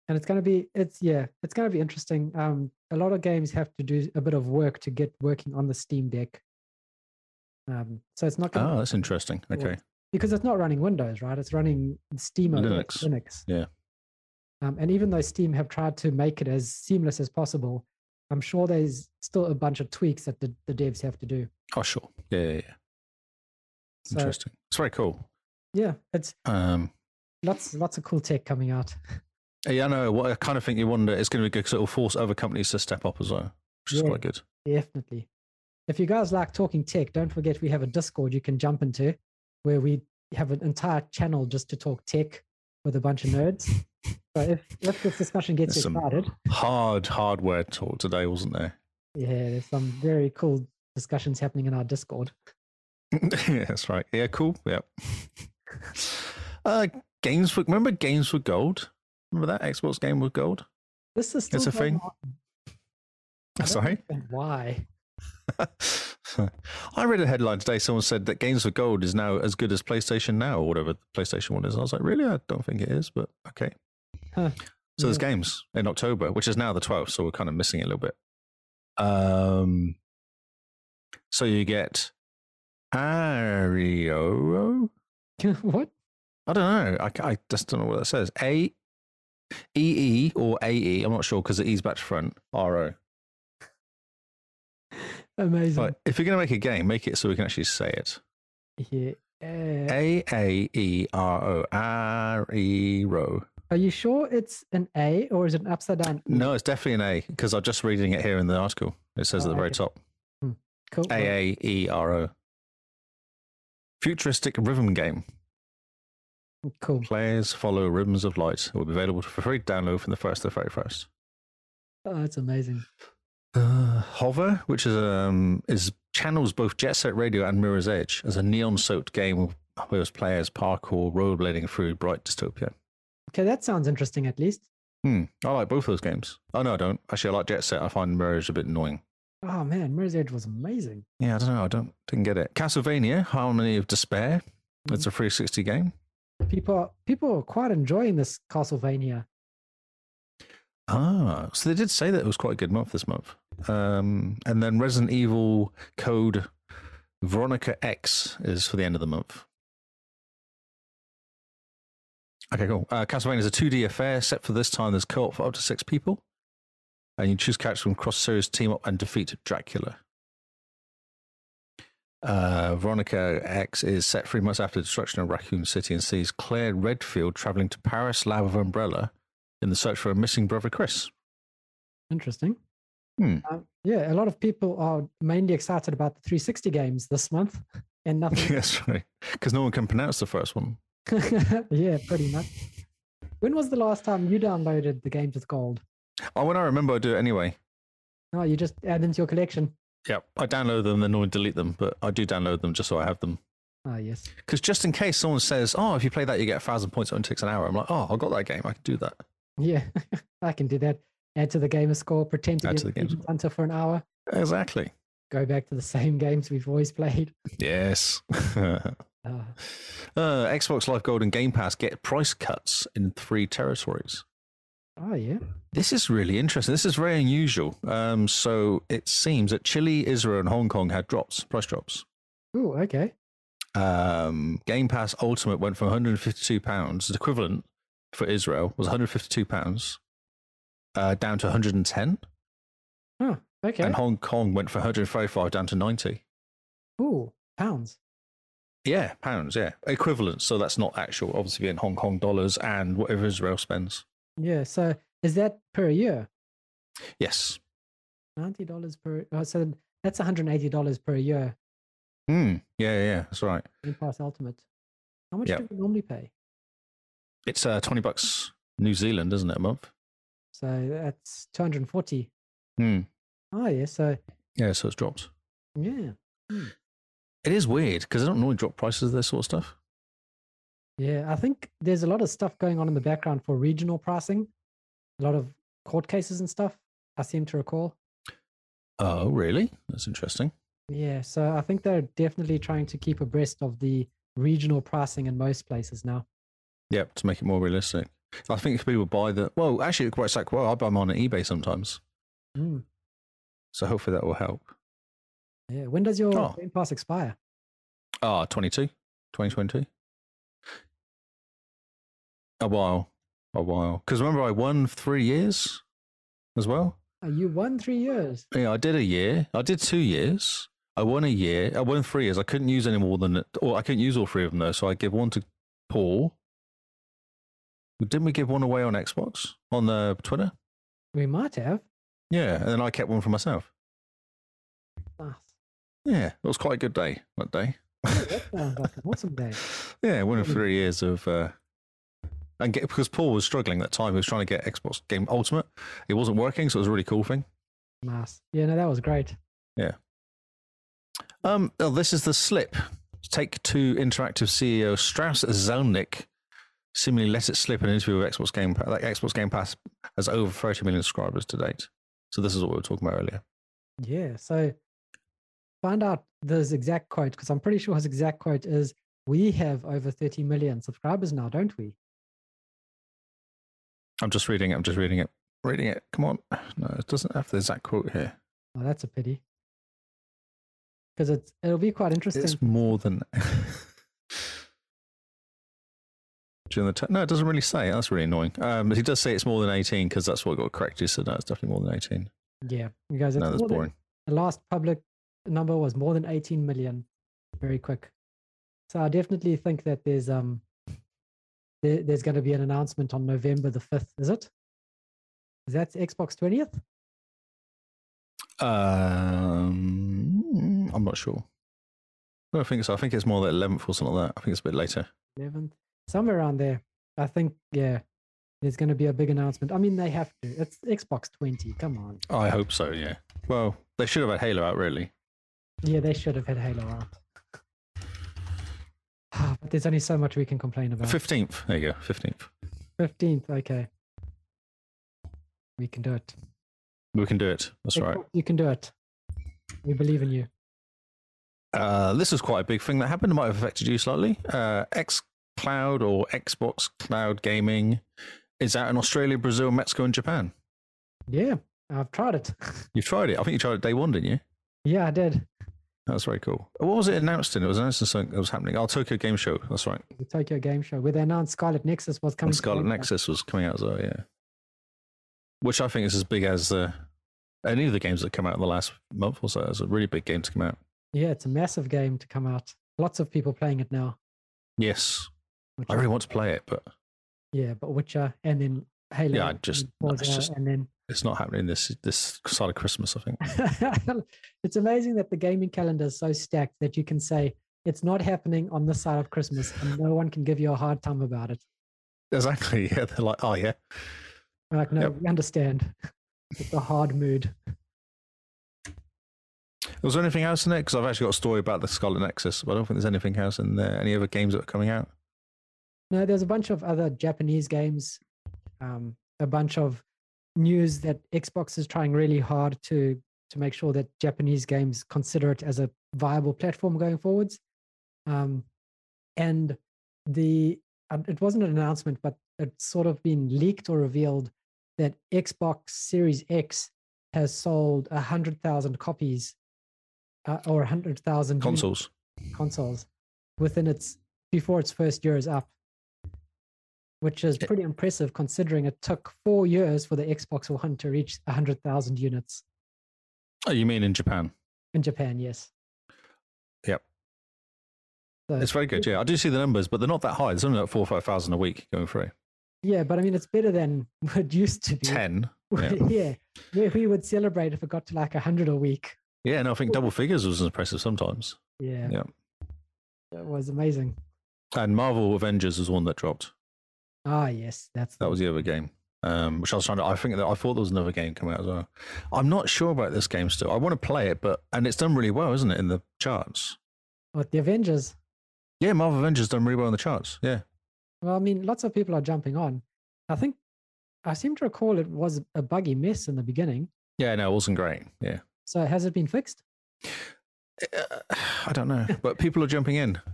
Speaker 1: And it's going to be, it's, yeah, it's going to be interesting. Um, a lot of games have to do a bit of work to get working on the Steam Deck. Um, so it's not going to
Speaker 3: oh, that's interesting.
Speaker 1: Or
Speaker 3: Okay,
Speaker 1: because it's not running Windows, right? It's running Steam OS,
Speaker 3: Linux.
Speaker 1: Linux.
Speaker 3: Yeah.
Speaker 1: Um, and even though Steam have tried to make it as seamless as possible, I'm sure there's still a bunch of tweaks that the, the devs have to do.
Speaker 3: oh sure, yeah, yeah, yeah.
Speaker 1: So
Speaker 3: interesting. It's very cool.
Speaker 1: yeah, it's
Speaker 3: Um,
Speaker 1: lots lots of cool tech coming out.
Speaker 3: yeah, I know. What I kind of think you wonder it's going to be good because it'll force other companies to step up as well, which is
Speaker 1: Yeah.
Speaker 3: quite good.
Speaker 1: Definitely. If you guys like talking tech, don't forget we have a Discord you can jump into where we have an entire channel just to talk tech with a bunch of nerds.
Speaker 3: *laughs*
Speaker 1: So if, if this discussion gets you
Speaker 3: There's some-
Speaker 1: excited,
Speaker 3: Hard hardware talk today, wasn't there? *laughs*
Speaker 1: yeah, there's some very cool discussions happening in our Discord.
Speaker 3: yeah, that's right. Yeah, *laughs* cool. Yep. uh, games for remember games for gold. Remember that Xbox game with gold.
Speaker 1: This is still
Speaker 3: It's a
Speaker 1: going
Speaker 3: thing.
Speaker 1: on. I
Speaker 3: I'm
Speaker 1: don't
Speaker 3: Sorry,
Speaker 1: understand Why? *laughs*
Speaker 3: *laughs* I read a headline today. Someone said that Games for Gold is now as good as PlayStation Now or whatever the PlayStation One is. I was like, really? I don't think it is, but okay.
Speaker 1: Huh.
Speaker 3: So there's
Speaker 1: Yeah.
Speaker 3: games in October, which is now the 12th, so we're kind of missing it a little bit. Um, so you get Ario.
Speaker 1: what?
Speaker 3: I don't know. I, ca- I just don't know what that says. A E E or A E. I'm not sure because it E's back to front. R O.
Speaker 1: Amazing.
Speaker 3: But if you're going to make a game, make it so we can actually say it.
Speaker 1: Yeah. Uh,
Speaker 3: A A E R O R E row.
Speaker 1: are you sure it's an A or is it an upside down? E?
Speaker 3: No, it's definitely an A because I'm just reading it here in the article. It says at
Speaker 1: Oh,
Speaker 3: the very
Speaker 1: okay.
Speaker 3: top.
Speaker 1: Cool.
Speaker 3: A
Speaker 1: well,
Speaker 3: A E R O. Futuristic rhythm game.
Speaker 1: Cool.
Speaker 3: Players follow rhythms of light. It will be available for free download from the first to the very first.
Speaker 1: Oh, that's amazing.
Speaker 3: Uh, Hover, which is um is channels both Jet Set Radio and Mirror's Edge as a neon-soaked game where as players parkour rollerblading through bright dystopia.
Speaker 1: Okay, that sounds interesting at least.
Speaker 3: Hmm, I like both those games. Oh no, I don't. Actually, I like Jet Set. I find Mirror's Edge a bit annoying.
Speaker 1: Oh man, Mirror's Edge was amazing.
Speaker 3: Yeah, I don't know. I don't didn't get it. Castlevania: Harmony of Despair. It's a 360 game.
Speaker 1: People are, people are quite enjoying this Castlevania.
Speaker 3: Ah, so they did say that it was quite a good month this month. Um, and then Resident Evil Code Veronica X is for the end of the month. Okay, cool. Uh, Castlevania is a 2D affair, set for this time there's co op for up to six people. And you choose characters from cross series team up and defeat Dracula. Uh, Veronica X is set three months after the destruction of Raccoon City and sees Claire Redfield traveling to Paris, Lab of Umbrella in the search for a missing brother *laughs* Chris.
Speaker 1: Interesting.
Speaker 3: Hmm.
Speaker 1: Um, yeah, a lot of people are mainly excited about the 360 games this month and nothing. *laughs*
Speaker 3: *laughs* That's right. Because no one can pronounce the first one.
Speaker 1: yeah, pretty much. When was the last time you downloaded the games with gold?
Speaker 3: Oh, when I remember, I do it anyway.
Speaker 1: No, Oh, you just add them to your collection.
Speaker 3: Yeah, I download them, then normally delete them, but I do download them just so I have them.
Speaker 1: Ah, yes. *laughs*
Speaker 3: Because just in case someone says, "Oh, if you play that, you get a thousand points. It only takes an hour," I'm like, "Oh, I got that game. I can do that."
Speaker 1: Yeah, *laughs* I can do that. Add to the gamer score, pretend to
Speaker 3: Add
Speaker 1: be
Speaker 3: to the
Speaker 1: a
Speaker 3: gamer
Speaker 1: Demon hunter for an hour,
Speaker 3: Exactly.
Speaker 1: go back to the *laughs* same games we've always played.
Speaker 3: Yes. *laughs* uh,
Speaker 1: Ah,
Speaker 3: Xbox Live Gold and Game Pass get price cuts in three territories.
Speaker 1: oh, yeah.
Speaker 3: This is really interesting. This is very unusual. Um, so it seems that Chile, Israel, and Hong Kong had drops, price drops.
Speaker 1: Ooh, okay.
Speaker 3: Um, Game Pass Ultimate went from 152 pounds, the equivalent for Israel was 152 pounds, uh, down to 110,
Speaker 1: Huh, okay.
Speaker 3: and Hong Kong went from 135 down to 90.
Speaker 1: Ooh, pounds.
Speaker 3: Yeah, pounds. Yeah, equivalent. So that's not actual. Obviously, in Hong Kong dollars and whatever Israel spends.
Speaker 1: Yeah, so is that per year?
Speaker 3: Yes.
Speaker 1: $90 per. Oh, so that's $180 per year
Speaker 3: Hmm. Yeah, yeah, yeah, that's right.
Speaker 1: Game Pass Ultimate. How much
Speaker 3: Yep.
Speaker 1: do we normally pay?
Speaker 3: It's uh, twenty bucks New Zealand, isn't it, a month?
Speaker 1: So that's 240
Speaker 3: Hmm.
Speaker 1: Oh, yeah. So,
Speaker 3: Yeah, so it's dropped.
Speaker 1: yeah.
Speaker 3: It is weird because they don't normally drop prices of this sort of stuff.
Speaker 1: Yeah. I think there's a lot of stuff going on in the background for regional pricing, a lot of court cases and stuff, I seem to recall.
Speaker 3: Oh, really? That's interesting.
Speaker 1: Yeah. So I think they're definitely trying to keep abreast of the regional pricing in most places now.
Speaker 3: Yep, to make it more realistic. I think if people buy the well, actually, it's like well, I buy them on eBay sometimes,
Speaker 1: Mm,
Speaker 3: so hopefully that will help.
Speaker 1: yeah. When does your
Speaker 3: Oh.
Speaker 1: Game Pass expire?
Speaker 3: Ah, 22, 2022. A while, a while. Because remember, I won three years as well.
Speaker 1: Uh, you won three years.
Speaker 3: Yeah, I did a year. I did two years. I won a year. I won three years. I couldn't use any more than, or I couldn't use all three of them though. So I give one to Paul. Didn't we give one away on Xbox on uh, Twitter?
Speaker 1: We might have.
Speaker 3: Yeah, and then I kept one for myself.
Speaker 1: Nice.
Speaker 3: Yeah, it was quite a good day that day.
Speaker 1: That sounds like an Oh, awesome day.
Speaker 3: *laughs* Yeah, one of three years of. Uh, and get, because Paul was struggling that time, he was trying to get Xbox Game Ultimate. It wasn't working, so it was a really cool thing.
Speaker 1: Nice. Yeah. No, that was great.
Speaker 3: Um, oh, this is the slip. Take two interactive CEO Strauss Zelnick seemingly let it slip in an interview with Xbox Game Pass. Like Xbox Game Pass has over 30 million subscribers to date. So this is what we were talking about earlier.
Speaker 1: Yeah. So find out this exact quote because I'm pretty sure his exact quote is We have over 30 million subscribers now, don't we?
Speaker 3: I'm just reading it. I'm just reading it. Reading it. Come on. No, it doesn't have the exact quote here.
Speaker 1: Oh, that's a pity. Because it's it'll be quite interesting.
Speaker 3: It's more than. *laughs* During the t- no, it doesn't really say. That's really annoying. Um, but he does say it's more than 18 because that's what got corrected. So no, it's definitely more than 18.
Speaker 1: yeah, you guys. it's
Speaker 3: no, that's
Speaker 1: more than-
Speaker 3: boring.
Speaker 1: the last public number was more than 18 million. Very quick. So I definitely think that there's um there, there's going to be an announcement on November the 5th. Is it? Is that Xbox 20th?
Speaker 3: Um, I'm not sure. I don't think so. I think it's more the 11th or something like that. I think it's a bit later.
Speaker 1: 11th, somewhere around there. I think, yeah, there's going to be a big announcement. I mean, they have to. It's Xbox 20. Come on.
Speaker 3: I hope so. Yeah. Well, they should have had Halo out really.
Speaker 1: Yeah, they should have had Halo out. Ah, but there's only so much we can complain about.
Speaker 3: 15th. There you go. 15th.
Speaker 1: 15th, okay. We can do it.
Speaker 3: We can do it. That's right.
Speaker 1: Xbox, You can do it. We believe in you.
Speaker 3: Uh, this is quite a big thing that happened. It might have affected you slightly. Uh, X Cloud or Xbox Cloud Gaming is out in Australia, Brazil, Mexico, and Japan.
Speaker 1: Yeah, I've tried it. *laughs*
Speaker 3: You've tried it. I think you tried it day one, didn't you?
Speaker 1: yeah, I did.
Speaker 3: That's very cool. What was it announced in? It was announced in something that was happening. Oh, Tokyo Game Show. That's right.
Speaker 1: The Tokyo Game Show where they announced Scarlet Nexus was coming.
Speaker 3: And
Speaker 1: to
Speaker 3: Scarlet
Speaker 1: Game Pass.
Speaker 3: Nexus was coming out as well, yeah. Which I think is as big as uh, any of the games that come out in the last month or so. It's a really big game to come out.
Speaker 1: Yeah, it's a massive game to come out. Lots of people playing it now.
Speaker 3: Yes,
Speaker 1: which
Speaker 3: I
Speaker 1: is-
Speaker 3: really want to play it, but
Speaker 1: Yeah, but Witcher and then Halo.
Speaker 3: Yeah, I
Speaker 1: and
Speaker 3: just- no,
Speaker 1: Forza,
Speaker 3: it's just-
Speaker 1: and then
Speaker 3: It's not happening this this side of Christmas, I think. *laughs*
Speaker 1: *laughs* it's amazing that the gaming calendar is so stacked that you can say it's not happening on this side of Christmas, and no one can give you a hard time about it.
Speaker 3: Exactly. Yeah, they're like, oh yeah,
Speaker 1: We're like, no,
Speaker 3: Yep.
Speaker 1: we understand. *laughs* It's a hard mood.
Speaker 3: Was there anything else in it? Because I've actually got a story about the Scarlet Nexus, but I don't think there's anything else in there. Any other games that are coming out?
Speaker 1: No, there's a bunch of other Japanese games, um, a bunch of news that Xbox is trying really hard to to make sure that Japanese games consider it as a viable platform going forwards. Um, and the uh, it wasn't an announcement, but it's sort of been leaked or revealed that Xbox Series X has sold a hundred thousand copies uh, or a hundred thousand units
Speaker 3: Consoles.
Speaker 1: consoles within its before its first year is up, which is
Speaker 3: Okay.
Speaker 1: pretty impressive considering it took four years for the Xbox One to reach 100,000 units
Speaker 3: Oh, you mean in Japan?
Speaker 1: in Japan. Yes.
Speaker 3: Yep.
Speaker 1: So,
Speaker 3: It's very good. Yeah, I do see the numbers, but they're not that high. There's only like four or five thousand a week going through.
Speaker 1: yeah, but I mean, it's better than *laughs* it used to be. *laughs*
Speaker 3: Ten.
Speaker 1: yeah.
Speaker 3: yeah.
Speaker 1: where we would celebrate if it got to like 100 a week.
Speaker 3: Yeah, no, I think double figures was impressive sometimes.
Speaker 1: Yeah.
Speaker 3: Yeah.
Speaker 1: It was amazing.
Speaker 3: And Marvel Avengers was one that dropped.
Speaker 1: Ah, yes. That's
Speaker 3: That was the other game. Um, which I was trying to. I think that I thought there was another game coming out as well. I'm not sure about this game still. I want to play it, but and it's done really well, isn't it, in the charts?
Speaker 1: what the Avengers.
Speaker 3: Yeah, Marvel Avengers done really well in the charts. Yeah.
Speaker 1: Well, I mean, lots of people are jumping on. I think I seem to recall it was a buggy mess in the beginning.
Speaker 3: Yeah, no, it wasn't great. Yeah.
Speaker 1: So has it been fixed?
Speaker 3: Uh, I don't know, but people are jumping in. *laughs*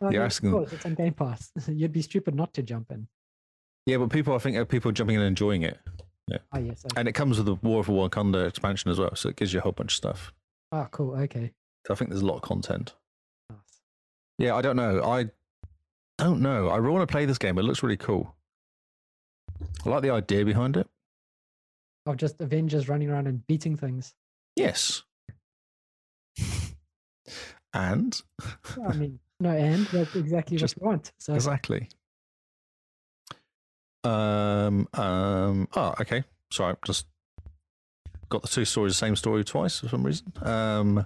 Speaker 1: Well, I mean,
Speaker 3: You're
Speaker 1: of
Speaker 3: asking. them-
Speaker 1: course, it's on Game Pass. *laughs* You'd be stupid not to jump in.
Speaker 3: Yeah, but people, I think, uh, people are jumping in and enjoying it,
Speaker 1: Oh yes. Okay.
Speaker 3: and it comes with the War of Wakanda expansion as well, so it gives you a whole bunch of stuff.
Speaker 1: Oh, cool. Okay.
Speaker 3: So I think there's a lot of content.
Speaker 1: Nice.
Speaker 3: Yeah, I don't know. I don't know. I want to play this game. It looks really cool. I like the idea behind it.
Speaker 1: Of just Avengers running around and beating things.
Speaker 3: *laughs* Yes. and
Speaker 1: Yeah, I mean, *laughs* no, and that's exactly
Speaker 3: Just-
Speaker 1: what you want. So
Speaker 3: Exactly. Um. Um. Oh, okay. Sorry, I've just got the two stories, the same story twice for some reason. Um,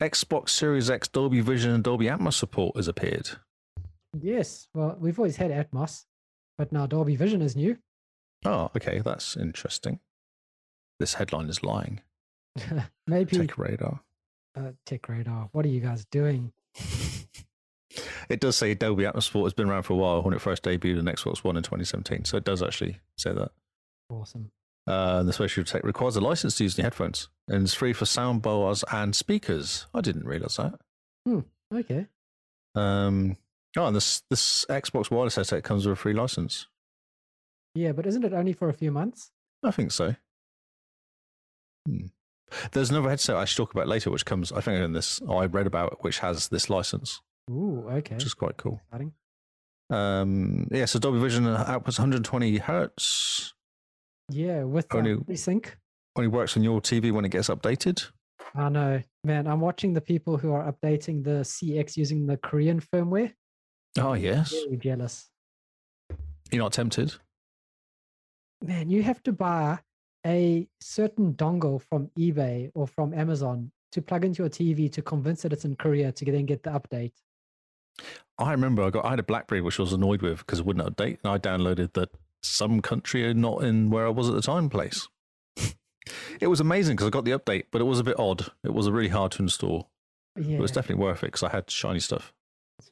Speaker 3: Xbox Series X Dolby Vision and Dolby Atmos support has appeared.
Speaker 1: yes. Well, we've always had Atmos, but now Dolby Vision is new. *laughs*
Speaker 3: Oh, okay, that's interesting. This headline is lying.
Speaker 1: Maybe
Speaker 3: Tech radar.
Speaker 1: uh, Tech Radar. What are you guys doing?
Speaker 3: It does say Dolby Atmos support has been around for a while when it first debuted in Xbox One in 2017. So it does actually say that.
Speaker 1: Awesome.
Speaker 3: Uh, and the special tech requires a license to use the headphones and it's free for sound bars and speakers. I didn't realize that.
Speaker 1: Okay.
Speaker 3: Um, oh, and this this Xbox wireless headset comes with a free license.
Speaker 1: Yeah, but isn't it only for a few months?
Speaker 3: I think so. Hmm. There's another headset I should talk about later, which comes, I think, in this I read about, which has this license,
Speaker 1: Ooh. Okay.
Speaker 3: which is quite cool.
Speaker 1: Exciting.
Speaker 3: Um, yeah, so Dolby Vision outputs 120 hertz.
Speaker 1: Yeah, with only...
Speaker 3: Only-
Speaker 1: sync.
Speaker 3: Only works on your TV when it gets updated.
Speaker 1: I know, man. I'm watching the people who are updating the CX using the Korean firmware.
Speaker 3: Oh yes,
Speaker 1: Very jealous,
Speaker 3: you're not tempted.
Speaker 1: man. You have to buy a certain dongle from eBay or from Amazon to plug into your TV to convince that it's in Korea to then get the update.
Speaker 3: I remember I got I had a BlackBerry which I was annoyed with because it wouldn't update, and I downloaded the some country not in where I was at the time place. *laughs* it was amazing because I got the update, but it was a bit odd. It was really hard to install.
Speaker 1: Yeah,
Speaker 3: It was definitely worth it because I had shiny stuff.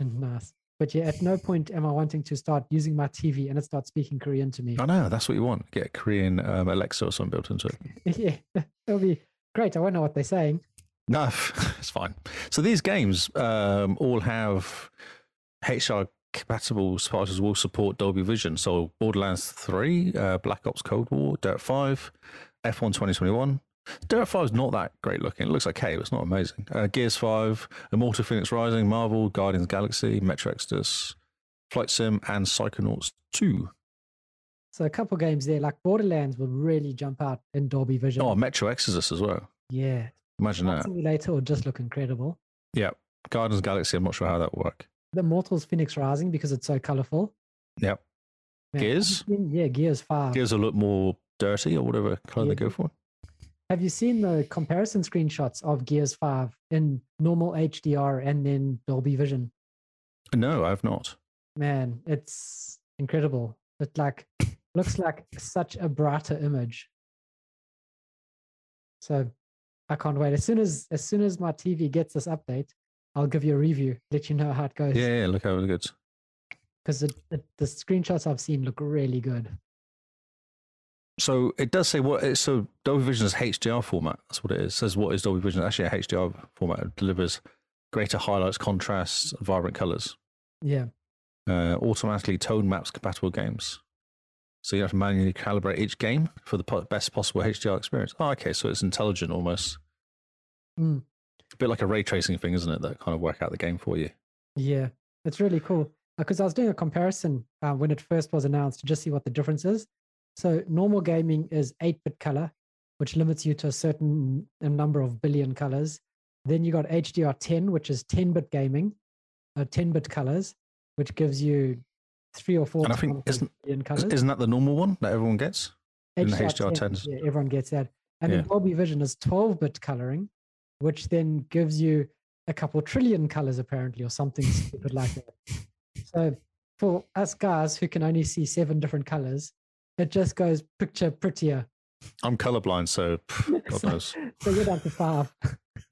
Speaker 1: nice. But yeah, at no point am I wanting to start using my TV and it starts speaking Korean to me.
Speaker 3: I know that's what you want. Get a Korean um, Alexa or something built into it.
Speaker 1: *laughs* yeah, it'll be great. I won't know what they're saying.
Speaker 3: No, *laughs* it's fine. So these games um, all have HR compatible titles will support Dolby Vision. So Borderlands 3, uh, Black Ops Cold War, Dirt 5, F1 2021. Dirt 5 is not that great looking. It looks okay, but it's not amazing. Uh, Gears 5, Immortal Phoenix Rising, Marvel, Guardians of the Galaxy, Metro Exodus, Flight Sim, and Psychonauts 2.
Speaker 1: So a couple games there, like Borderlands, will really jump out in Dolby Vision.
Speaker 3: Oh, Metro Exodus as well.
Speaker 1: yeah,
Speaker 3: Imagine
Speaker 1: Flight
Speaker 3: that.
Speaker 1: Simulator will just look incredible.
Speaker 3: Yeah. Guardians of the Galaxy, I'm not sure how that will work.
Speaker 1: The Mortals Phoenix Rising because it's so colorful.
Speaker 3: Yep.
Speaker 1: Yeah.
Speaker 3: Gears?
Speaker 1: Yeah, Gears 5.
Speaker 3: Gears will look more dirty or whatever color
Speaker 1: Yeah.
Speaker 3: they go for.
Speaker 1: Have you seen the comparison screenshots of Gears 5 in normal HDR and then Dolby Vision?
Speaker 3: No, I've not.
Speaker 1: Man, it's incredible. It
Speaker 3: *laughs*
Speaker 1: like looks like such a brighter image. So I can't wait. As soon as as soon as my TV gets this update, I'll give you a review, let you know how it goes.
Speaker 3: Yeah, yeah look how good.
Speaker 1: Because it, it, the screenshots I've seen look really good.
Speaker 3: So it does say what. It's, so Dolby Vision is HDR format. That's what it is. It says what is Dolby Vision? Actually, a HDR format It delivers greater highlights, contrasts, and vibrant colors.
Speaker 1: Yeah.
Speaker 3: Uh, automatically tone maps compatible games. So you have to manually calibrate each game for the po- best possible HDR experience. Oh, okay. So it's intelligent almost. Hmm.
Speaker 1: Mm.
Speaker 3: A bit like a ray tracing thing, isn't it? That kind of work out the game for you.
Speaker 1: Yeah, it's really cool because I was doing a comparison uh, when it first was announced to just see what the difference is. So normal gaming is 8-bit color, which limits you to a certain n- number of billion colors. Then you got HDR10, which is 10-bit gaming, uh, 10-bit colors, which gives you three or four
Speaker 3: And I think
Speaker 1: times the
Speaker 3: isn't-
Speaker 1: billion
Speaker 3: Is-
Speaker 1: colors.
Speaker 3: Isn't that the normal one that everyone gets? in the HDR10s?
Speaker 1: Yeah, everyone gets that. And
Speaker 3: Yeah.
Speaker 1: then Dolby Vision is 12-bit coloring, which then gives you a couple trillion colors apparently, or something stupid
Speaker 3: *laughs*
Speaker 1: like that. So for us guys who can only see seven different colors, it just goes picture prettier.
Speaker 3: I'm colorblind, so pff, God
Speaker 1: So-
Speaker 3: knows.
Speaker 1: So you're down to five. *laughs*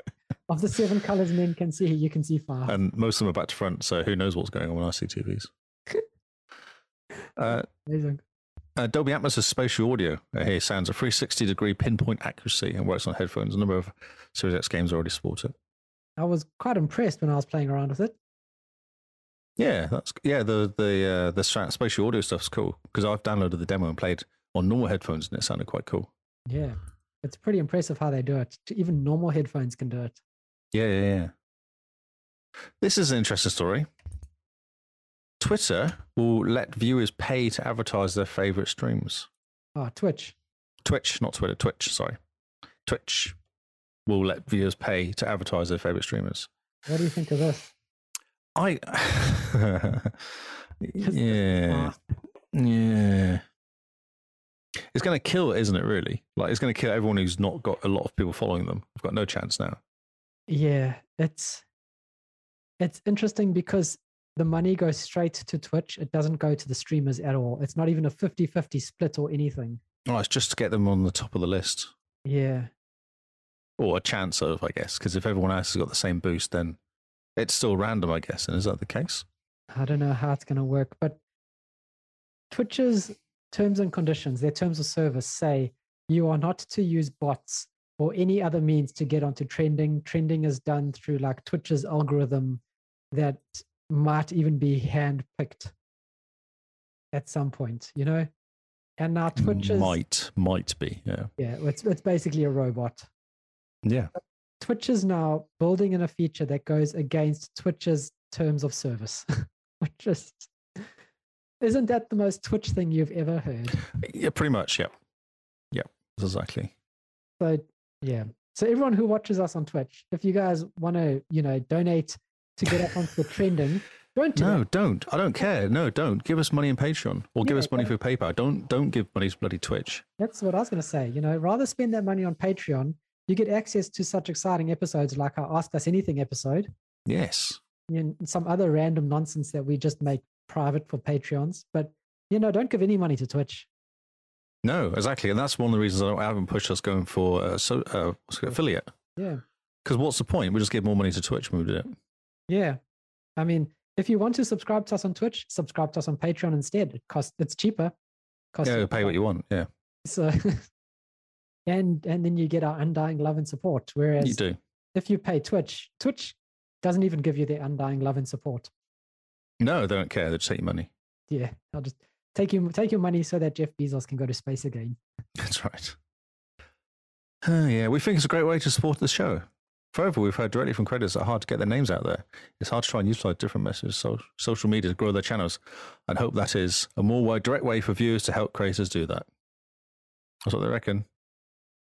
Speaker 1: of the seven colors men can see, you can see five.
Speaker 3: and most of them are back to front, so who knows what's going on when I see TVs. uh,
Speaker 1: Amazing.
Speaker 3: uh, Dolby Atmos is spatial audio. Uh, here sounds a 360 degree pinpoint accuracy and works on headphones. A number of Series X games already support it.
Speaker 1: I was quite impressed when I was playing around with it.
Speaker 3: Yeah, that's yeah. The the uh, the stra- spatial audio stuff's cool because I've downloaded the demo and played on normal headphones, and it sounded quite cool.
Speaker 1: Yeah. It's pretty impressive how they do it. Even normal headphones can do it.
Speaker 3: Yeah, yeah, yeah. This is an interesting story. Twitter will let viewers pay to advertise their favorite streams.
Speaker 1: Oh, Twitch.
Speaker 3: Twitch, not Twitter, Twitch, sorry. Twitch will let viewers pay to advertise their favorite streamers.
Speaker 1: What do you think of this?
Speaker 3: I *laughs* Yeah.
Speaker 1: Ah,
Speaker 3: Yeah. It's going to kill it, isn't it really? Like it's going to kill everyone who's not got a lot of people following them. I've got no chance now.
Speaker 1: yeah, it's it's interesting because the money goes straight to Twitch. It doesn't go to the streamers at all. It's not even a 50-50 split or anything.
Speaker 3: Oh, it's just to get them on the top of the list
Speaker 1: Yeah.
Speaker 3: or a chance of, I guess, because if everyone else has got the same boost then it's still random, I guess. And is that the case?
Speaker 1: I don't know how it's going to work, but Twitch's terms and conditions, their terms of service say you are not to use bots or any other means to get onto trending. Trending is done through like Twitch's algorithm that might even be handpicked at some point, you know? And now Twitch is,
Speaker 3: might might be. Yeah.
Speaker 1: yeah, it's, it's basically a robot.
Speaker 3: Yeah.
Speaker 1: Twitch is now building in a feature that goes against Twitch's terms of service, *laughs* which is isn't that the most Twitch thing you've ever heard?
Speaker 3: Yeah, pretty much, yeah. Yeah, exactly.
Speaker 1: So yeah. So everyone who watches us on Twitch, if you guys want to, you know, donate to get up onto the trending, don't do
Speaker 3: No,
Speaker 1: it.
Speaker 3: don't. I don't care. No, don't. Give us money in Patreon or give
Speaker 1: Yeah,
Speaker 3: us money for PayPal. Don't don't give money to bloody Twitch.
Speaker 1: That's what I was going to say. You know, rather spend that money on Patreon. You get access to such exciting episodes like our Ask Us Anything episode.
Speaker 3: Yes.
Speaker 1: and some other random nonsense that we just make private for Patreons. But you know, don't give any money to Twitch.
Speaker 3: No, exactly. And that's one of the reasons I, don't, I haven't pushed us going for uh, so, uh, what's it called? affiliate.
Speaker 1: Yeah.
Speaker 3: Because what's the point? We just give more money to Twitch when we do it.
Speaker 1: Yeah. I mean, if you want to subscribe to us on Twitch, subscribe to us on Patreon instead. It costs it's cheaper. Costs
Speaker 3: Yeah, pay what you want. Yeah,
Speaker 1: *laughs* So *laughs* and and then you get our undying love and support. Whereas
Speaker 3: you do.
Speaker 1: if you pay Twitch, Twitch doesn't even give you their undying love and support.
Speaker 3: No, they don't care. They just take your money.
Speaker 1: Yeah. I'll just take you take your money so that Jeff Bezos can go to space again.
Speaker 3: That's right. Uh, yeah, we think it's a great way to support the show. Further, we've heard directly from creators that are hard to get their names out there. It's hard to try and utilize different messages, so, social media to grow their channels, and hope that is a more wide, direct way for viewers to help creators do that. That's what they reckon.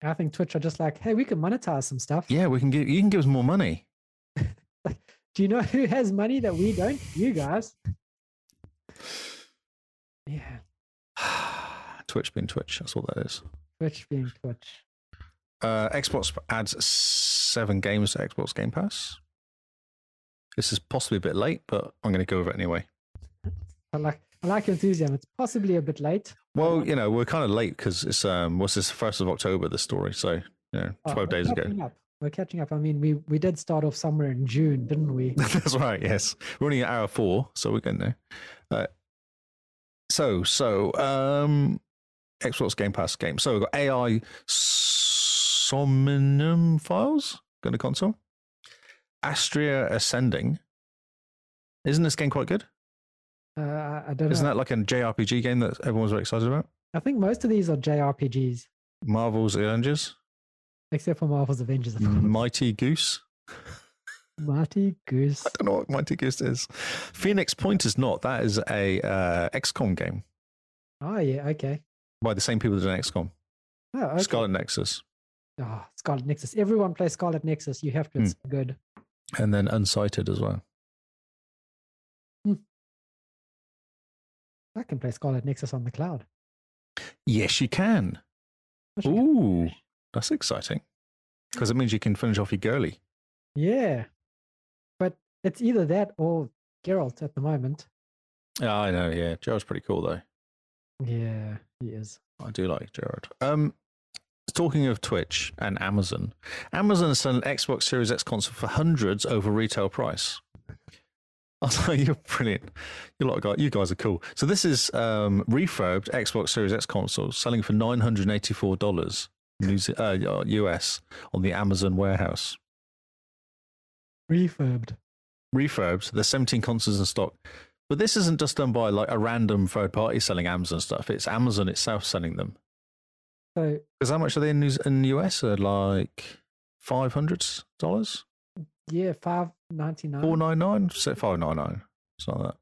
Speaker 1: I think Twitch are just like, hey, we can monetize some stuff.
Speaker 3: Yeah, we can give you can give us more money. *sighs*
Speaker 1: Do you know *laughs*
Speaker 3: *sighs*
Speaker 1: who has money that we don't? You guys. Yeah.
Speaker 3: Twitch being Twitch. That's what that is.
Speaker 1: Twitch being Twitch.
Speaker 3: Uh, Xbox adds seven games to Xbox Game Pass. This is possibly a bit late, but I'm going to go with it anyway.
Speaker 1: I like I like your enthusiasm. It's possibly a bit late.
Speaker 3: Well, you know, we're kind of late because it's um, what's this first of October? This story, so you know,
Speaker 1: Oh,
Speaker 3: twelve
Speaker 1: we're
Speaker 3: days ago. *laughs*
Speaker 1: catching Up. We're catching up. I mean, we we did start off somewhere in June, didn't
Speaker 3: *laughs*
Speaker 1: we?
Speaker 3: That's right. Yes, we're only at hour four, so we're getting there. Uh, so, so um, Xbox Game Pass game. So we've got AI Somnium Files going to console. Astria Ascending. Isn't this game quite good?
Speaker 1: Uh, I I don't
Speaker 3: Isn't
Speaker 1: know.
Speaker 3: that like a JRPG game that everyone's very excited about?
Speaker 1: I think most of these are JRPGs,
Speaker 3: Marvel's Avengers,
Speaker 1: except for Marvel's Avengers. Of course.
Speaker 3: Mighty Goose.
Speaker 1: *laughs* Marty Goose.
Speaker 3: I don't know what Mighty Goose is. Phoenix Point is not. That is a uh, XCOM game
Speaker 1: Oh yeah, okay.
Speaker 3: by the same people that did XCOM.
Speaker 1: Oh, okay.
Speaker 3: Scarlet Nexus,
Speaker 1: Ah, Scarlet Nexus. Everyone plays Scarlet Nexus. You have to.
Speaker 3: Hmm.
Speaker 1: It's good.
Speaker 3: and then Unsighted as well.
Speaker 1: I can play Scarlet Nexus on the cloud.
Speaker 3: Yes, you can.
Speaker 1: Wish I could.
Speaker 3: Ooh, that's exciting because it means you can finish off your girly.
Speaker 1: Yeah, but it's either that or Geralt at the moment.
Speaker 3: Yeah, I know. Yeah, Gerald's pretty cool though.
Speaker 1: Yeah, he is.
Speaker 3: I do like Gerald. Um, talking of Twitch and Amazon, Amazon is selling an Xbox Series X console for hundreds over retail price. *laughs* I was like, you're brilliant. You lot of guys, you guys are cool. So this is um, refurbed Xbox Series X console selling for nine hundred eighty-four dollars New Ze- uh, US on the Amazon warehouse.
Speaker 1: Refurbed.
Speaker 3: refurbed. There's 17 consoles in stock. But this isn't just done by like a random third party selling Amazon stuff. It's Amazon itself selling them.
Speaker 1: So
Speaker 3: Because how much are they in, News- in the US? Uh, like five hundred dollars,
Speaker 1: yeah, five ninety
Speaker 3: four
Speaker 1: nine.
Speaker 3: nine nine, so five nine nine. It's not that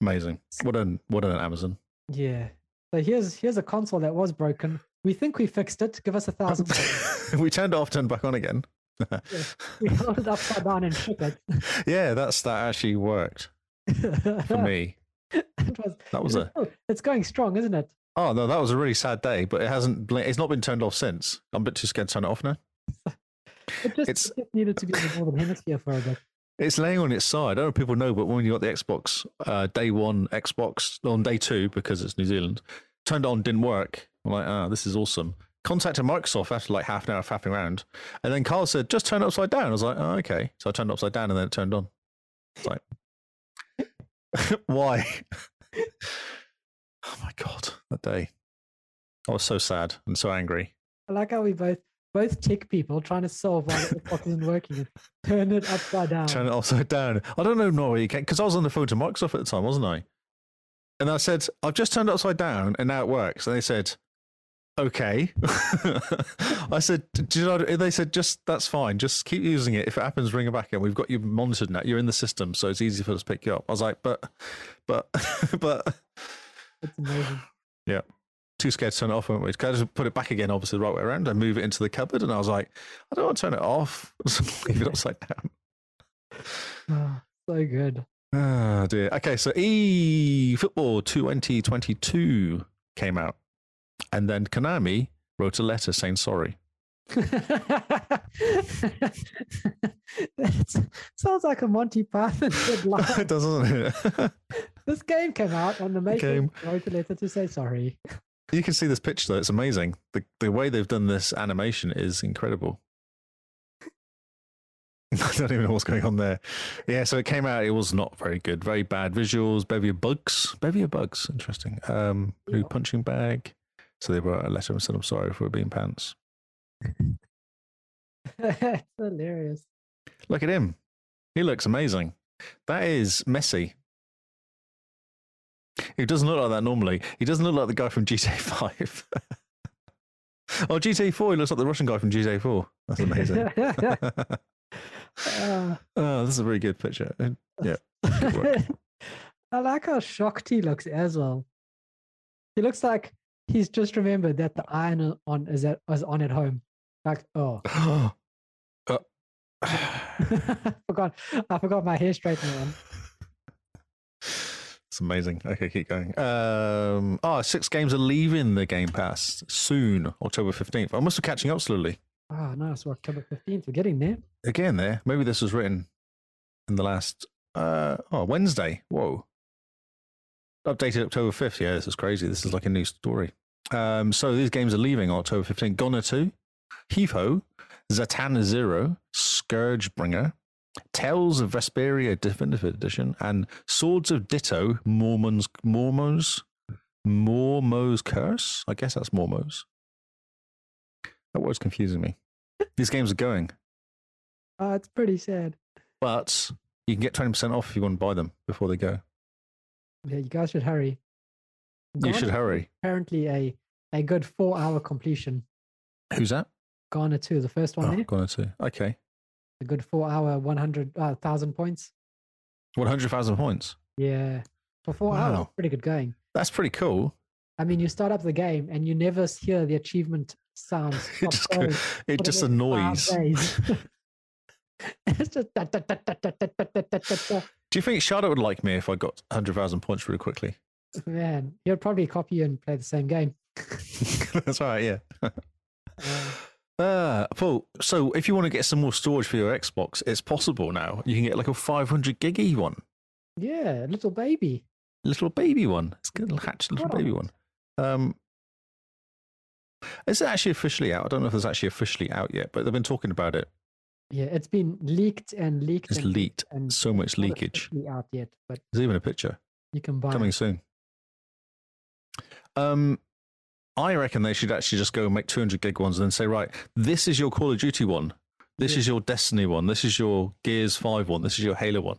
Speaker 3: amazing. What an what an Amazon.
Speaker 1: Yeah. So here's here's a console that was broken. We think we fixed it. Give us a thousand. bucks.
Speaker 3: *laughs* we turned it off, turned back on again.
Speaker 1: we held it upside down and shook it.
Speaker 3: *laughs* yeah, that's that actually worked
Speaker 1: *laughs*
Speaker 3: for me.
Speaker 1: it was,
Speaker 3: That was
Speaker 1: it
Speaker 3: a
Speaker 1: was- oh, it's going strong, isn't it?
Speaker 3: Oh no, that was a really sad day, but it hasn't. bl- It's not been turned off since. I'm a bit too scared to turn it off now.
Speaker 1: It just,
Speaker 3: It's-
Speaker 1: it just needed to be in the northern hemisphere for a bit.
Speaker 3: It's laying on its side. I don't know if people know, but when you got the Xbox uh, day one, Xbox on day two because it's New Zealand, turned on, didn't work. I'm like, ah, this is awesome. Contacted Microsoft after like half an hour of faffing around, and then Carl said, "Just turn it upside down." I was like, oh, "Okay." So I turned it upside down, and then it turned on. It's like, *laughs* why? *laughs* oh my god, that day! I was so sad and so angry.
Speaker 1: I like how we both both tech people trying to solve why the Xbox isn't working. and Turn it upside down.
Speaker 3: Turn it upside down. I don't know, Nori, because I was on the phone to Microsoft at the time, wasn't I? And I said, I've just turned it upside down and now it works. And they said, okay. *laughs* I said, "Do you know, they said, just that's fine. Just keep using it. If it happens, ring it back in. We've got you monitored now. You're in the system, so it's easy for us to pick you up. I was like, but, but, *laughs* but
Speaker 1: It's amazing. *sighs*
Speaker 3: too scared to turn it off, weren't we? 'Cause I just put it back again, obviously, the right way around. I move it into the cupboard and I was like, I don't want to turn it off. *laughs* Just leave it upside down.
Speaker 1: Ah, so good. *laughs*
Speaker 3: Ah dear. Okay, so E Football 2022 came out, and then Konami wrote a letter saying sorry.
Speaker 1: that sounds like a Monty Python
Speaker 3: *laughs*
Speaker 1: good line.
Speaker 3: Doesn't it? *laughs*
Speaker 1: This game came out on the making.
Speaker 3: game.
Speaker 1: Wrote a letter to say sorry. *laughs*
Speaker 3: you can see this pitch though; it's amazing. the The way they've done this animation is incredible. *laughs* I don't even know what's going on there. Yeah, so it came out. It was not very good. Very bad visuals. Bevy of bugs. Bevy of bugs. Interesting. Um, blue
Speaker 1: Yeah.
Speaker 3: punching bag. So they wrote a letter and said, "I'm sorry for being pants."
Speaker 1: it's hilarious.
Speaker 3: Look at him. He looks amazing. That is Messi. He doesn't look like that normally. He doesn't look like the guy from GTA 5. *laughs* oh, GTA 4. He looks like the Russian guy from GTA 4. That's amazing.
Speaker 1: *laughs*
Speaker 3: *laughs*
Speaker 1: Ah.
Speaker 3: oh, this is a very good picture. *gasps* Uh, Good work.
Speaker 1: I like how shocked he looks as well. He looks like he's just remembered that the iron on is at is on at home. Like, oh, *laughs*
Speaker 3: Uh,
Speaker 1: forgot I forgot my hair straightener on.
Speaker 3: It's amazing. Okay, keep going. Um, oh, six games are leaving the Game Pass soon, October 15th. I must be catching up slowly.
Speaker 1: Ah, no, so October 15th. We're getting there.
Speaker 3: Again, there. Maybe this was written in the last. Uh, oh, Wednesday. Whoa. Updated October 5th. Yeah, this is crazy. This is like a new story. Um, so these games are leaving October 15th. Goner 2, Heave Ho, Zatanna Zero, Scourgebringer, Tales of Vesperia Definitive Edition, and Swords of Ditto, Mormon's Mormos, Mormo's Curse. I guess that's Mormos. That word's confusing me. These games are going,
Speaker 1: Ah, it's pretty sad.
Speaker 3: but you can get 20% off if you want to buy them before they go.
Speaker 1: Yeah, you guys should hurry.
Speaker 3: You should
Speaker 1: Garnet-
Speaker 3: hurry.
Speaker 1: Apparently, a, a good four hour completion.
Speaker 3: Who's that?
Speaker 1: Garner 2, the first one
Speaker 3: Oh,
Speaker 1: there.
Speaker 3: Goner 2. Okay.
Speaker 1: A good four hour, 100,000 uh, 1,000 points.
Speaker 3: 100,000 points.
Speaker 1: Yeah. For four hours,
Speaker 3: Wow.
Speaker 1: pretty good going.
Speaker 3: That's pretty cool.
Speaker 1: I mean, you start up the game and you never s- hear the achievement
Speaker 3: *laughs*
Speaker 1: sound.
Speaker 3: It
Speaker 1: stop
Speaker 3: just, go-
Speaker 1: going
Speaker 3: it
Speaker 1: for the next
Speaker 3: just
Speaker 1: five
Speaker 3: annoys.
Speaker 1: days. *laughs* it's just da, da, da, da, da, da, da, da, da, da, da.
Speaker 3: *laughs* Do you think Charlotte would like me if I got 100,000 points really quickly? *laughs*
Speaker 1: man. You'll probably copy and play the same game.
Speaker 3: That's all right, yeah.
Speaker 1: Uh,
Speaker 3: Uh, Paul, so if you want to get some more storage for your Xbox, it's possible now. You can get like a 500 giggy one,
Speaker 1: yeah, little baby.
Speaker 3: little baby one. It's good, little hatched little baby one. Um, is it actually officially out? I don't know if it's actually officially out yet, but they've been talking about it.
Speaker 1: Yeah, it's been leaked and leaked.
Speaker 3: It's
Speaker 1: and
Speaker 3: leaked.
Speaker 1: And
Speaker 3: So much
Speaker 1: not
Speaker 3: leakage.
Speaker 1: officially out yet, but
Speaker 3: There's even a picture
Speaker 1: you can buy.
Speaker 3: coming
Speaker 1: it.
Speaker 3: soon. Um, I reckon they should actually just go and make 200 gig ones and then say, right, this is your Call of Duty one. This
Speaker 1: Yeah.
Speaker 3: is your Destiny one. This is your Gears 5 one. This is your Halo one.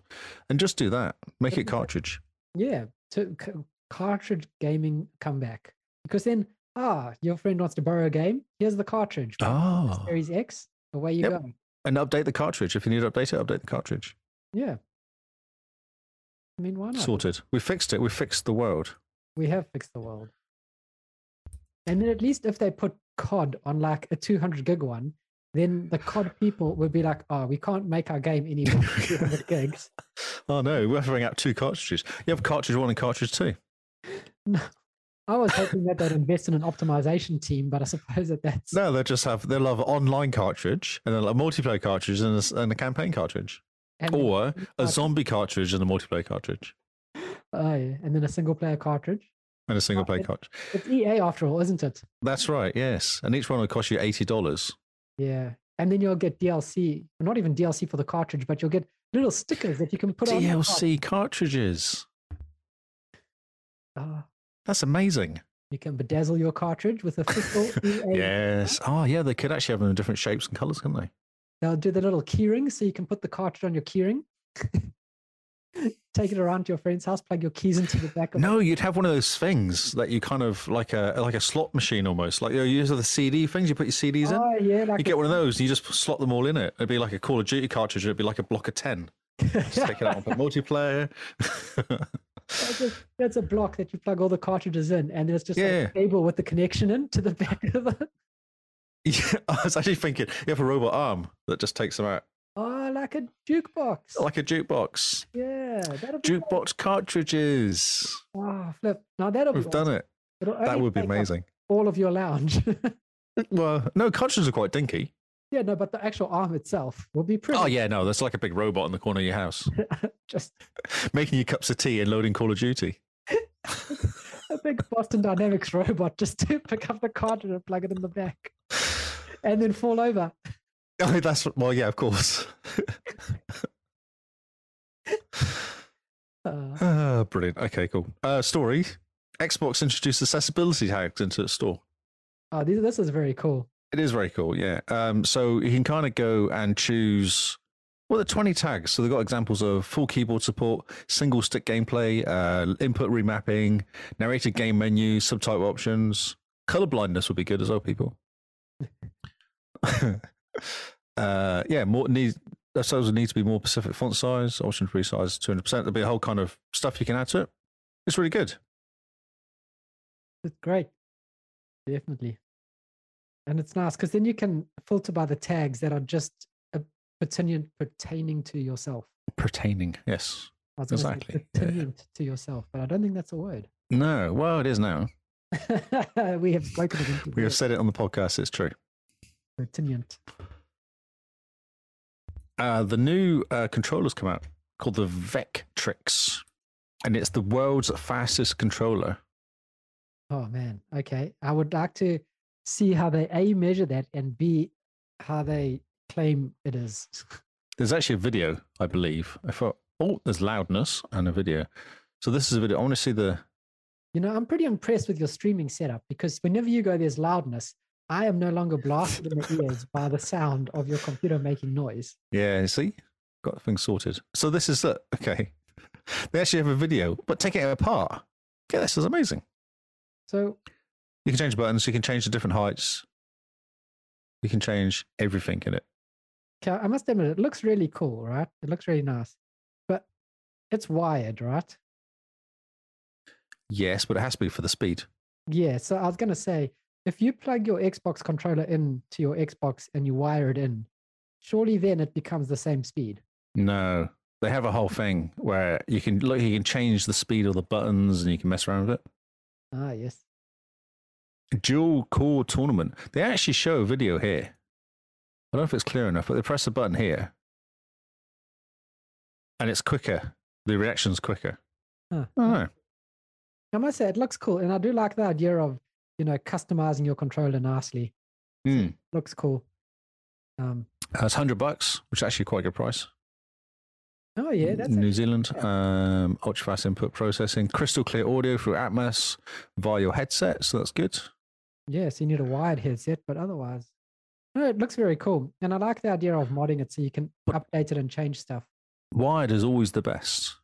Speaker 3: And just do that. Make it
Speaker 1: Yeah.
Speaker 3: cartridge.
Speaker 1: Yeah, to c- cartridge gaming comeback because then ah, your friend wants to borrow a game. Here's the cartridge. for
Speaker 3: Oh.
Speaker 1: Series X. Away you
Speaker 3: Yep.
Speaker 1: go.
Speaker 3: And update the cartridge. If you need to update it, update the cartridge.
Speaker 1: Yeah. I mean, why not?
Speaker 3: Sorted. We fixed it. We fixed the world.
Speaker 1: We have fixed the world. And then at least if they put COD on like a 200 gig one, then the
Speaker 3: *laughs*
Speaker 1: COD people would be like, oh, we can't make our game anymore.
Speaker 3: *laughs*
Speaker 1: 200 gigs.
Speaker 3: Oh, no. We're throwing out two cartridges. You have cartridge one and cartridge two.
Speaker 1: I was hoping that they'd invest in an optimization team, but I suppose that that's.
Speaker 3: No, they'll just have, they'll have an online cartridge and then a multiplayer cartridge and a, s- and a campaign cartridge.
Speaker 1: and then-
Speaker 3: Or a
Speaker 1: cartridge.
Speaker 3: zombie cartridge and a multiplayer cartridge
Speaker 1: Oh, yeah. And then a single player cartridge.
Speaker 3: and a single player
Speaker 1: Right.
Speaker 3: cartridge.
Speaker 1: It's EA after all, isn't it?
Speaker 3: That's right. Yes, and each one will cost you eighty dollars.
Speaker 1: Yeah. And then you'll get DLC, not even DLC for the cartridge, but you'll get little stickers that you can put on. the cart-
Speaker 3: DLC cartridges.
Speaker 1: Ah,
Speaker 3: That's amazing.
Speaker 1: you can bedazzle your cartridge with E official
Speaker 3: *laughs*
Speaker 1: EA
Speaker 3: Yes. Oh, yeah. They could actually have them in different shapes and colors, couldn't they?
Speaker 1: They'll do the little keyring, so you can put the cartridge on your keyring. *laughs* Take it around to your friend's house, plug your keys into the back of
Speaker 3: No, you'd have one of those things that you kind of like a like a slot machine almost. Like you know, you use the CD things. You put your CDs in.
Speaker 1: Oh, yeah, like
Speaker 3: You
Speaker 1: a-
Speaker 3: get one of those, and you just slot them all in it. It'd be like a Call of Duty cartridge. It'd be like a block of ten.
Speaker 1: *laughs*
Speaker 3: *laughs* Just take it out and put multiplayer.
Speaker 1: that's, a, that's a block that you plug all the cartridges in, and then it's just like
Speaker 3: Yeah.
Speaker 1: a cable with the connection in to the back *laughs* of the.
Speaker 3: yeah, I was actually thinking you have a robot arm that just takes them out.
Speaker 1: Oh, like a jukebox.
Speaker 3: *laughs* like a jukebox.
Speaker 1: yeah, that'll be.
Speaker 3: Jukebox cartridges.
Speaker 1: Ah, flip. Now that'll
Speaker 3: We've
Speaker 1: be.
Speaker 3: done it. That would be amazing.
Speaker 1: All of your lounge. *laughs*
Speaker 3: Well, no, cartridges are quite dinky.
Speaker 1: yeah, no, but the actual arm itself will be pretty.
Speaker 3: Oh yeah, no, that's like a big robot in the corner of your house,
Speaker 1: Just
Speaker 3: making you cups of tea and loading Call of Duty. *laughs*
Speaker 1: a big Boston Dynamics *laughs* robot just to pick up the cartridge and plug it in the back, and then fall over.
Speaker 3: Oh, that's well, yeah, of course.
Speaker 1: Uh,
Speaker 3: Ah, brilliant. Okay, cool. Uh, story: Xbox introduced accessibility tags into its store.
Speaker 1: oh, these, this is very cool.
Speaker 3: It is very cool, yeah. Um, so you can kind of go and choose. Well, the 20 tags. So they've got examples of full keyboard support, single stick gameplay, uh, input remapping, narrated game menu, subtitle options. Color blindness would be good as well, people. *laughs* uh, yeah, more need. That says need to be more specific font size, option to resize 200%. There'll be a whole kind of stuff you can add to it. It's really good.
Speaker 1: It's great, definitely, and it's nice because then you can filter by the tags that are just uh, pertinent pertaining to yourself.
Speaker 3: Pertaining, yes.
Speaker 1: I was gonna say
Speaker 3: Exactly, yeah.
Speaker 1: Continent to yourself, but I don't think that's a word. *laughs*
Speaker 3: No, well, it is now.
Speaker 1: we have spoken it into word,
Speaker 3: We have said it on the podcast. It's true.
Speaker 1: continent.
Speaker 3: Uh, the new uh, controller's come out called the Vectrix, and it's the world's fastest controller.
Speaker 1: Oh man. Okay. I would like to see how they A measure that and B how they claim it is.
Speaker 3: There's actually a video, I believe. I thought, oh, there's loudness and a video. So this is a video. I want to see the.
Speaker 1: You know, I'm pretty impressed with your streaming setup because whenever you go there's loudness, I am no longer blasted in the ears by the sound of your computer making noise.
Speaker 3: Yeah, you see, got things sorted. So this is the *laughs* okay. They actually have a video, but take it apart. Okay, this is amazing.
Speaker 1: So
Speaker 3: You can change buttons. You can change the different heights. You can change everything in it.
Speaker 1: okay, I must admit it looks really cool, right? It looks really nice. But it's wired, right?
Speaker 3: Yes, but it has to be for the speed.
Speaker 1: Yeah, so I was going to say if you plug your Xbox controller in to your Xbox and you wire it in, surely then it becomes the same speed.
Speaker 3: No, they have a whole thing where you can look. You can change the speed of the buttons, and you can mess around with it.
Speaker 1: Ah, yes.
Speaker 3: Dual core tournament. They actually show a video here. I don't know if it's clear enough, but they press the button here, and it's quicker. The reaction's quicker.
Speaker 1: Huh.
Speaker 3: I don't know.
Speaker 1: I must say it looks cool, and I do like the idea of you know customizing your controller nicely.
Speaker 3: Hmm.
Speaker 1: Looks cool. Um,
Speaker 3: Uh, it's hundred bucks, which is actually quite a good price.
Speaker 1: oh yeah, that's
Speaker 3: New
Speaker 1: actually-
Speaker 3: Zealand. Um, ultra fast input processing, crystal clear audio through Atmos via your headset, so that's good.
Speaker 1: yeah. So you need a wired headset, but otherwise, no, it looks very cool, and I like the idea of modding it so you can update it and change stuff.
Speaker 3: Wired is always the best.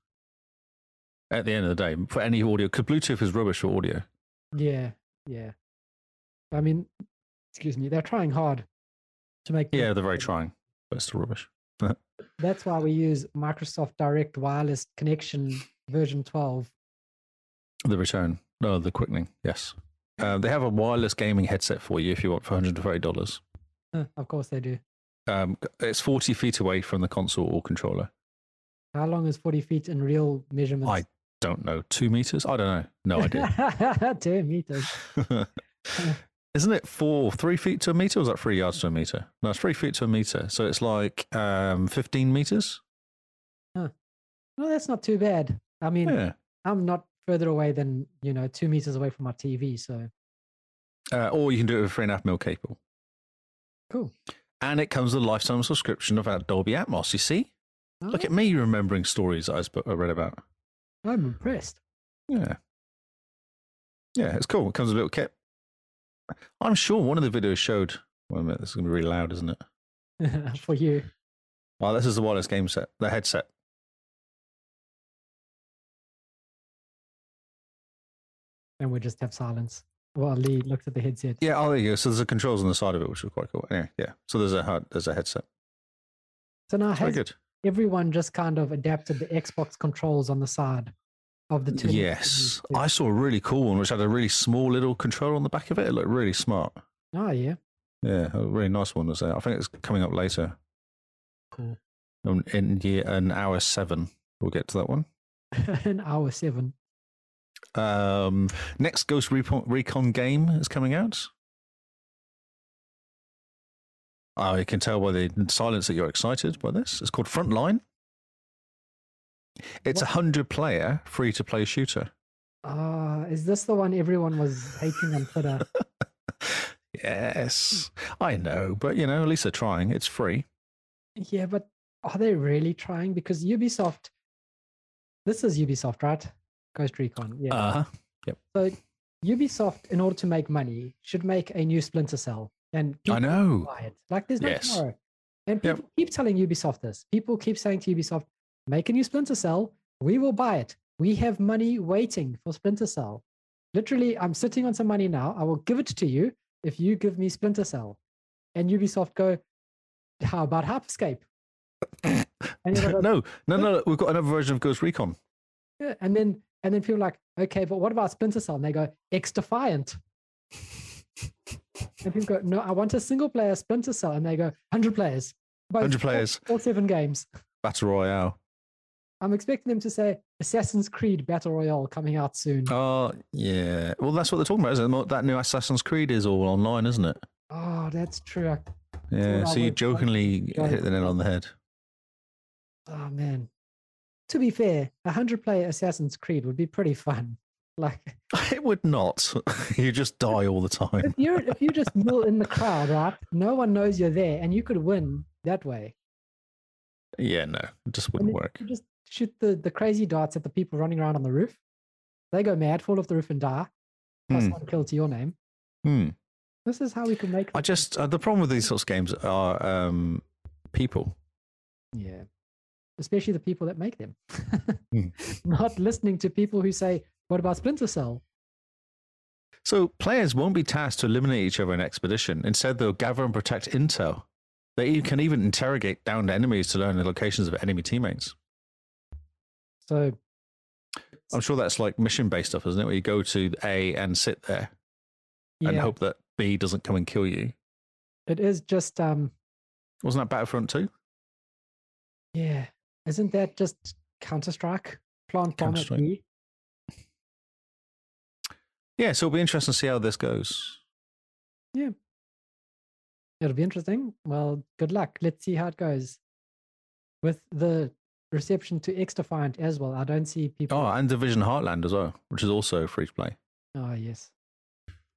Speaker 3: At the end of the day, for any audio, because Bluetooth is rubbish for audio.
Speaker 1: Yeah, yeah. I mean, excuse me, they're trying hard to make.
Speaker 3: Yeah,
Speaker 1: Bluetooth
Speaker 3: they're very
Speaker 1: better.
Speaker 3: trying, but it's still rubbish.
Speaker 1: That's why we use Microsoft Direct Wireless Connection version twelve.
Speaker 3: The return, no, the quickening. Yes, uh, they have a wireless gaming headset for you if you want for one hundred and thirty dollars.
Speaker 1: Huh, of course they do.
Speaker 3: Um, it's forty feet away from the console or controller.
Speaker 1: How long is forty feet in real measurements?
Speaker 3: I don't know, two meters. I don't know,
Speaker 1: *laughs*
Speaker 3: no idea. *laughs*
Speaker 1: Ten meters.
Speaker 3: Isn't it four, three feet to a meter? Or is that three yards to a meter? No, it's three feet to a meter. So it's like um, 15 meters.
Speaker 1: No, that's not too bad. I mean,
Speaker 3: Yeah.
Speaker 1: I'm not further away than you know two meters away from my TV, so
Speaker 3: Uh, or you can do it with a three and a half mil cable.
Speaker 1: cool.
Speaker 3: And it comes with a lifetime subscription of our Dolby Atmos. You see? Look
Speaker 1: Oh,
Speaker 3: at me remembering stories I sp- I read about.
Speaker 1: I'm impressed. *laughs*
Speaker 3: Yeah. Yeah, it's cool. It comes with a little kit. I'm sure one of the videos showed. Wait a minute, this is going to be really loud, isn't it?
Speaker 1: For you,
Speaker 3: Well, this is the wireless game set, the headset.
Speaker 1: and we just have silence. Well, Lee looks at the headset.
Speaker 3: Yeah, oh, there you go. So there's a controls on the side of it, which is quite cool. Anyway, yeah. So there's a hard, there's a headset.
Speaker 1: So now
Speaker 3: Very
Speaker 1: has
Speaker 3: good.
Speaker 1: everyone just kind of adapted the Xbox controls on the side of the two?
Speaker 3: Yes, I saw a really cool one which had a really small little controller on the back of it. It looked really smart.
Speaker 1: Oh yeah, *laughs*
Speaker 3: Yeah, a really nice one was there. I think it's coming up later.
Speaker 1: Cool.
Speaker 3: Um, in year, an hour seven, we'll get to that one.
Speaker 1: an hour seven.
Speaker 3: Um, next Ghost Recon, Recon game is coming out. Oh, you can tell by the silence that you're excited by this. It's called Frontline. It's a hundred player free to play shooter. *laughs*
Speaker 1: Ah, is this the one everyone was hating on Twitter?
Speaker 3: Yes, I know, but you know, at least they're trying. It's free.
Speaker 1: yeah, but are they really trying? Because Ubisoft, this is Ubisoft, right? Ghost Recon. Yeah.
Speaker 3: Uh-huh.
Speaker 1: So Ubisoft, in order to make money, should make a new Splinter Cell, and
Speaker 3: I
Speaker 1: people
Speaker 3: know.
Speaker 1: buy it. Like there's no
Speaker 3: Yes.
Speaker 1: tomorrow. And
Speaker 3: Yep.
Speaker 1: people keep telling Ubisoft this. People keep saying to Ubisoft, "Make a new Splinter Cell. We will buy it. We have money waiting for Splinter Cell. Literally, I'm sitting on some money now. I will give it to you if you give me Splinter Cell." And Ubisoft go, "How about
Speaker 3: *laughs*
Speaker 1: Harpscape?" and, everyone goes,
Speaker 3: no, no, no. We've got another version of Ghost Recon.
Speaker 1: "Yeah." and then and then people are like, "Okay, but what about Splinter Cell?" And they go, "X Defiant." And people go, no, I want a single player Splinter Cell. And they go, 100 players. Both
Speaker 3: 100
Speaker 1: all-
Speaker 3: players.
Speaker 1: All seven games.
Speaker 3: Battle Royale.
Speaker 1: I'm expecting them to say Assassin's Creed Battle Royale coming out soon. Oh,
Speaker 3: Oh, yeah. Well, that's what they're talking about, isn't it? That new Assassin's Creed is all online, isn't it?
Speaker 1: Oh, that's true. I-
Speaker 3: Yeah.
Speaker 1: what I
Speaker 3: So you
Speaker 1: would-
Speaker 3: jokingly
Speaker 1: I-
Speaker 3: hit the nail on the head. *laughs*
Speaker 1: Oh man. To be fair, a hundred player Assassin's Creed would be pretty fun. *laughs* Like
Speaker 3: It would not. *laughs* you just die all the time. *laughs*
Speaker 1: if you're if you just mill in the crowd, right? No one knows you're there, and you could win that way.
Speaker 3: Yeah, no, it just
Speaker 1: And
Speaker 3: wouldn't
Speaker 1: then
Speaker 3: work.
Speaker 1: You just shoot the the crazy darts at the people running around on the roof. They go mad, fall off the roof, and die. Plus
Speaker 3: Hmm.
Speaker 1: one kill to your name.
Speaker 3: Hmm.
Speaker 1: This is how we can make.
Speaker 3: I
Speaker 1: this-
Speaker 3: just uh, the problem with these sorts of games are um, people.
Speaker 1: *laughs* yeah, especially the people that make them.
Speaker 3: Hmm.
Speaker 1: *laughs* Not listening to people who say, "What about Splinter Cell?"
Speaker 3: So players won't be tasked to eliminate each other in expedition. Instead, they'll gather and protect intel. They e- can even interrogate downed enemies to learn the locations of enemy teammates.
Speaker 1: So
Speaker 3: I'm sure that's like mission-based stuff, isn't it? Where you go to A and sit there
Speaker 1: yeah,
Speaker 3: and hope that B doesn't come and kill you.
Speaker 1: it is just um
Speaker 3: Wasn't that Battlefront 2?
Speaker 1: yeah. Isn't that just Counter Strike? Plant bomb at
Speaker 3: Counter-Strike.
Speaker 1: B.
Speaker 3: Yeah, so it'll be interesting to see how this goes.
Speaker 1: It'll be interesting. Well, good luck. Let's see how it goes. With the reception to X Defiant as well, I don't see people.
Speaker 3: Oh, and Division Heartland as well, which is also free to play.
Speaker 1: Oh, yes.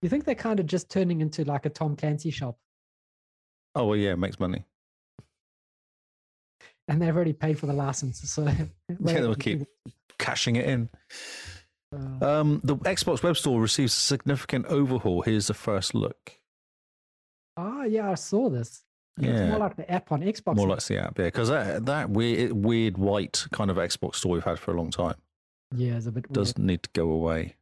Speaker 1: You think they're kind of just turning into like a Tom Clancy shop
Speaker 3: Oh, well, yeah, it makes money. *laughs*
Speaker 1: and they've already paid for the license. *laughs*
Speaker 3: *laughs*
Speaker 1: So
Speaker 3: Yeah, they'll
Speaker 1: will
Speaker 3: keep cashing it in.
Speaker 1: Uh,
Speaker 3: Um, the Xbox Web Store receives a significant overhaul. Here's the first look.
Speaker 1: oh, yeah, I saw this. It's more like the app on Xbox.
Speaker 3: More like the app, yeah, because that that weird, weird white kind of Xbox store we've had for a long time
Speaker 1: yeah, it's a bit
Speaker 3: does
Speaker 1: weird.
Speaker 3: need to go away.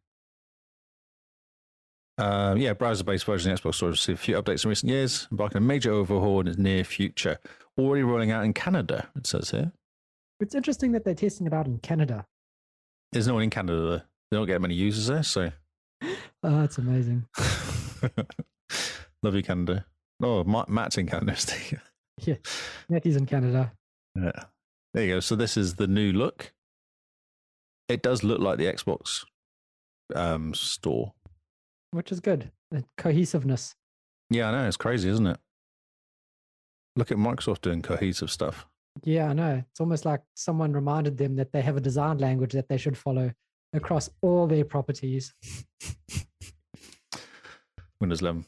Speaker 3: Um, yeah, browser-based version of the Xbox Store has received a few updates in recent years, embarking on a major overhaul in its near future. Already rolling out in Canada, it says here.
Speaker 1: It's interesting that they're testing it out in Canada.
Speaker 3: There's no one in Canada. Though. They don't get many users there, so *laughs*
Speaker 1: Oh, that's amazing.
Speaker 3: love you, Canada. Oh, Ma- Matt's in Canada. *laughs* isn't he?
Speaker 1: Nettie's in Canada.
Speaker 3: Yeah. There you go. So this is the new look. It does look like the Xbox um, store.
Speaker 1: which is good. The cohesiveness.
Speaker 3: Yeah, I know. It's crazy, isn't it? Look at Microsoft doing cohesive stuff.
Speaker 1: Yeah, I know. It's almost like someone reminded them that they have a design language that they should follow across all their properties. *laughs*
Speaker 3: Windows 11.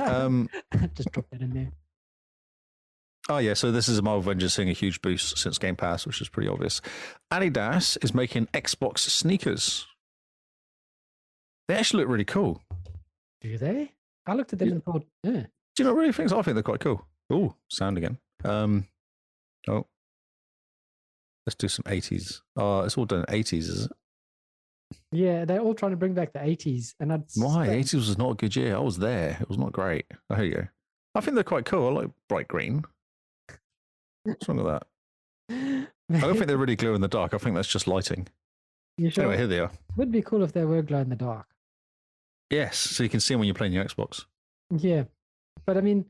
Speaker 3: Um,
Speaker 1: Just drop that in there.
Speaker 3: oh, yeah. So this is a Marvel Avengers seeing a huge boost since Game Pass, which is pretty obvious. Adidas is making Xbox sneakers. They actually look really cool.
Speaker 1: Do they? I looked at them
Speaker 3: Yeah.
Speaker 1: and thought, yeah,
Speaker 3: Do you not really think so? I think they're quite cool. Oh, sound again. Um, oh, let's do some eighties. Oh, it's all done eighties, is it?
Speaker 1: yeah, they're all trying to bring back the 80s. And I'd
Speaker 3: Why
Speaker 1: suspect- *laughs*
Speaker 3: eighties was not a good year. I was there. It was not great. Oh, here you go. I think they're quite cool. I like bright green. What's wrong with that? I don't think they're really glow in the dark. I think that's just lighting.
Speaker 1: you *laughs* sure?
Speaker 3: Anyway, here they are.
Speaker 1: Would be cool if they were glow in the dark.
Speaker 3: Yes, so you can see them when you're playing your Xbox. *laughs*
Speaker 1: Yeah. But I mean,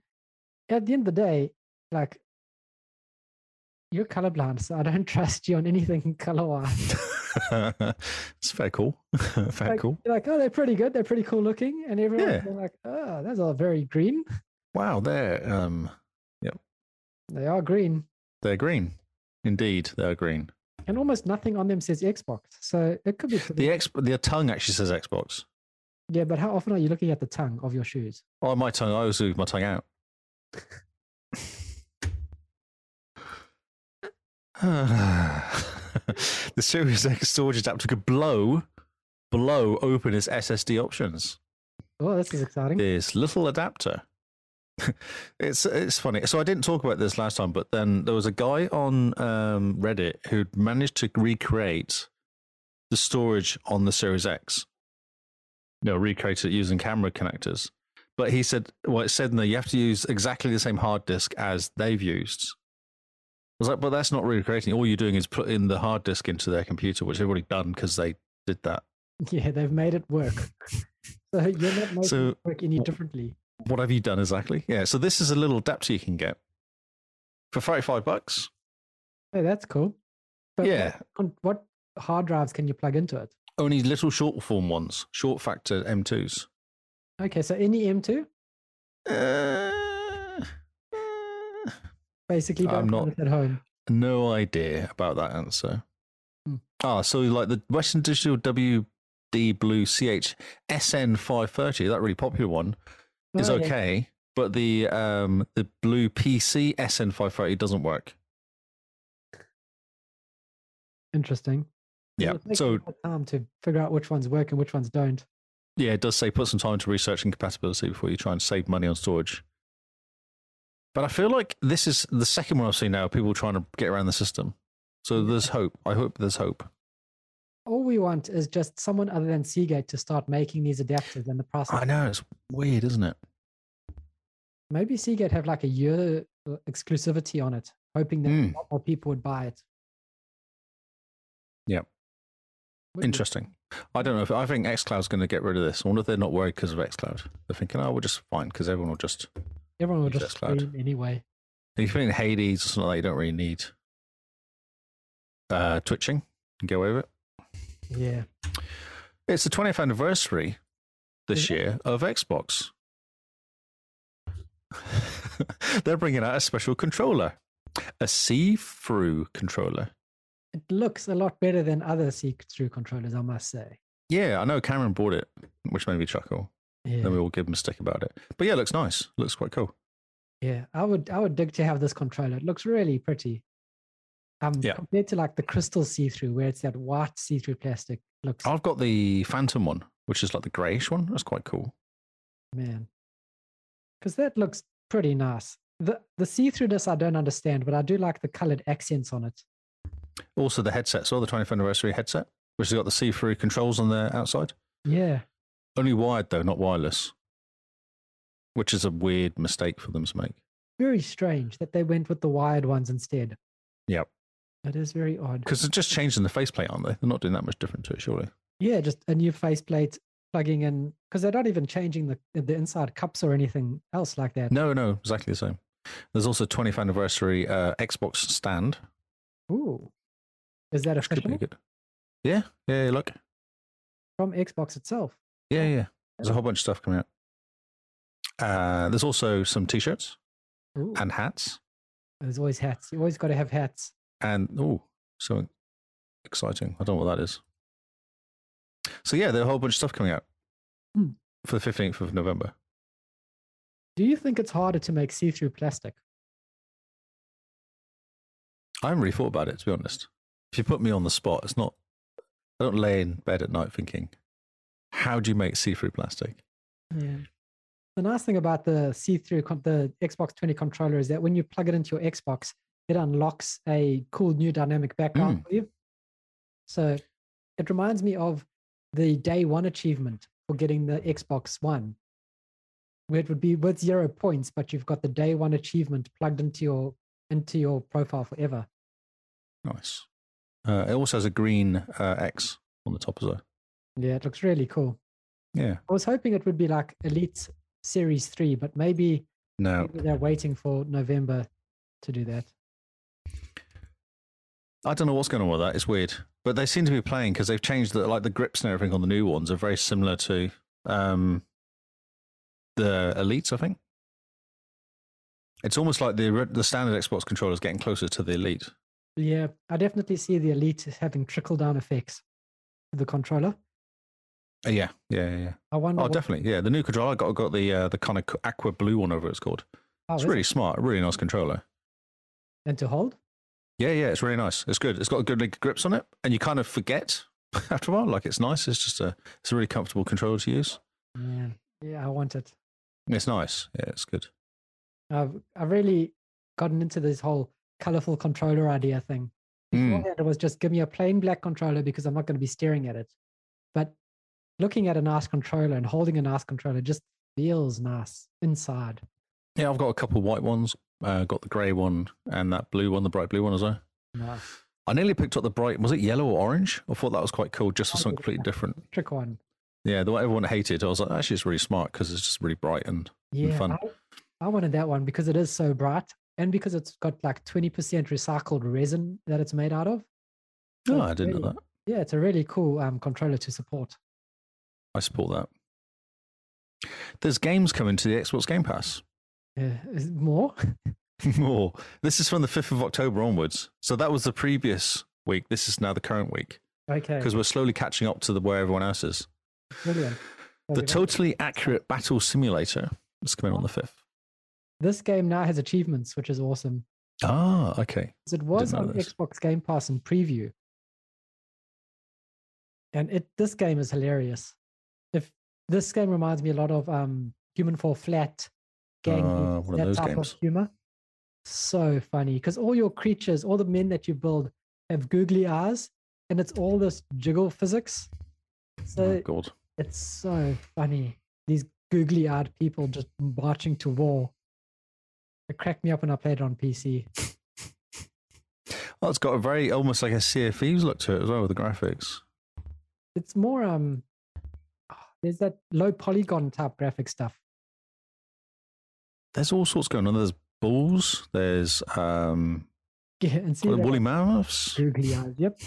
Speaker 1: at the end of the day, like, you're colorblind, so I don't *laughs* trust you on anything color wise.
Speaker 3: it's fair cool. *laughs* fair
Speaker 1: like,
Speaker 3: cool.
Speaker 1: you're like, oh, they're pretty good. They're pretty cool looking. And everyone's
Speaker 3: Yeah.
Speaker 1: been like, oh, those are very green.
Speaker 3: Wow, they're um
Speaker 1: They are green.
Speaker 3: they're green. Indeed, they're green.
Speaker 1: And almost nothing on them says Xbox. So it could be.
Speaker 3: The
Speaker 1: pretty-
Speaker 3: X, the tongue actually says Xbox.
Speaker 1: yeah, but how often are you looking at the tongue of your shoes?
Speaker 3: Oh, my tongue. I always leave my tongue out. *sighs* the *laughs* Series X storage adapter could blow, blow open its SSD options.
Speaker 1: Oh, this is exciting.
Speaker 3: This little adapter. *laughs* it's it's funny. So I didn't talk about this last time, but then there was a guy on um, Reddit who managed to recreate the storage on the Series X. No, recreate it using camera connectors. But he said, well, it said in there you have to use exactly the same hard disk as they've used. I was like, but that's not recreating. All you're doing is putting the hard disk into their computer, which they've already done because they did that.
Speaker 1: *laughs* Yeah, they've made it work.
Speaker 3: *laughs*
Speaker 1: so you're not making
Speaker 3: So-
Speaker 1: it work any differently.
Speaker 3: what have you done exactly? Yeah, so this is a little adapter you can get for 35 bucks.
Speaker 1: Hey, that's cool. But
Speaker 3: Yeah.
Speaker 1: What, what hard drives can you plug into it?
Speaker 3: Only little short form ones, short factor M2s.
Speaker 1: Okay, so E any M2
Speaker 3: Uh, uh,
Speaker 1: basically don't
Speaker 3: I'm
Speaker 1: run
Speaker 3: not-
Speaker 1: it at home.
Speaker 3: no idea about that answer.
Speaker 1: Hmm.
Speaker 3: Ah, so like the Western Digital WD Blue CH SN530, that really popular one, is
Speaker 1: Oh, yeah.
Speaker 3: okay, but the um the blue PC SN530 doesn't work.
Speaker 1: Interesting.
Speaker 3: Yeah.
Speaker 1: It takes a
Speaker 3: So
Speaker 1: lot of time to figure out which ones work and which ones don't.
Speaker 3: yeah, it does say put some time to research and compatibility before you try and save money on storage. But I feel like this is the second one I've seen now. People trying to get around the system. So there's hope. I hope there's hope.
Speaker 1: All we want is just someone other than Seagate to start making these adapters and the price.
Speaker 3: I know it's weird, isn't it?
Speaker 1: Maybe Seagate have like a year uh, exclusivity on it, hoping that
Speaker 3: Mm.
Speaker 1: a lot more people would buy it.
Speaker 3: Yep.
Speaker 1: Would- would-
Speaker 3: Interesting. I don't know if I think XCloud's going to get rid of this. I wonder if they're not worried because of XCloud. They're thinking, oh, we're just fine because everyone will just.
Speaker 1: Everyone would
Speaker 3: Use
Speaker 1: just
Speaker 3: xCloud.
Speaker 1: scream anyway.
Speaker 3: If you're in Hades or something like that, you don't really need uh, twitching. You can get away with it.
Speaker 1: Yeah.
Speaker 3: It's the 20th anniversary this
Speaker 1: Is it?
Speaker 3: year of Xbox. *laughs* They're bringing out a special controller, a see through controller.
Speaker 1: It looks a lot better than other see-through controllers, I must say.
Speaker 3: Yeah, I know Cameron bought it, which made me chuckle.
Speaker 1: Yeah.
Speaker 3: Then we all give him a stick about it. But yeah, it looks nice. Looks quite cool.
Speaker 1: Yeah, I would I would dig to have this controller. It looks really pretty. Um,
Speaker 3: Yeah.
Speaker 1: compared to like the crystal see through, where it's that white see through plastic. Looks
Speaker 3: I've got the Phantom one, which is like the grayish one. That's quite cool.
Speaker 1: man, because that looks pretty nice. The the see throughness I don't understand, but I do like the colored accents on it.
Speaker 3: Also, the headset as well, the 20th anniversary headset, which has got the see through controls on the outside.
Speaker 1: Yeah,
Speaker 3: Only wired, though, not wireless, which is a weird mistake for them to make.
Speaker 1: very strange that they went with the wired ones instead.
Speaker 3: Yep.
Speaker 1: That is very odd.
Speaker 3: Because they're just changing the faceplate, aren't they? They're not doing that much different to it, surely.
Speaker 1: Yeah, just a new faceplate plugging in because they're not even changing the the inside cups or anything else like that.
Speaker 3: No, no, exactly the same. There's also 20th anniversary uh, Xbox stand,
Speaker 1: Ooh, is that
Speaker 3: which could be
Speaker 1: official
Speaker 3: good. Yeah, yeah, yeah, look.
Speaker 1: from Xbox itself?
Speaker 3: Yeah, yeah. There's a whole bunch of stuff coming out. Uh, there's also some t shirts
Speaker 1: Ooh.
Speaker 3: and hats.
Speaker 1: There's always hats. You always got to have hats.
Speaker 3: And, oh, so exciting. I don't know what that is. So, yeah, there's a whole bunch of stuff coming out
Speaker 1: Hmm.
Speaker 3: for the 15th of November.
Speaker 1: Do you think it's harder to make see-through plastic?
Speaker 3: I haven't really thought about it, to be honest. If you put me on the spot, it's not. I don't lay in bed at night thinking, how do you make see through plastic?
Speaker 1: Yeah. The nice thing about the see-through con- the Xbox 20 controller is that when you plug it into your Xbox, it unlocks a cool new dynamic background for you. So it reminds me of the day one achievement for getting the Xbox One, where it would be with zero points, but you've got the day one achievement plugged into your into your profile forever.
Speaker 3: Nice. Uh, it also has a green uh, X on the top as well.
Speaker 1: Yeah, it looks really cool.
Speaker 3: Yeah.
Speaker 1: I was hoping it would be like Elite Series 3, but maybe,
Speaker 3: No,
Speaker 1: maybe they're waiting for November to do that.
Speaker 3: I don't know what's going on with that. It's weird, but they seem to be playing because they've changed the like the grips and everything on the new ones are very similar to um, the elites. I think it's almost like the re- the standard Xbox controller is getting closer to the elite.
Speaker 1: Yeah, I definitely see the Elite as having trickle down effects to the controller.
Speaker 3: Uh, yeah, yeah, yeah. yeah.
Speaker 1: I wonder.
Speaker 3: Oh,
Speaker 1: what-
Speaker 3: definitely. Yeah, the new controller I got got the uh, the kind of aqua blue one over it's called.
Speaker 1: how
Speaker 3: it's
Speaker 1: Oh, is it?
Speaker 3: really smart, really nice controller.
Speaker 1: And to hold?
Speaker 3: Yeah, yeah, it's really nice. It's good. It's got good like, grips on it, and you kind of forget *laughs* after a while. Like it's nice. It's just a it's a really comfortable controller to use. Mm.
Speaker 1: Yeah, yeah, I want it.
Speaker 3: It's nice. Yeah, it's good.
Speaker 1: I've I've really gotten into this whole colorful controller idea thing.
Speaker 3: Mm.
Speaker 1: Beforehand, it was just give me a plain black controller because I'm not going to be staring at it. But looking at a nice controller and holding a nice controller just feels nice inside.
Speaker 3: Yeah, I've got a couple white ones. Uh, got the grey one and that blue one, the bright blue one as well.
Speaker 1: Nice.
Speaker 3: I nearly picked up the bright. Was it yellow or orange? I thought that was quite cool, just for
Speaker 1: Oh,
Speaker 3: something
Speaker 1: yeah.
Speaker 3: completely different.
Speaker 1: trick one.
Speaker 3: Yeah, the one everyone hated. I was like, actually, it's really smart because it's just really bright and
Speaker 1: Yeah,
Speaker 3: fun.
Speaker 1: I, I wanted that one because it is so bright and because it's got like 20% recycled resin that it's made out of. it's
Speaker 3: No, Oh, I didn't know
Speaker 1: Oh, really-
Speaker 3: that.
Speaker 1: Yeah, it's a really cool um, controller to support.
Speaker 3: I support that. There's games coming to the Xbox Game Pass. *laughs*
Speaker 1: Yeah, is it more? *laughs*
Speaker 3: More. This is from the 5th of October onwards. So that was the previous week. This is now the current week
Speaker 1: Okay,
Speaker 3: because we're slowly catching up to the where everyone else is.
Speaker 1: brilliant.
Speaker 3: The
Speaker 1: Okay.
Speaker 3: totally accurate battle simulator is coming on the 5th.
Speaker 1: this game now has achievements, which is awesome.
Speaker 3: Ah, okay.
Speaker 1: 'Cause It was
Speaker 3: know
Speaker 1: on
Speaker 3: this.
Speaker 1: Xbox Game Pass in preview, and it this game is hilarious. If this game reminds me a lot of um, Human Fall Flat, Gang Beasts,
Speaker 3: Ah, one of
Speaker 1: that
Speaker 3: those
Speaker 1: type
Speaker 3: games.
Speaker 1: of humor. So funny because all your creatures, all the men that you build, have googly eyes, and it's all this jiggle physics. So
Speaker 3: Oh, God.
Speaker 1: it's so funny. These googly eyed people just marching to war. It cracked me up when I played it on PC.
Speaker 3: Well, Oh, it's got a very almost like a Sea of Thieves look to it as well with the graphics.
Speaker 1: It's more um ah, there's that low polygon type graphic stuff. *laughs*
Speaker 3: There's all sorts going on. There's bulls. There's um,
Speaker 1: Yeah, and see
Speaker 3: what,
Speaker 1: that
Speaker 3: woolly mammoths.
Speaker 1: googly eyes. Yep.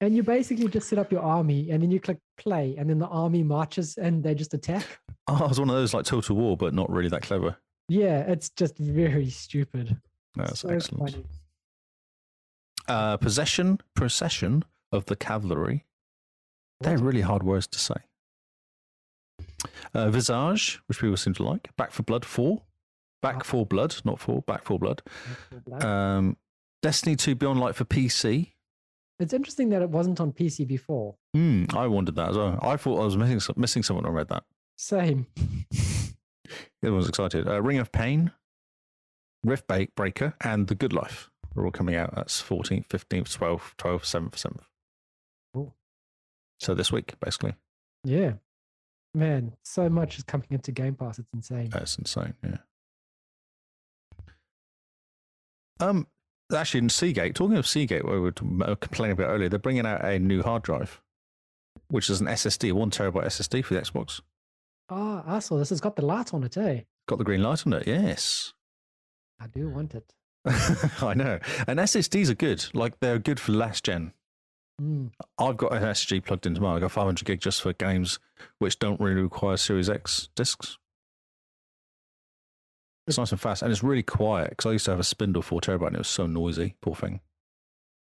Speaker 1: And you basically just set up your army and then you click play and then the army marches and they just attack.
Speaker 3: Oh, it's one of those like Total War, but not really that clever.
Speaker 1: Yeah, it's just very stupid.
Speaker 3: That's
Speaker 1: So
Speaker 3: excellent.
Speaker 1: funny.
Speaker 3: Uh, possession, procession of the cavalry. They're really hard words to say. Uh, Visage, which people seem to like. Back for Blood 4. Back for Blood, not 4, Back for Blood.
Speaker 1: Natural blood.
Speaker 3: Um, Destiny 2 Beyond Light for PC.
Speaker 1: It's interesting that it wasn't on PC before.
Speaker 3: Hmm, I wondered that as well. I thought I was missing, some- missing someone when I read that.
Speaker 1: Same.
Speaker 3: Everyone's excited. Uh, Ring of Pain, Rift Ba- Breaker, and The Good Life are all coming out. That's 14th, 15th, 12th, 12th, 7th, 7th.
Speaker 1: Cool.
Speaker 3: So this week, basically.
Speaker 1: Yeah. Man, so much is coming into Game Pass. It's insane.
Speaker 3: That's insane, yeah. Um, actually, in Seagate, talking of Seagate, where we were t- uh, complaining about earlier, they're bringing out a new hard drive, which is an SSD, one terabyte SSD for the Xbox.
Speaker 1: Ah, I saw this. It's got the light on it, eh?
Speaker 3: Got the green light on it, yes. *laughs*
Speaker 1: I
Speaker 3: Hmm.
Speaker 1: do want it.
Speaker 3: I know. And SSDs are good. Like, they're good for last gen.
Speaker 1: Mm,
Speaker 3: I've got an SSD plugged into mine. I've got 500 gig just for games which don't really require Series X discs. It's nice and fast, and it's really quiet because I used to have a Spindle 4 terabyte and it was so noisy. Poor thing.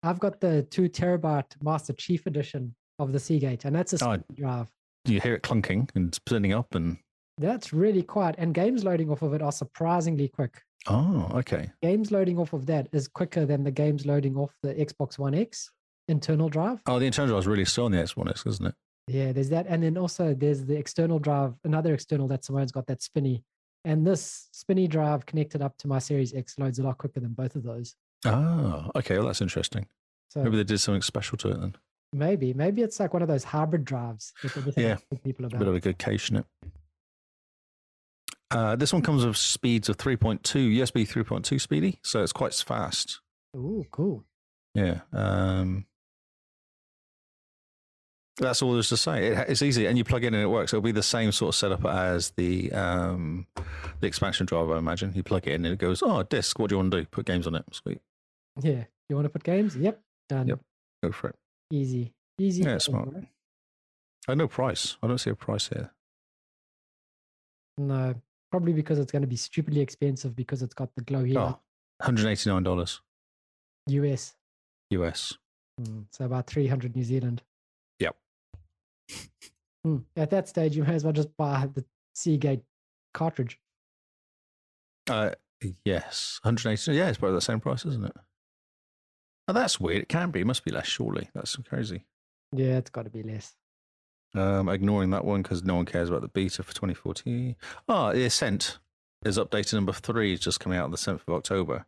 Speaker 1: I've got the two terabyte Master Chief Edition of the Seagate, and that's a
Speaker 3: Oh.
Speaker 1: speed drive.
Speaker 3: You hear it clunking and spinning up, and
Speaker 1: That's really quiet, and games loading off of it are surprisingly quick.
Speaker 3: oh, okay.
Speaker 1: Games loading off of that is quicker than the games loading off the Xbox One X internal drive.
Speaker 3: Oh, the internal drive is really slow on the X1 X, isn't it?
Speaker 1: Yeah, there's that. And then also there's the external drive, another external that Simone's got that spinny. And this spinny drive connected up to my Series X loads a lot quicker than both of those.
Speaker 3: Oh, okay. Well, that's interesting.
Speaker 1: So
Speaker 3: Maybe they did something special to it then.
Speaker 1: maybe, maybe it's like one of those hybrid drives
Speaker 3: *laughs*
Speaker 1: that they just
Speaker 3: Yeah,
Speaker 1: have to tell people
Speaker 3: A bit
Speaker 1: about.
Speaker 3: of a good case in it. Uh, this one comes with speeds of 3.2 USB 3.2 speedy, so it's quite fast.
Speaker 1: Ooh, cool.
Speaker 3: Yeah. Um, that's all there's to say. It, it's easy, and you plug in and it works. It'll be the same sort of setup as the um, the expansion drive, I imagine. You plug it in and it goes, "Oh, disk. What do you want to do? Put games on it. Sweet,
Speaker 1: Yeah. You want to put games? Yep. Done.
Speaker 3: Yep. go for it."
Speaker 1: Easy. Easy.
Speaker 3: Yeah,
Speaker 1: games,
Speaker 3: smart.
Speaker 1: right?
Speaker 3: I no price. I don't see a price here.
Speaker 1: No, probably because it's going to be stupidly expensive because it's got the glowy
Speaker 3: Oh, $189
Speaker 1: US.
Speaker 3: US.
Speaker 1: Mm, So about 300 New Zealand.
Speaker 3: Yep.
Speaker 1: Mm, At that stage, you may as well just buy the Seagate cartridge.
Speaker 3: Uh, yes, 180. Yeah, it's probably the same price, isn't it? Oh, that's weird. It can be. It must be less, surely. That's crazy.
Speaker 1: Yeah, it's got to be less.
Speaker 3: Um, ignoring that one because no one cares about the beta for 2014. Ah, the Ascent is updated number three, is just coming out on the 7th of October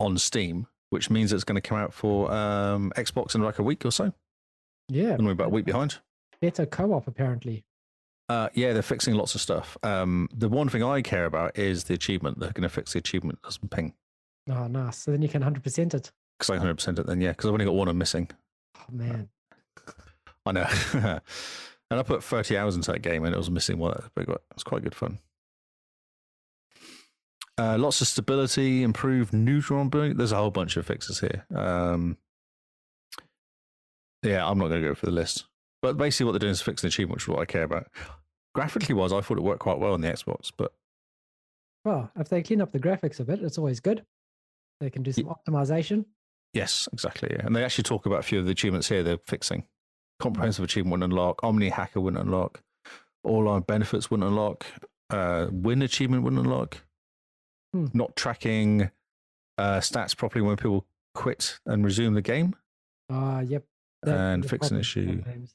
Speaker 3: on Steam, which means it's going to come out for um, Xbox in like a week or so.
Speaker 1: Yeah,
Speaker 3: And we're about a week behind.
Speaker 1: better co-op apparently.
Speaker 3: Uh, yeah, they're fixing lots of stuff. Um, the one thing I care about is the achievement. They're going to fix the achievement that doesn't ping
Speaker 1: Oh, nice. So then you can 100% it.
Speaker 3: because I 100% it then, yeah, because I've only got one I'm missing.
Speaker 1: Oh man,
Speaker 3: I know. *laughs* and I put 30 hours into that game and it was missing one. It was quite- it was quite good fun. Uh, lots of stability, improved neutron boot. There's a whole bunch of fixes here. Um, Yeah, I'm not going to go for the list. But basically, what they're doing is fixing the achievement, which is what I care about. Graphically wise, I thought it worked quite well on the Xbox, but
Speaker 1: Well, if they clean up the graphics a bit, it's always good. They can do some optimization.
Speaker 3: yes, exactly. Yeah. And they actually talk about a few of the achievements here they're fixing. Comprehensive achievement wouldn't unlock, Omni Hacker wouldn't unlock, All Our Benefits wouldn't unlock, uh, Win achievement wouldn't unlock,
Speaker 1: Hmm.
Speaker 3: not tracking uh, stats properly when people quit and resume the game.
Speaker 1: Ah, yep. that can
Speaker 3: And
Speaker 1: be a
Speaker 3: fix
Speaker 1: problem
Speaker 3: an issue.
Speaker 1: sometimes.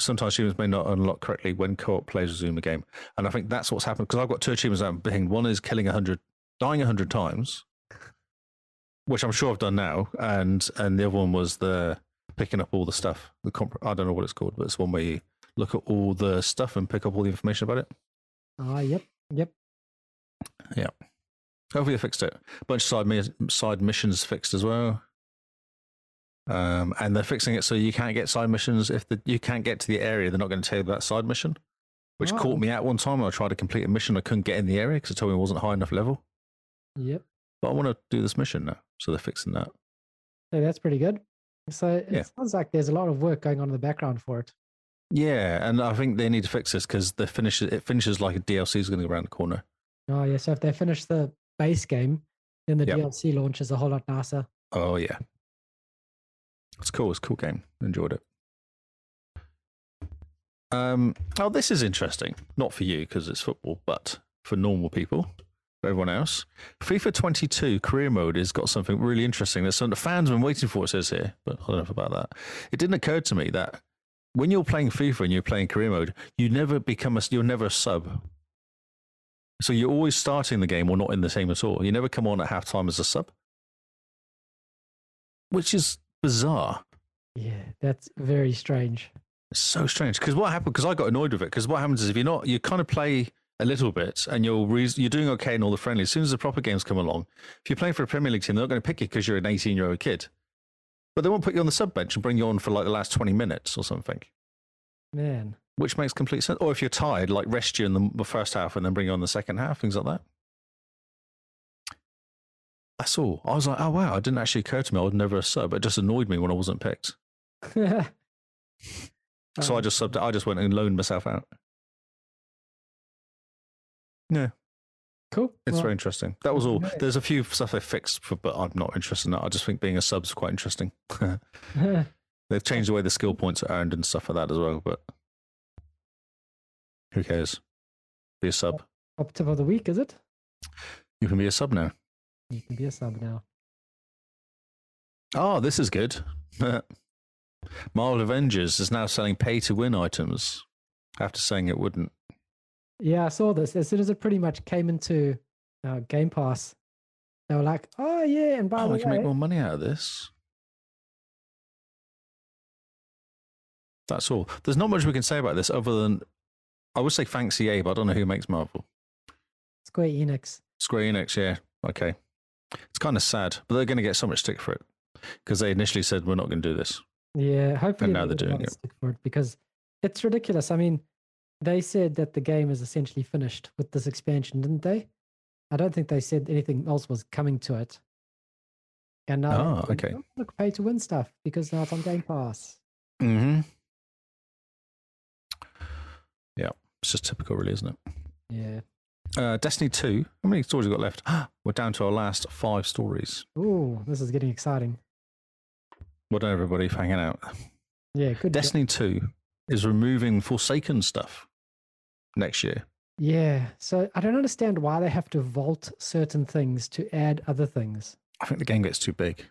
Speaker 3: sometimes humans may not unlock correctly when co-op players resume a game. And I think that's what's happened because I've got two achievements that I'm being. One is killing 100, dying 100 times, which I'm sure I've done now. And and the other one was the picking up all the stuff. The comp- I don't know what it's called, but it's one where you look at all the stuff and pick up all the information about it.
Speaker 1: Ah, yep. Yep.
Speaker 3: Hopefully they fixed it. bunch of side, mis- side missions fixed as well. Um, and they're fixing it so you can't get side missions if the, you can't get to the area. They're not going to tell you about side mission, which
Speaker 1: Oh.
Speaker 3: caught me out one time. I tried to complete a mission, I couldn't get in the area because it told me it wasn't high enough level.
Speaker 1: Yep.
Speaker 3: But I want to do this mission now, so they're fixing that.
Speaker 1: So that's pretty good. So it
Speaker 3: Yeah.
Speaker 1: sounds like there's a lot of work going on in the background for it.
Speaker 3: Yeah, and I think they need to fix this because the finish it finishes like a DLC is going to go around the corner.
Speaker 1: Oh, yeah. So if they finish the base game, then the
Speaker 3: Yep.
Speaker 1: DLC launches a whole lot nicer.
Speaker 3: Oh yeah, it's cool. It's a cool game. Enjoyed it. Um, oh, this is interesting. Not for you because it's football, but for normal people, for everyone else. FIFA 22 career mode has got something really interesting. There's something the fans have been waiting for. It says here, but I don't know if about that. It didn't occur to me that when you're playing FIFA and you're playing career mode, you never become a you're never a sub. So you're always starting the game or not in the team at all. You never come on at halftime as a sub which is bizarre.
Speaker 1: Yeah. That's very strange.
Speaker 3: It's so strange because what happened? Because I got annoyed with it. Because what happens is if you're not, you kind of play a little bit and you're re- you're doing okay in all the friendlies. As soon as the proper games come along, if you're playing for a Premier League team, they're not going to pick you because you're an 18 year old kid. But they won't put you on the sub bench and bring you on for like the last 20 minutes or something,
Speaker 1: Man. *laughs*
Speaker 3: which makes complete sense. Or if you're tired, like rest you in the- the first half and then bring you on the second half, things like that. That's all. I was like, oh wow, it didn't actually occur to me. I would never a sub. It just annoyed me when I wasn't picked. So I
Speaker 1: Um,
Speaker 3: just subbed. I just went and loaned myself out.
Speaker 1: Cool.
Speaker 3: It's
Speaker 1: well,
Speaker 3: very interesting. That was all.
Speaker 1: okay.
Speaker 3: There's a few stuff they fixed, for, but I'm not interested in that. I just think being a sub's quite interesting. They've changed the way the skill points are earned and stuff like that as well. But who cares? Be a sub.
Speaker 1: *laughs* Up tip of the week, is it?
Speaker 3: You can be a sub now.
Speaker 1: You can be a sub now.
Speaker 3: Oh, this is good. *laughs* Marvel Avengers is now selling pay to win items. After saying it wouldn't.
Speaker 1: Yeah, I saw this. As soon as it pretty much came into uh, Game Pass, they were like, oh, yeah, and by
Speaker 3: Oh,
Speaker 1: the
Speaker 3: I can make
Speaker 1: way,
Speaker 3: more money out of this. That's all. There's not much we can say about this other than I would say thanks EA, but I don't know who makes Marvel.
Speaker 1: Square Enix.
Speaker 3: Square Enix, yeah. Okay. It's kind of sad, but they're going to get so much stick for it because they initially said we're not going to do this.
Speaker 1: Yeah, hopefully.
Speaker 3: now
Speaker 1: they get
Speaker 3: they're
Speaker 1: a lot
Speaker 3: doing
Speaker 1: of
Speaker 3: it.
Speaker 1: stick For it because it's ridiculous. I mean, they said that the game is essentially finished with this expansion, didn't they? I don't think they said anything else was coming to it. And now, they're
Speaker 3: Ah,
Speaker 1: doing,
Speaker 3: okay.
Speaker 1: "Oh, Look, pay to win stuff because now it's on Game Pass.
Speaker 3: Mm-hmm. Yeah, it's just typical, really, isn't it?
Speaker 1: Yeah.
Speaker 3: Uh, Destiny 2, how many stories have we got left? *gasps* we're down to our last five stories.
Speaker 1: Ooh, this is getting exciting.
Speaker 3: Well done, everybody, for hanging out.
Speaker 1: Yeah, good. job.
Speaker 3: Destiny 2 is removing Forsaken stuff next year.
Speaker 1: Yeah. So I don't understand why they have to vault certain things to add other things.
Speaker 3: I think the game gets too big.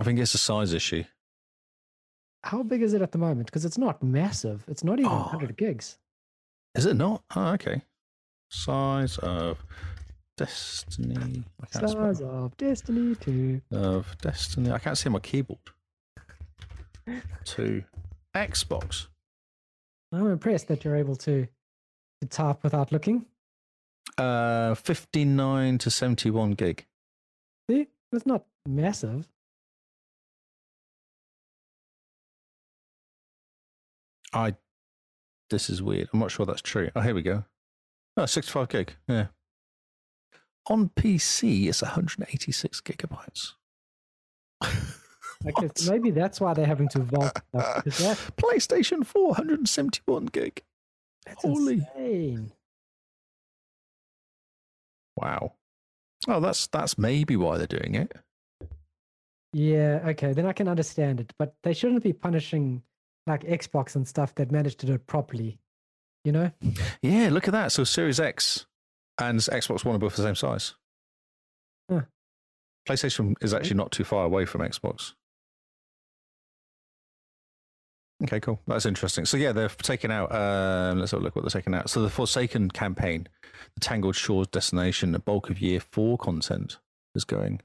Speaker 3: I think it's a size issue.
Speaker 1: How big is it at the moment? Because it's not massive. It's not even
Speaker 3: Oh.
Speaker 1: 100 gigs.
Speaker 3: Is it not? Oh, okay. Size of Destiny. I can't spell
Speaker 1: Stars of Destiny 2.
Speaker 3: of Destiny. I can't see my keyboard. to Xbox.
Speaker 1: I'm impressed that you're able to, to type without looking.
Speaker 3: Uh, 59 to 71 gig.
Speaker 1: See, it's not massive.
Speaker 3: I. This is weird. I'm not sure that's true. Oh, here we go. Oh, 65 gig. Yeah. On PC, it's 186 gigabytes.
Speaker 1: Like it's, maybe that's why they're having to vault
Speaker 3: *laughs*
Speaker 1: stuff. 'cause that-
Speaker 3: PlayStation 4, 171 gig.
Speaker 1: that's
Speaker 3: Holy.
Speaker 1: insane.
Speaker 3: Wow. Oh, that's that's maybe why they're doing it.
Speaker 1: Yeah, okay, then I can understand it. But they shouldn't be punishing like Xbox and stuff that managed to do it properly. You know?
Speaker 3: Yeah, look at that. So Series X and Xbox One are both the same size.
Speaker 1: Huh.
Speaker 3: PlayStation is actually not too far away from Xbox. Okay, cool. That's interesting. So yeah, they've taken out. Um, let's have a look what they're taking out. So the Forsaken campaign, the Tangled Shores destination, the bulk of Year Four content is going,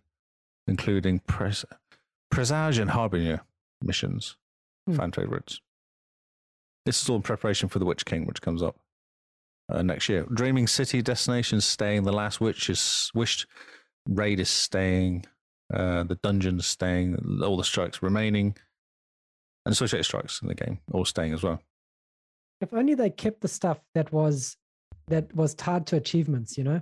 Speaker 3: including pres- Presage and Harbinger missions,
Speaker 1: Hmm.
Speaker 3: fan favorites. This is all in preparation for The Witch King, which comes up uh, next year. Dreaming City Destination's staying. The Last Witch is wished. Raid is staying. Uh, the Dungeon's staying. All the strikes remaining. And Associated Strikes in the game, all staying as well.
Speaker 1: If only they kept the stuff that was that was tied to achievements, you know?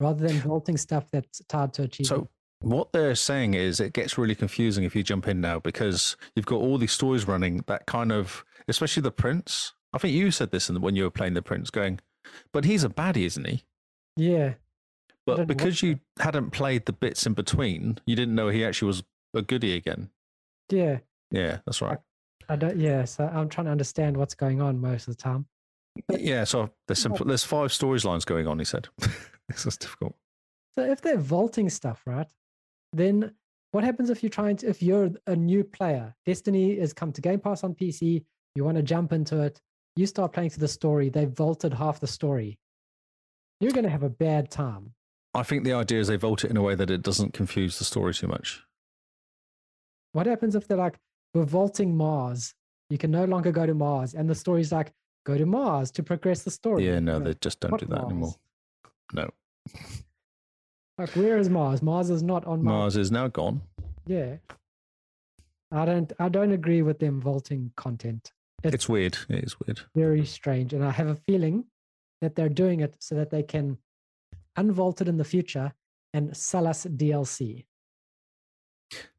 Speaker 1: Rather
Speaker 3: *laughs*
Speaker 1: than vaulting stuff that's tied to achievements.
Speaker 3: So what they're saying is it gets really confusing if you jump in now because you've got all these stories running that kind of, especially the Prince. I think you said this in the, when you were playing the Prince, going, but he's a baddie, isn't he?
Speaker 1: yeah. don't know
Speaker 3: But
Speaker 1: what
Speaker 3: because you hadn't played the bits in between, you didn't know he actually was a goodie again.
Speaker 1: Yeah.
Speaker 3: Yeah, that's right.
Speaker 1: I don't yeah, so I'm trying to understand what's going on most of the time.
Speaker 3: Yeah, so there's some, there's five storylines going on. He said, *laughs* "This is difficult."
Speaker 1: So if they're vaulting stuff, right? Then what happens if you're trying to if you're a new player? Destiny has come to Game Pass on PC, you want to jump into it, you start playing through the story, they've vaulted half the story. You're gonna have a bad time.
Speaker 3: I think the idea is they vault it in a way that it doesn't confuse the story too much.
Speaker 1: What happens if they're like, we're vaulting Mars? You can no longer go to Mars, and the story's like, go to Mars to progress the story.
Speaker 3: Yeah, no,
Speaker 1: Like,
Speaker 3: they just don't
Speaker 1: what
Speaker 3: do that
Speaker 1: Mars?
Speaker 3: anymore. No,
Speaker 1: Like, where is Mars? Mars is not
Speaker 3: *laughs*
Speaker 1: on Mars.
Speaker 3: Mars is now gone.
Speaker 1: Yeah. I don't I don't agree with them vaulting content. It's-
Speaker 3: It's, weird. It is weird.
Speaker 1: very strange. And I have a feeling that they're doing it so that they can unvault it in the future and sell us DLC.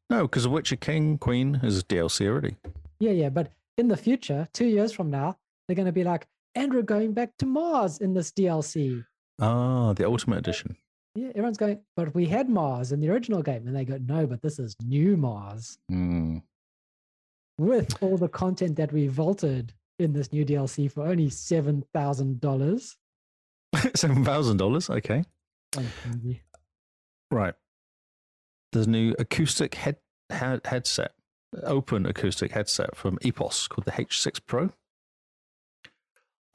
Speaker 3: No, because The Witcher King Queen is DLC already.
Speaker 1: Yeah, yeah. But in the future, two years from now, they're going to be like, and we're going back to Mars in this DLC.
Speaker 3: Ah, the Ultimate Edition.
Speaker 1: Yeah, everyone's going, but we had Mars in the original game. And they go, no, but this is new Mars
Speaker 3: Hmm. *laughs*
Speaker 1: with all the content that we vaulted in this new DLC for only $7,000.
Speaker 3: Seven thousand dollars. Okay.
Speaker 1: Sounds crazy.
Speaker 3: Right. There's a new acoustic head, head headset, open acoustic headset from Epos called the H6 Pro.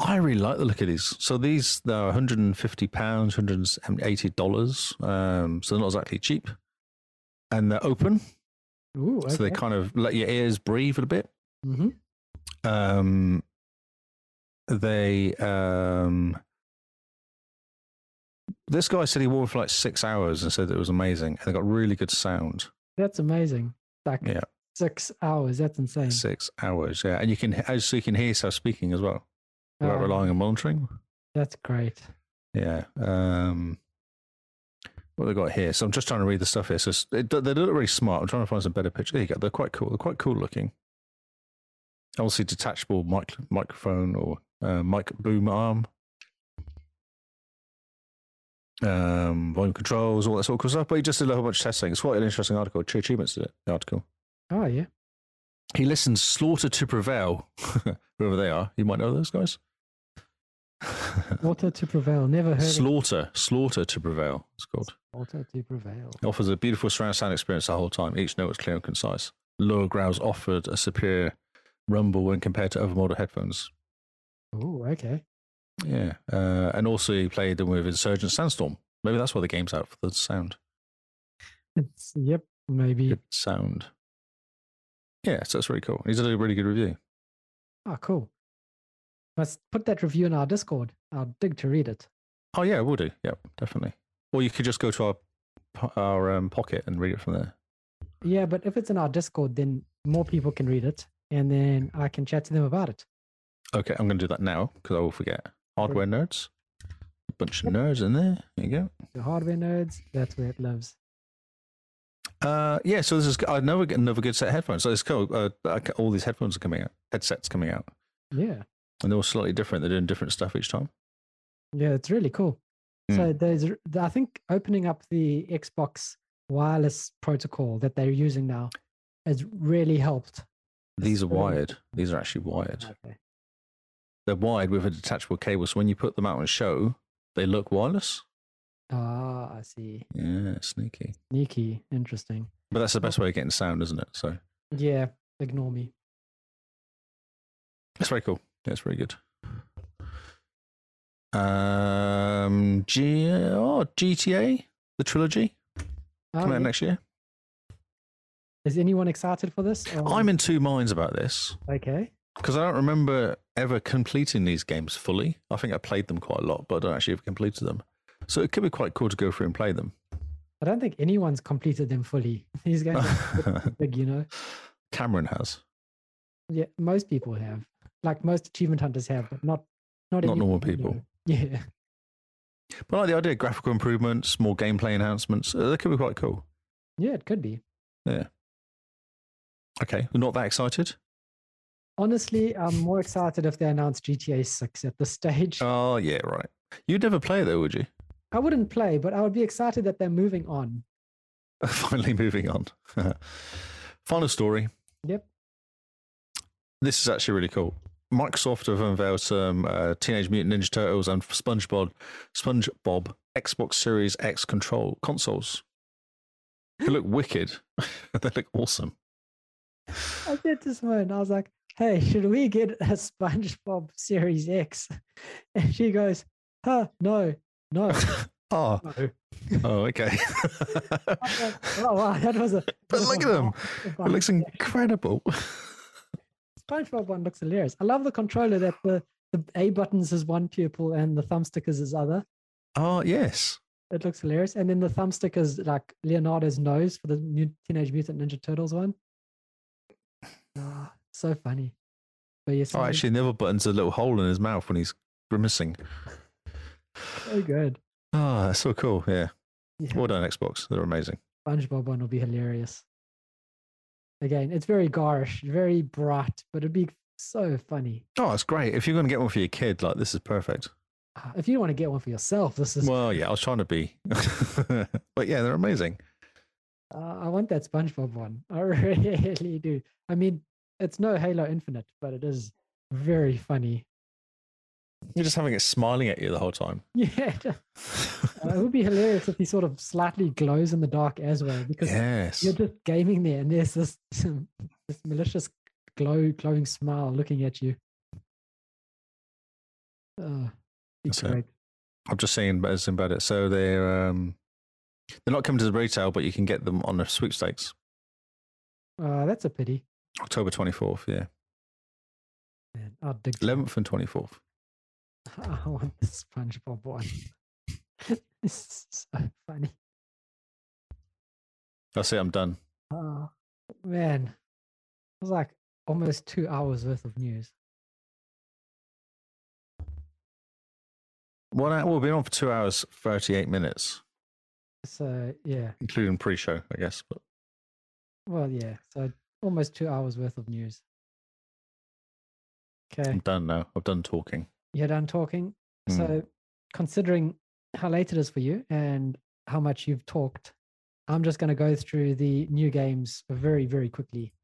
Speaker 3: I really like the look of these. So these they're 150 pounds, 180 dollars. Um, so they're not exactly cheap, and they're open,
Speaker 1: Ooh, Oh, okay.
Speaker 3: so they kind of let your ears breathe a bit
Speaker 1: Mhm.
Speaker 3: um they um this guy said he wore it for like six hours and said it was amazing and they got really good sound
Speaker 1: That's amazing. Like
Speaker 3: Yeah.
Speaker 1: six hours. That's insane.
Speaker 3: six hours yeah and you can as so you can hear yourself speaking as well without
Speaker 1: Wow,
Speaker 3: relying on monitoring
Speaker 1: That's great.
Speaker 3: yeah um what they got here so i'm just trying to read the stuff here so it's- it, they look really smart i'm trying to find some better pictures there you go they're quite cool they're quite cool looking obviously detachable mic microphone or uh, mic boom arm um, volume controls, all that sort of cool stuff. But he just did a whole bunch of testing. It's quite an interesting article. True Achievements did it, the article.
Speaker 1: Oh yeah.
Speaker 3: He listens Slaughter to Prevail, *laughs* whoever they are. You might know those guys. *laughs*
Speaker 1: Water to prevail. Never heard of
Speaker 3: Slaughter, Slaughter to Prevail, it's called.
Speaker 1: water to prevail.
Speaker 3: It offers a beautiful surround sound experience the whole time. Each note is clear and concise. Lower growls offered a superior rumble when compared to other model headphones.
Speaker 1: Oh, okay.
Speaker 3: Yeah. Uh, and also, he played them with Insurgent Sandstorm. Maybe that's why the game's out for the sound.
Speaker 1: It's, yep. Maybe.
Speaker 3: Good sound. Yeah, so that's really cool. He's did a really good review.
Speaker 1: Oh, cool. Must put that review in our Discord. I'll dig to read it.
Speaker 3: Oh, yeah, we'll do. Yep, definitely. Or you could just go to our po- our um, pocket and read it from there.
Speaker 1: Yeah, but if it's in our Discord, then more people can read it, and then I can chat to them about it.
Speaker 3: Okay, I'm going to do that now because I will forget. Hardware nerds. bunch of nerds in there. There you go.
Speaker 1: The hardware nerds. That's where it lives.
Speaker 3: Uh, yeah, so this is I never get another good set of headphones. So it's cool. Uh, I ca- all these headphones are coming out, headsets coming out,
Speaker 1: Yeah.
Speaker 3: and they're all slightly different. They're doing different stuff each time.
Speaker 1: Yeah, it's really cool. So
Speaker 3: Mm.
Speaker 1: there's, r- th- I think, opening up the Xbox wireless protocol that they're using now has really helped.
Speaker 3: These are
Speaker 1: really-
Speaker 3: wired. These are actually wired.
Speaker 1: Okay.
Speaker 3: They're wired with a detachable cable. So when you put them out and show, they look wireless.
Speaker 1: Ah, I see.
Speaker 3: Yeah, sneaky.
Speaker 1: Sneaky, interesting.
Speaker 3: But that's the best way of getting sound, isn't it? So
Speaker 1: Yeah, ignore me.
Speaker 3: it's very cool. That's very good. Um, G- oh, GTA, the trilogy,
Speaker 1: Ah,
Speaker 3: coming
Speaker 1: yeah.
Speaker 3: out next year.
Speaker 1: Is anyone excited for this? or-
Speaker 3: I'm in two minds about this.
Speaker 1: Okay.
Speaker 3: Because I don't remember ever completing these games fully. I think I played them quite a lot, but I don't actually ever completed them. So it could be quite cool to go through and play them.
Speaker 1: I don't think anyone's completed them fully. *laughs* These guys
Speaker 3: *laughs*
Speaker 1: are big, you know.
Speaker 3: Cameron has,
Speaker 1: Yeah, most people have. Like most achievement hunters have, but not not,
Speaker 3: not
Speaker 1: everyone,
Speaker 3: normal
Speaker 1: you
Speaker 3: people.
Speaker 1: know. *laughs* Yeah.
Speaker 3: But I like the idea of graphical improvements, more gameplay enhancements. Uh, That could be quite cool.
Speaker 1: Yeah, it could be.
Speaker 3: Okay, we're not that excited.
Speaker 1: Honestly, I'm more excited if they announce GTA 6 at this stage.
Speaker 3: Oh, yeah, right. You'd never play it though, would you?
Speaker 1: I wouldn't play, but I would be excited that they're moving on.
Speaker 3: *laughs* Finally moving on. Final story.
Speaker 1: Yep.
Speaker 3: This is actually really cool. Microsoft have unveiled some uh, Teenage Mutant Ninja Turtles and SpongeBob, SpongeBob Xbox Series X control consoles. They look wicked. *laughs* they look awesome.
Speaker 1: I said to Simone, I was like, hey, *laughs* should we get a SpongeBob Series X? *laughs* And she goes, huh, no,
Speaker 3: *laughs*
Speaker 1: no,
Speaker 3: Oh,
Speaker 1: no.
Speaker 3: oh, okay.
Speaker 1: I was like, oh, wow, that was a.
Speaker 3: but look at them.
Speaker 1: It
Speaker 3: It looks incredible.
Speaker 1: SpongeBob one looks hilarious. I love the controller that the, the A buttons is one pupil and the thumbstick is his other.
Speaker 3: oh, yes.
Speaker 1: It looks hilarious. And then the thumbstick is like Leonardo's nose for the new Teenage Mutant Ninja Turtles
Speaker 3: *sighs*
Speaker 1: one. Ah, so funny. But yes,
Speaker 3: Oh, actually, the other button's a little hole in his mouth when he's grimacing.
Speaker 1: so good.
Speaker 3: Ah, that's so cool. Yeah.
Speaker 1: Yeah.
Speaker 3: Well done, Xbox. They're amazing.
Speaker 1: SpongeBob one will be hilarious. Again, it's very garish, very bright, but it'd be so funny.
Speaker 3: Oh, it's great. If you're going to get one for your kid, like this is perfect.
Speaker 1: Ah, If you want to get one for yourself, this is.
Speaker 3: Well, yeah, I was trying to be, *laughs* but yeah, they're amazing.
Speaker 1: Uh, I want that SpongeBob one. *laughs* I really do. I mean, it's no Halo Infinite, but it is very funny. *laughs*
Speaker 3: You're just having it smiling at you the whole *laughs* time.
Speaker 1: Yeah, it- uh, it would be hilarious if he sort of slightly glows in the dark as well, because
Speaker 3: yes.
Speaker 1: you're just gaming there, and there's this *laughs* this malicious glow, glowing smile looking at you. Uh, it's
Speaker 3: So-
Speaker 1: great.
Speaker 3: I'm just saying as about it. So they're um, they're not coming to the retail, but you can get them on the sweepstakes
Speaker 1: Uh, that's a pity.
Speaker 3: October 24th. Yeah,
Speaker 1: Man, I'll dig.
Speaker 3: 11th and 24th.
Speaker 1: *laughs* I want the SpongeBob one. *laughs* it's so funny.
Speaker 3: That's it. I'm done.
Speaker 1: Oh man, it was like almost two hours worth of news.
Speaker 3: One hour. Well, we've been on for two hours, 38 minutes,
Speaker 1: So yeah,
Speaker 3: including pre-show, I guess. But
Speaker 1: well yeah, so almost two hours worth of news. Okay,
Speaker 3: I'm done now. I've done talking.
Speaker 1: you're done talking.
Speaker 3: Mm.
Speaker 1: So considering how late it is for you and how much you've talked, I'm just going to go through the new games very very quickly.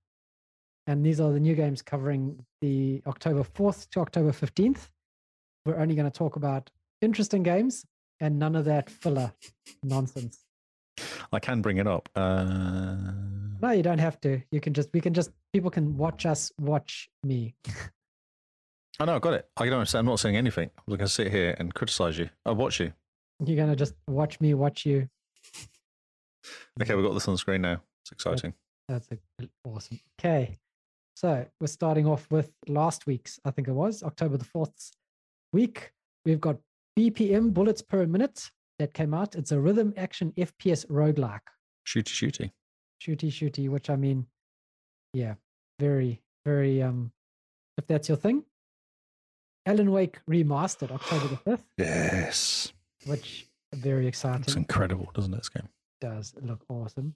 Speaker 1: And these are the new games covering the October 4th to October 15th. We're only going to talk about interesting games and none of that filler nonsense.
Speaker 3: Hmm. I can bring it up. Uh,
Speaker 1: No, you don't have to. You can just we can just people can watch us watch me.
Speaker 3: I know, I got it. I don't. I'm not saying anything. I'm just going to sit here and criticize you. I watch you.
Speaker 1: You're gonna just watch me watch you.
Speaker 3: Okay, we've got this on the screen now. It's exciting.
Speaker 1: That's a, awesome. Okay, so we're starting off with last week's. I think it was October the fourth week. We've got BPM bullets per minute that came out. It's a rhythm action FPS roguelike.
Speaker 3: Shooty shooty.
Speaker 1: shooty shooty which i mean yeah very very um if that's your thing alan wake remastered october the 5th
Speaker 3: Yes.
Speaker 1: which very
Speaker 3: It's
Speaker 1: exciting
Speaker 3: incredible, doesn't it, this game?
Speaker 1: does look awesome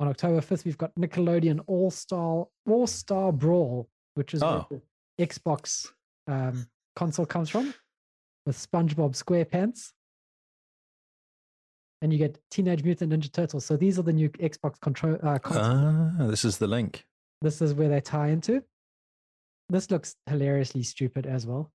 Speaker 1: On October 5th, we've got Nickelodeon All Star All Star Brawl, which is
Speaker 3: Oh.
Speaker 1: where the Xbox um, console comes from, with SpongeBob SquarePants. And you get Teenage Mutant Ninja Turtles. So these are the new Xbox control. Uh, consoles.
Speaker 3: Ah, this is the link.
Speaker 1: This is where they tie into. This looks hilariously stupid as well.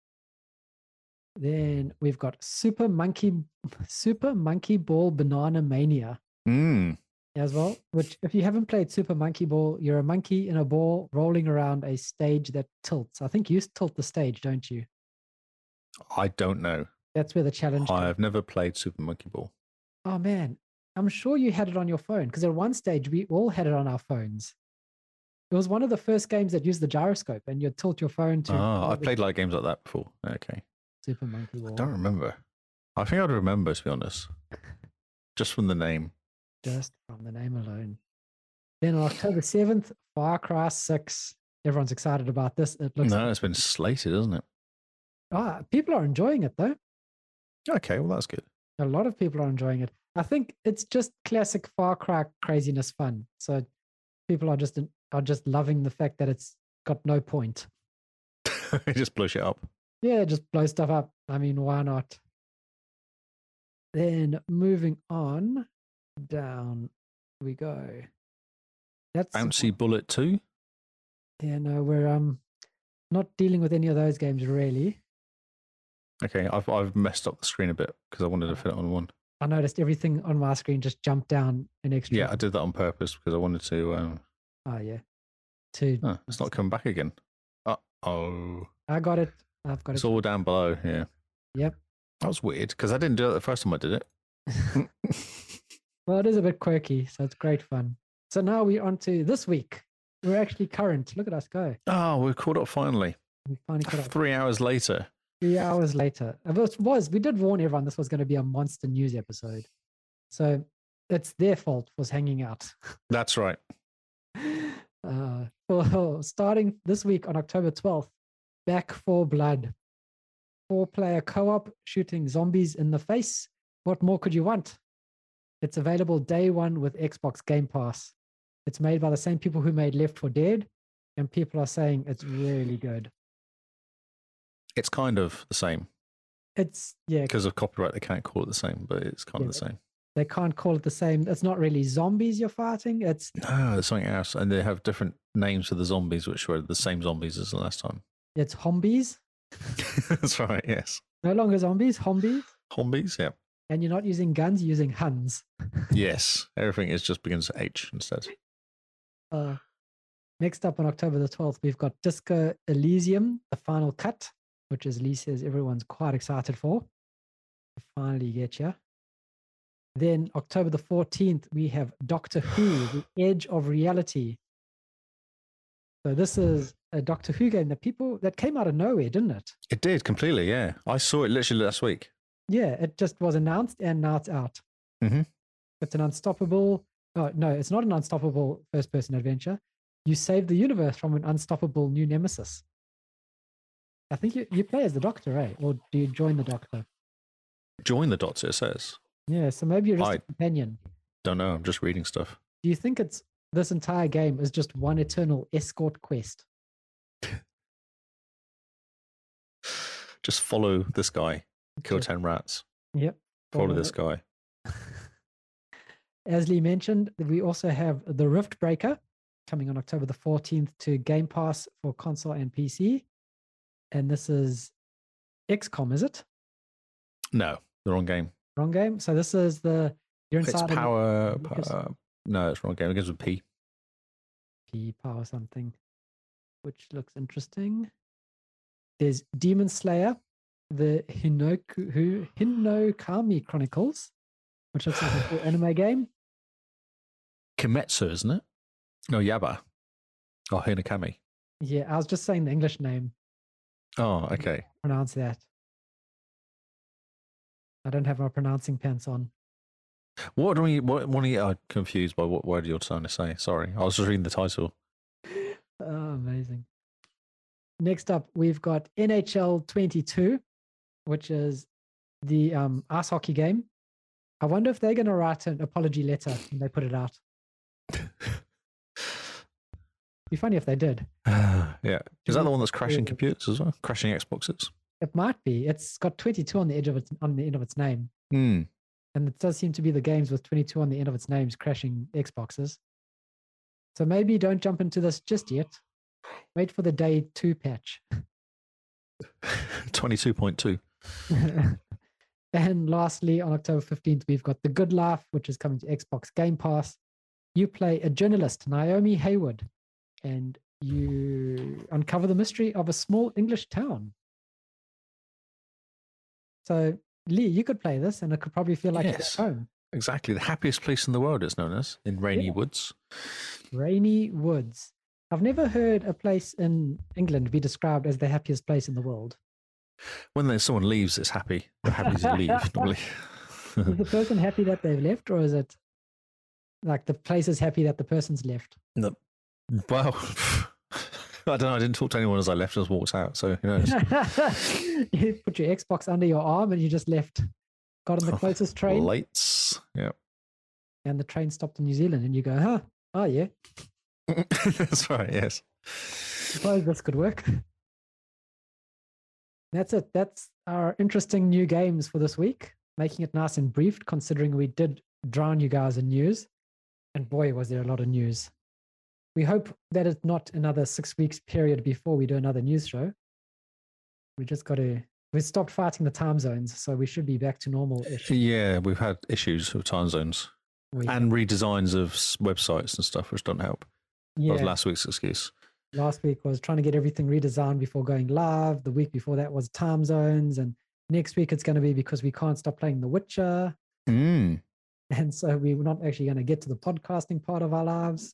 Speaker 1: Then we've got Super Monkey *laughs* Super Monkey Ball Banana Mania
Speaker 3: Mm.
Speaker 1: as well. Which, if you haven't played Super Monkey Ball, you're a monkey in a ball rolling around a stage that tilts. I think you tilt the stage, don't you?
Speaker 3: I don't know.
Speaker 1: That's where the challenge.
Speaker 3: I
Speaker 1: comes-
Speaker 3: have never played Super Monkey Ball.
Speaker 1: Oh man, I'm sure you had it on your phone because at one stage we all had it on our phones. It was one of the first games that used the gyroscope, and you'd tilt your phone to.
Speaker 3: Ah, I've
Speaker 1: the
Speaker 3: played like games like that before. Okay.
Speaker 1: Super Monkey Ball.
Speaker 3: Don't remember. I think I'd remember, to be honest, just from the name.
Speaker 1: just from the name alone. Then on October 7th, Far Cry 6. Everyone's excited about this. It looks
Speaker 3: No, it's been slated, isn't it?
Speaker 1: ah, people are enjoying it though.
Speaker 3: Okay, well, that's good. *laughs*
Speaker 1: A lot of people are enjoying it. I think it's just classic Far Cry craziness fun. So people are just are just loving the fact that it's got no point.
Speaker 3: just blush it up.
Speaker 1: Yeah, just blow stuff up. I mean, why not? Then moving on down we go. That's
Speaker 3: Bouncy Bullet 2?
Speaker 1: Yeah, no, we're um not dealing with any of those games really.
Speaker 3: Okay, I've, I've messed up the screen a bit because I wanted to fit it on one.
Speaker 1: I noticed everything on my screen just jumped down an extra.
Speaker 3: Yeah, I did that on purpose because I wanted to. Um,
Speaker 1: Oh yeah. To
Speaker 3: huh, it's not come back again. Uh oh.
Speaker 1: I got it. I've got it.
Speaker 3: It's all down below. Yeah.
Speaker 1: Yep.
Speaker 3: That was weird because I didn't do that the first time I did
Speaker 1: *laughs*
Speaker 3: it.
Speaker 1: Well, it is a bit quirky, so it's great fun. So now we're on to this week. We're actually current. Look at us go.
Speaker 3: Oh, we're caught up finally.
Speaker 1: We finally caught up
Speaker 3: *laughs* Three hours later.
Speaker 1: three hours later. Uh, It was, was we did warn everyone this was going to be a monster news episode. So it's their fault for us hanging out.
Speaker 3: That's right.
Speaker 1: uh, *laughs* well, starting this week on October 12th, Back for Blood. Four player co op shooting zombies in the face. What more could you want? It's available day one with Xbox Game Pass. It's made by the same people who made Left 4 Dead, and people are saying it's really good.
Speaker 3: It's kind of the same
Speaker 1: It's, yeah,
Speaker 3: because of copyright. They can't call it the same, but it's kind
Speaker 1: Yeah,
Speaker 3: of the same.
Speaker 1: they can't call it the same. It's not really zombies you're fighting. It's,
Speaker 3: No, it's something else. And they have different names for the zombies, which were the same zombies as the last time. *laughs*
Speaker 1: it's zombies.
Speaker 3: That's right. Yes.
Speaker 1: No longer zombies, zombies.
Speaker 3: Zombies. Yeah.
Speaker 1: And you're not using guns, you're using Huns.
Speaker 3: Yes. Everything is just begins with H instead.
Speaker 1: Uh, next up on October the 12th, we've got Disco Elysium, the final cut, which is Lee says everyone's quite excited for. To finally get ya. Then October the 14th, we have Doctor Who, The Edge of Reality. So this is a Doctor Who game that people that came out of nowhere, didn't it?
Speaker 3: It did completely. Yeah. I saw it literally last week.
Speaker 1: Yeah, it just was announced and now it's out.
Speaker 3: Mhm.
Speaker 1: It's an unstoppable. Oh, no, it's not an unstoppable first person adventure. You save the universe from an unstoppable new nemesis. I think you, you play as the doctor, right? Or do you join the doctor?
Speaker 3: Join the dots, it says.
Speaker 1: Yeah, so maybe you're just
Speaker 3: I-
Speaker 1: a companion.
Speaker 3: Don't know. I'm just reading stuff.
Speaker 1: Do you think it's this entire game is just one eternal escort quest?
Speaker 3: Just follow this guy. Kill
Speaker 1: Just
Speaker 3: 10 rats.
Speaker 1: Yep,
Speaker 3: Follow
Speaker 1: follow
Speaker 3: this guy.
Speaker 1: As Lee mentioned, we also have the Rift Breaker coming on October the 14th to Game Pass for console and PC. And this is XCOM, is it?
Speaker 3: No, the wrong game.
Speaker 1: Wrong game. So this is the you're
Speaker 3: It's
Speaker 1: inside of a
Speaker 3: power.
Speaker 1: Lucas.
Speaker 3: power no, it's wrong game. It goes with P.
Speaker 1: P power something, which looks interesting. There's Demon Slayer, the Hinoku who Hinokami Chronicles, which looks like a
Speaker 3: *sighs*
Speaker 1: cool anime game.
Speaker 3: Kimetsu, isn't it? No, Yaba. Oh, Hinakami.
Speaker 1: Yeah, I was just saying the English name.
Speaker 3: Oh, okay.
Speaker 1: pronounce that. I don't have my pronouncing pants on. *laughs*
Speaker 3: What do we? What? What are you uh, confused by? What word you're trying to say? Sorry, I was just reading the title. *sighs*
Speaker 1: Oh, amazing. Next up, we've got NHL 22, which is the um, ice hockey game. I wonder if they're going to write an apology letter when they put it out. be funny if they did.
Speaker 3: yeah. Is that the one that's crashing
Speaker 1: Yeah.
Speaker 3: computers as well? Crashing Xboxes?
Speaker 1: It might be. It's got 22 on the edge of its on the end of its name,
Speaker 3: *laughs* Hmm.
Speaker 1: and it does seem to be the games with 22 on the end of its names crashing Xboxes. So maybe don't jump into this just yet. Wait for the day two patch. *laughs*
Speaker 3: 22.2.
Speaker 1: and lastly, on October 15th, we've got The Good Life, which is coming to Xbox Game Pass. You play a journalist, Naomi Hayward, and you uncover the mystery of a small English town. So, Lee, you could play this and it could probably feel like
Speaker 3: Yes.
Speaker 1: you're at home.
Speaker 3: Exactly. The happiest place in the world, it's known as, in Rainy
Speaker 1: Yeah.
Speaker 3: Woods.
Speaker 1: Rainy Woods. I've never heard a place in England be described as the happiest place in the world.
Speaker 3: When there's someone leaves, it's happy. They're happy to leave, normally. *laughs*
Speaker 1: Is the person happy that they've left, or is it like the place is happy that the person's left?
Speaker 3: well, *laughs* I don't know. I didn't talk to anyone as I left. I just walked out. So,
Speaker 1: *laughs*
Speaker 3: you know.
Speaker 1: you put your Xbox under your arm and you just left. Got on the closest train
Speaker 3: Lights. Yeah.
Speaker 1: and the train stopped in New Zealand and you go, huh? Oh yeah,
Speaker 3: *laughs* that's right. Yes.
Speaker 1: suppose this could work. That's it. That's our interesting new games for this week. Making it nice and brief, considering we did drown you guys in news. And boy, was there a lot of news. We hope that it's not another six weeks period before we do another news show. We just got to, we stopped fighting the time zones, so we should be back to normal ish.
Speaker 3: Yeah, we've had issues with time zones and redesigns of s- websites and stuff, which don't help. That was last week's excuse.
Speaker 1: last week was trying to get everything redesigned before going live. The week before that was time zones. And next week it's going to be because we can't stop playing The Witcher. *laughs*
Speaker 3: Mm.
Speaker 1: And so we were not actually going to get to the podcasting part of our lives.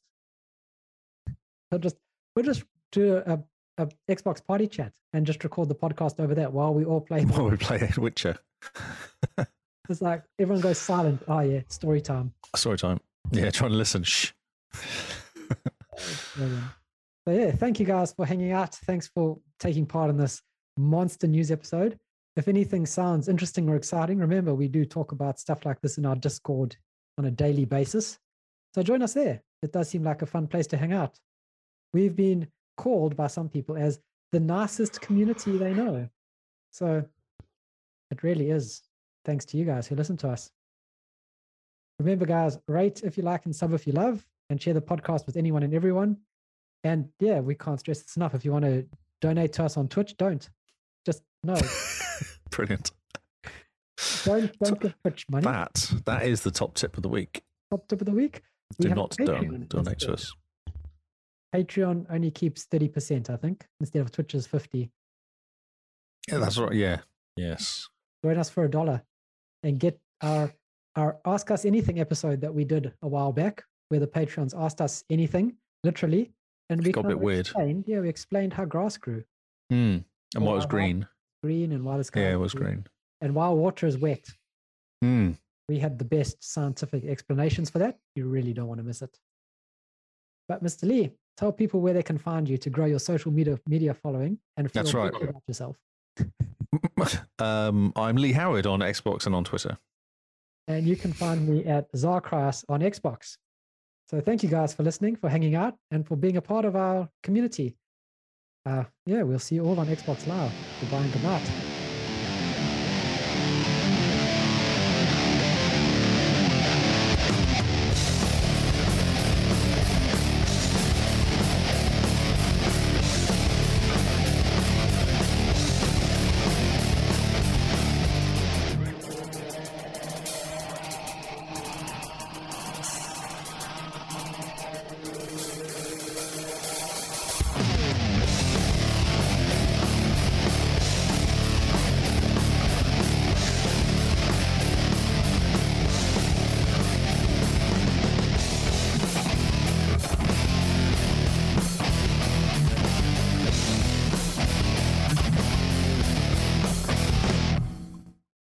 Speaker 1: So just, we'll just do a, a Xbox party chat and just record the podcast over that while we all play.
Speaker 3: *laughs*
Speaker 1: *laughs*
Speaker 3: While we play *laughs* Witcher.
Speaker 1: It's like everyone goes silent. Oh, yeah, story time.
Speaker 3: Story time. Yeah, trying to listen. Shh. *laughs*
Speaker 1: Brilliant. So yeah, thank you guys for hanging out. Thanks for taking part in this monster news episode. If anything sounds interesting or exciting, remember we do talk about stuff like this in our Discord on a daily basis. So join us there. It does seem like a fun place to hang out. We've been called by some people as the nicest community they know. So it really is thanks to you guys who listen to us. Remember, guys, rate if you like and sub if you love, and share the podcast with anyone and everyone. And yeah, we can't stress this enough. If you want to donate to us on Twitch, don't. Just no,
Speaker 3: Brilliant. *laughs*
Speaker 1: don't
Speaker 3: So
Speaker 1: don't give Twitch money.
Speaker 3: That that is the top tip of the week.
Speaker 1: Top tip of the week. We
Speaker 3: Do
Speaker 1: have a
Speaker 3: not don-
Speaker 1: Patreon
Speaker 3: donate
Speaker 1: instead.
Speaker 3: to us.
Speaker 1: Patreon only keeps thirty percent, I think, instead of Twitch's fifty.
Speaker 3: Yeah, that's right. Yeah. Yes.
Speaker 1: Join us for a dollar, and get our our Ask Us Anything episode that we did a while back, where the patrons asked us anything, literally, and we
Speaker 3: Got a
Speaker 1: kind
Speaker 3: bit
Speaker 1: of
Speaker 3: weird.
Speaker 1: Explained, yeah, we explained how grass grew,
Speaker 3: Mm. And what was
Speaker 1: Wow.
Speaker 3: green?
Speaker 1: green and why the sky.
Speaker 3: Yeah, it
Speaker 1: is
Speaker 3: was green.
Speaker 1: And while water is wet,
Speaker 3: Mm.
Speaker 1: We had the best scientific explanations for that. You really don't want to miss it. But Mr. Lee, tell people where they can find you to grow your social media media following and feel
Speaker 3: That's right.
Speaker 1: better about yourself.
Speaker 3: *laughs* um, I'm Lee Howard on Xbox and on Twitter.
Speaker 1: And you can find me at Zarkras on Xbox. So thank you guys for listening, for hanging out, and for being a part of our community. Uh, yeah, we'll see you all on Xbox Live. Goodbye and good night.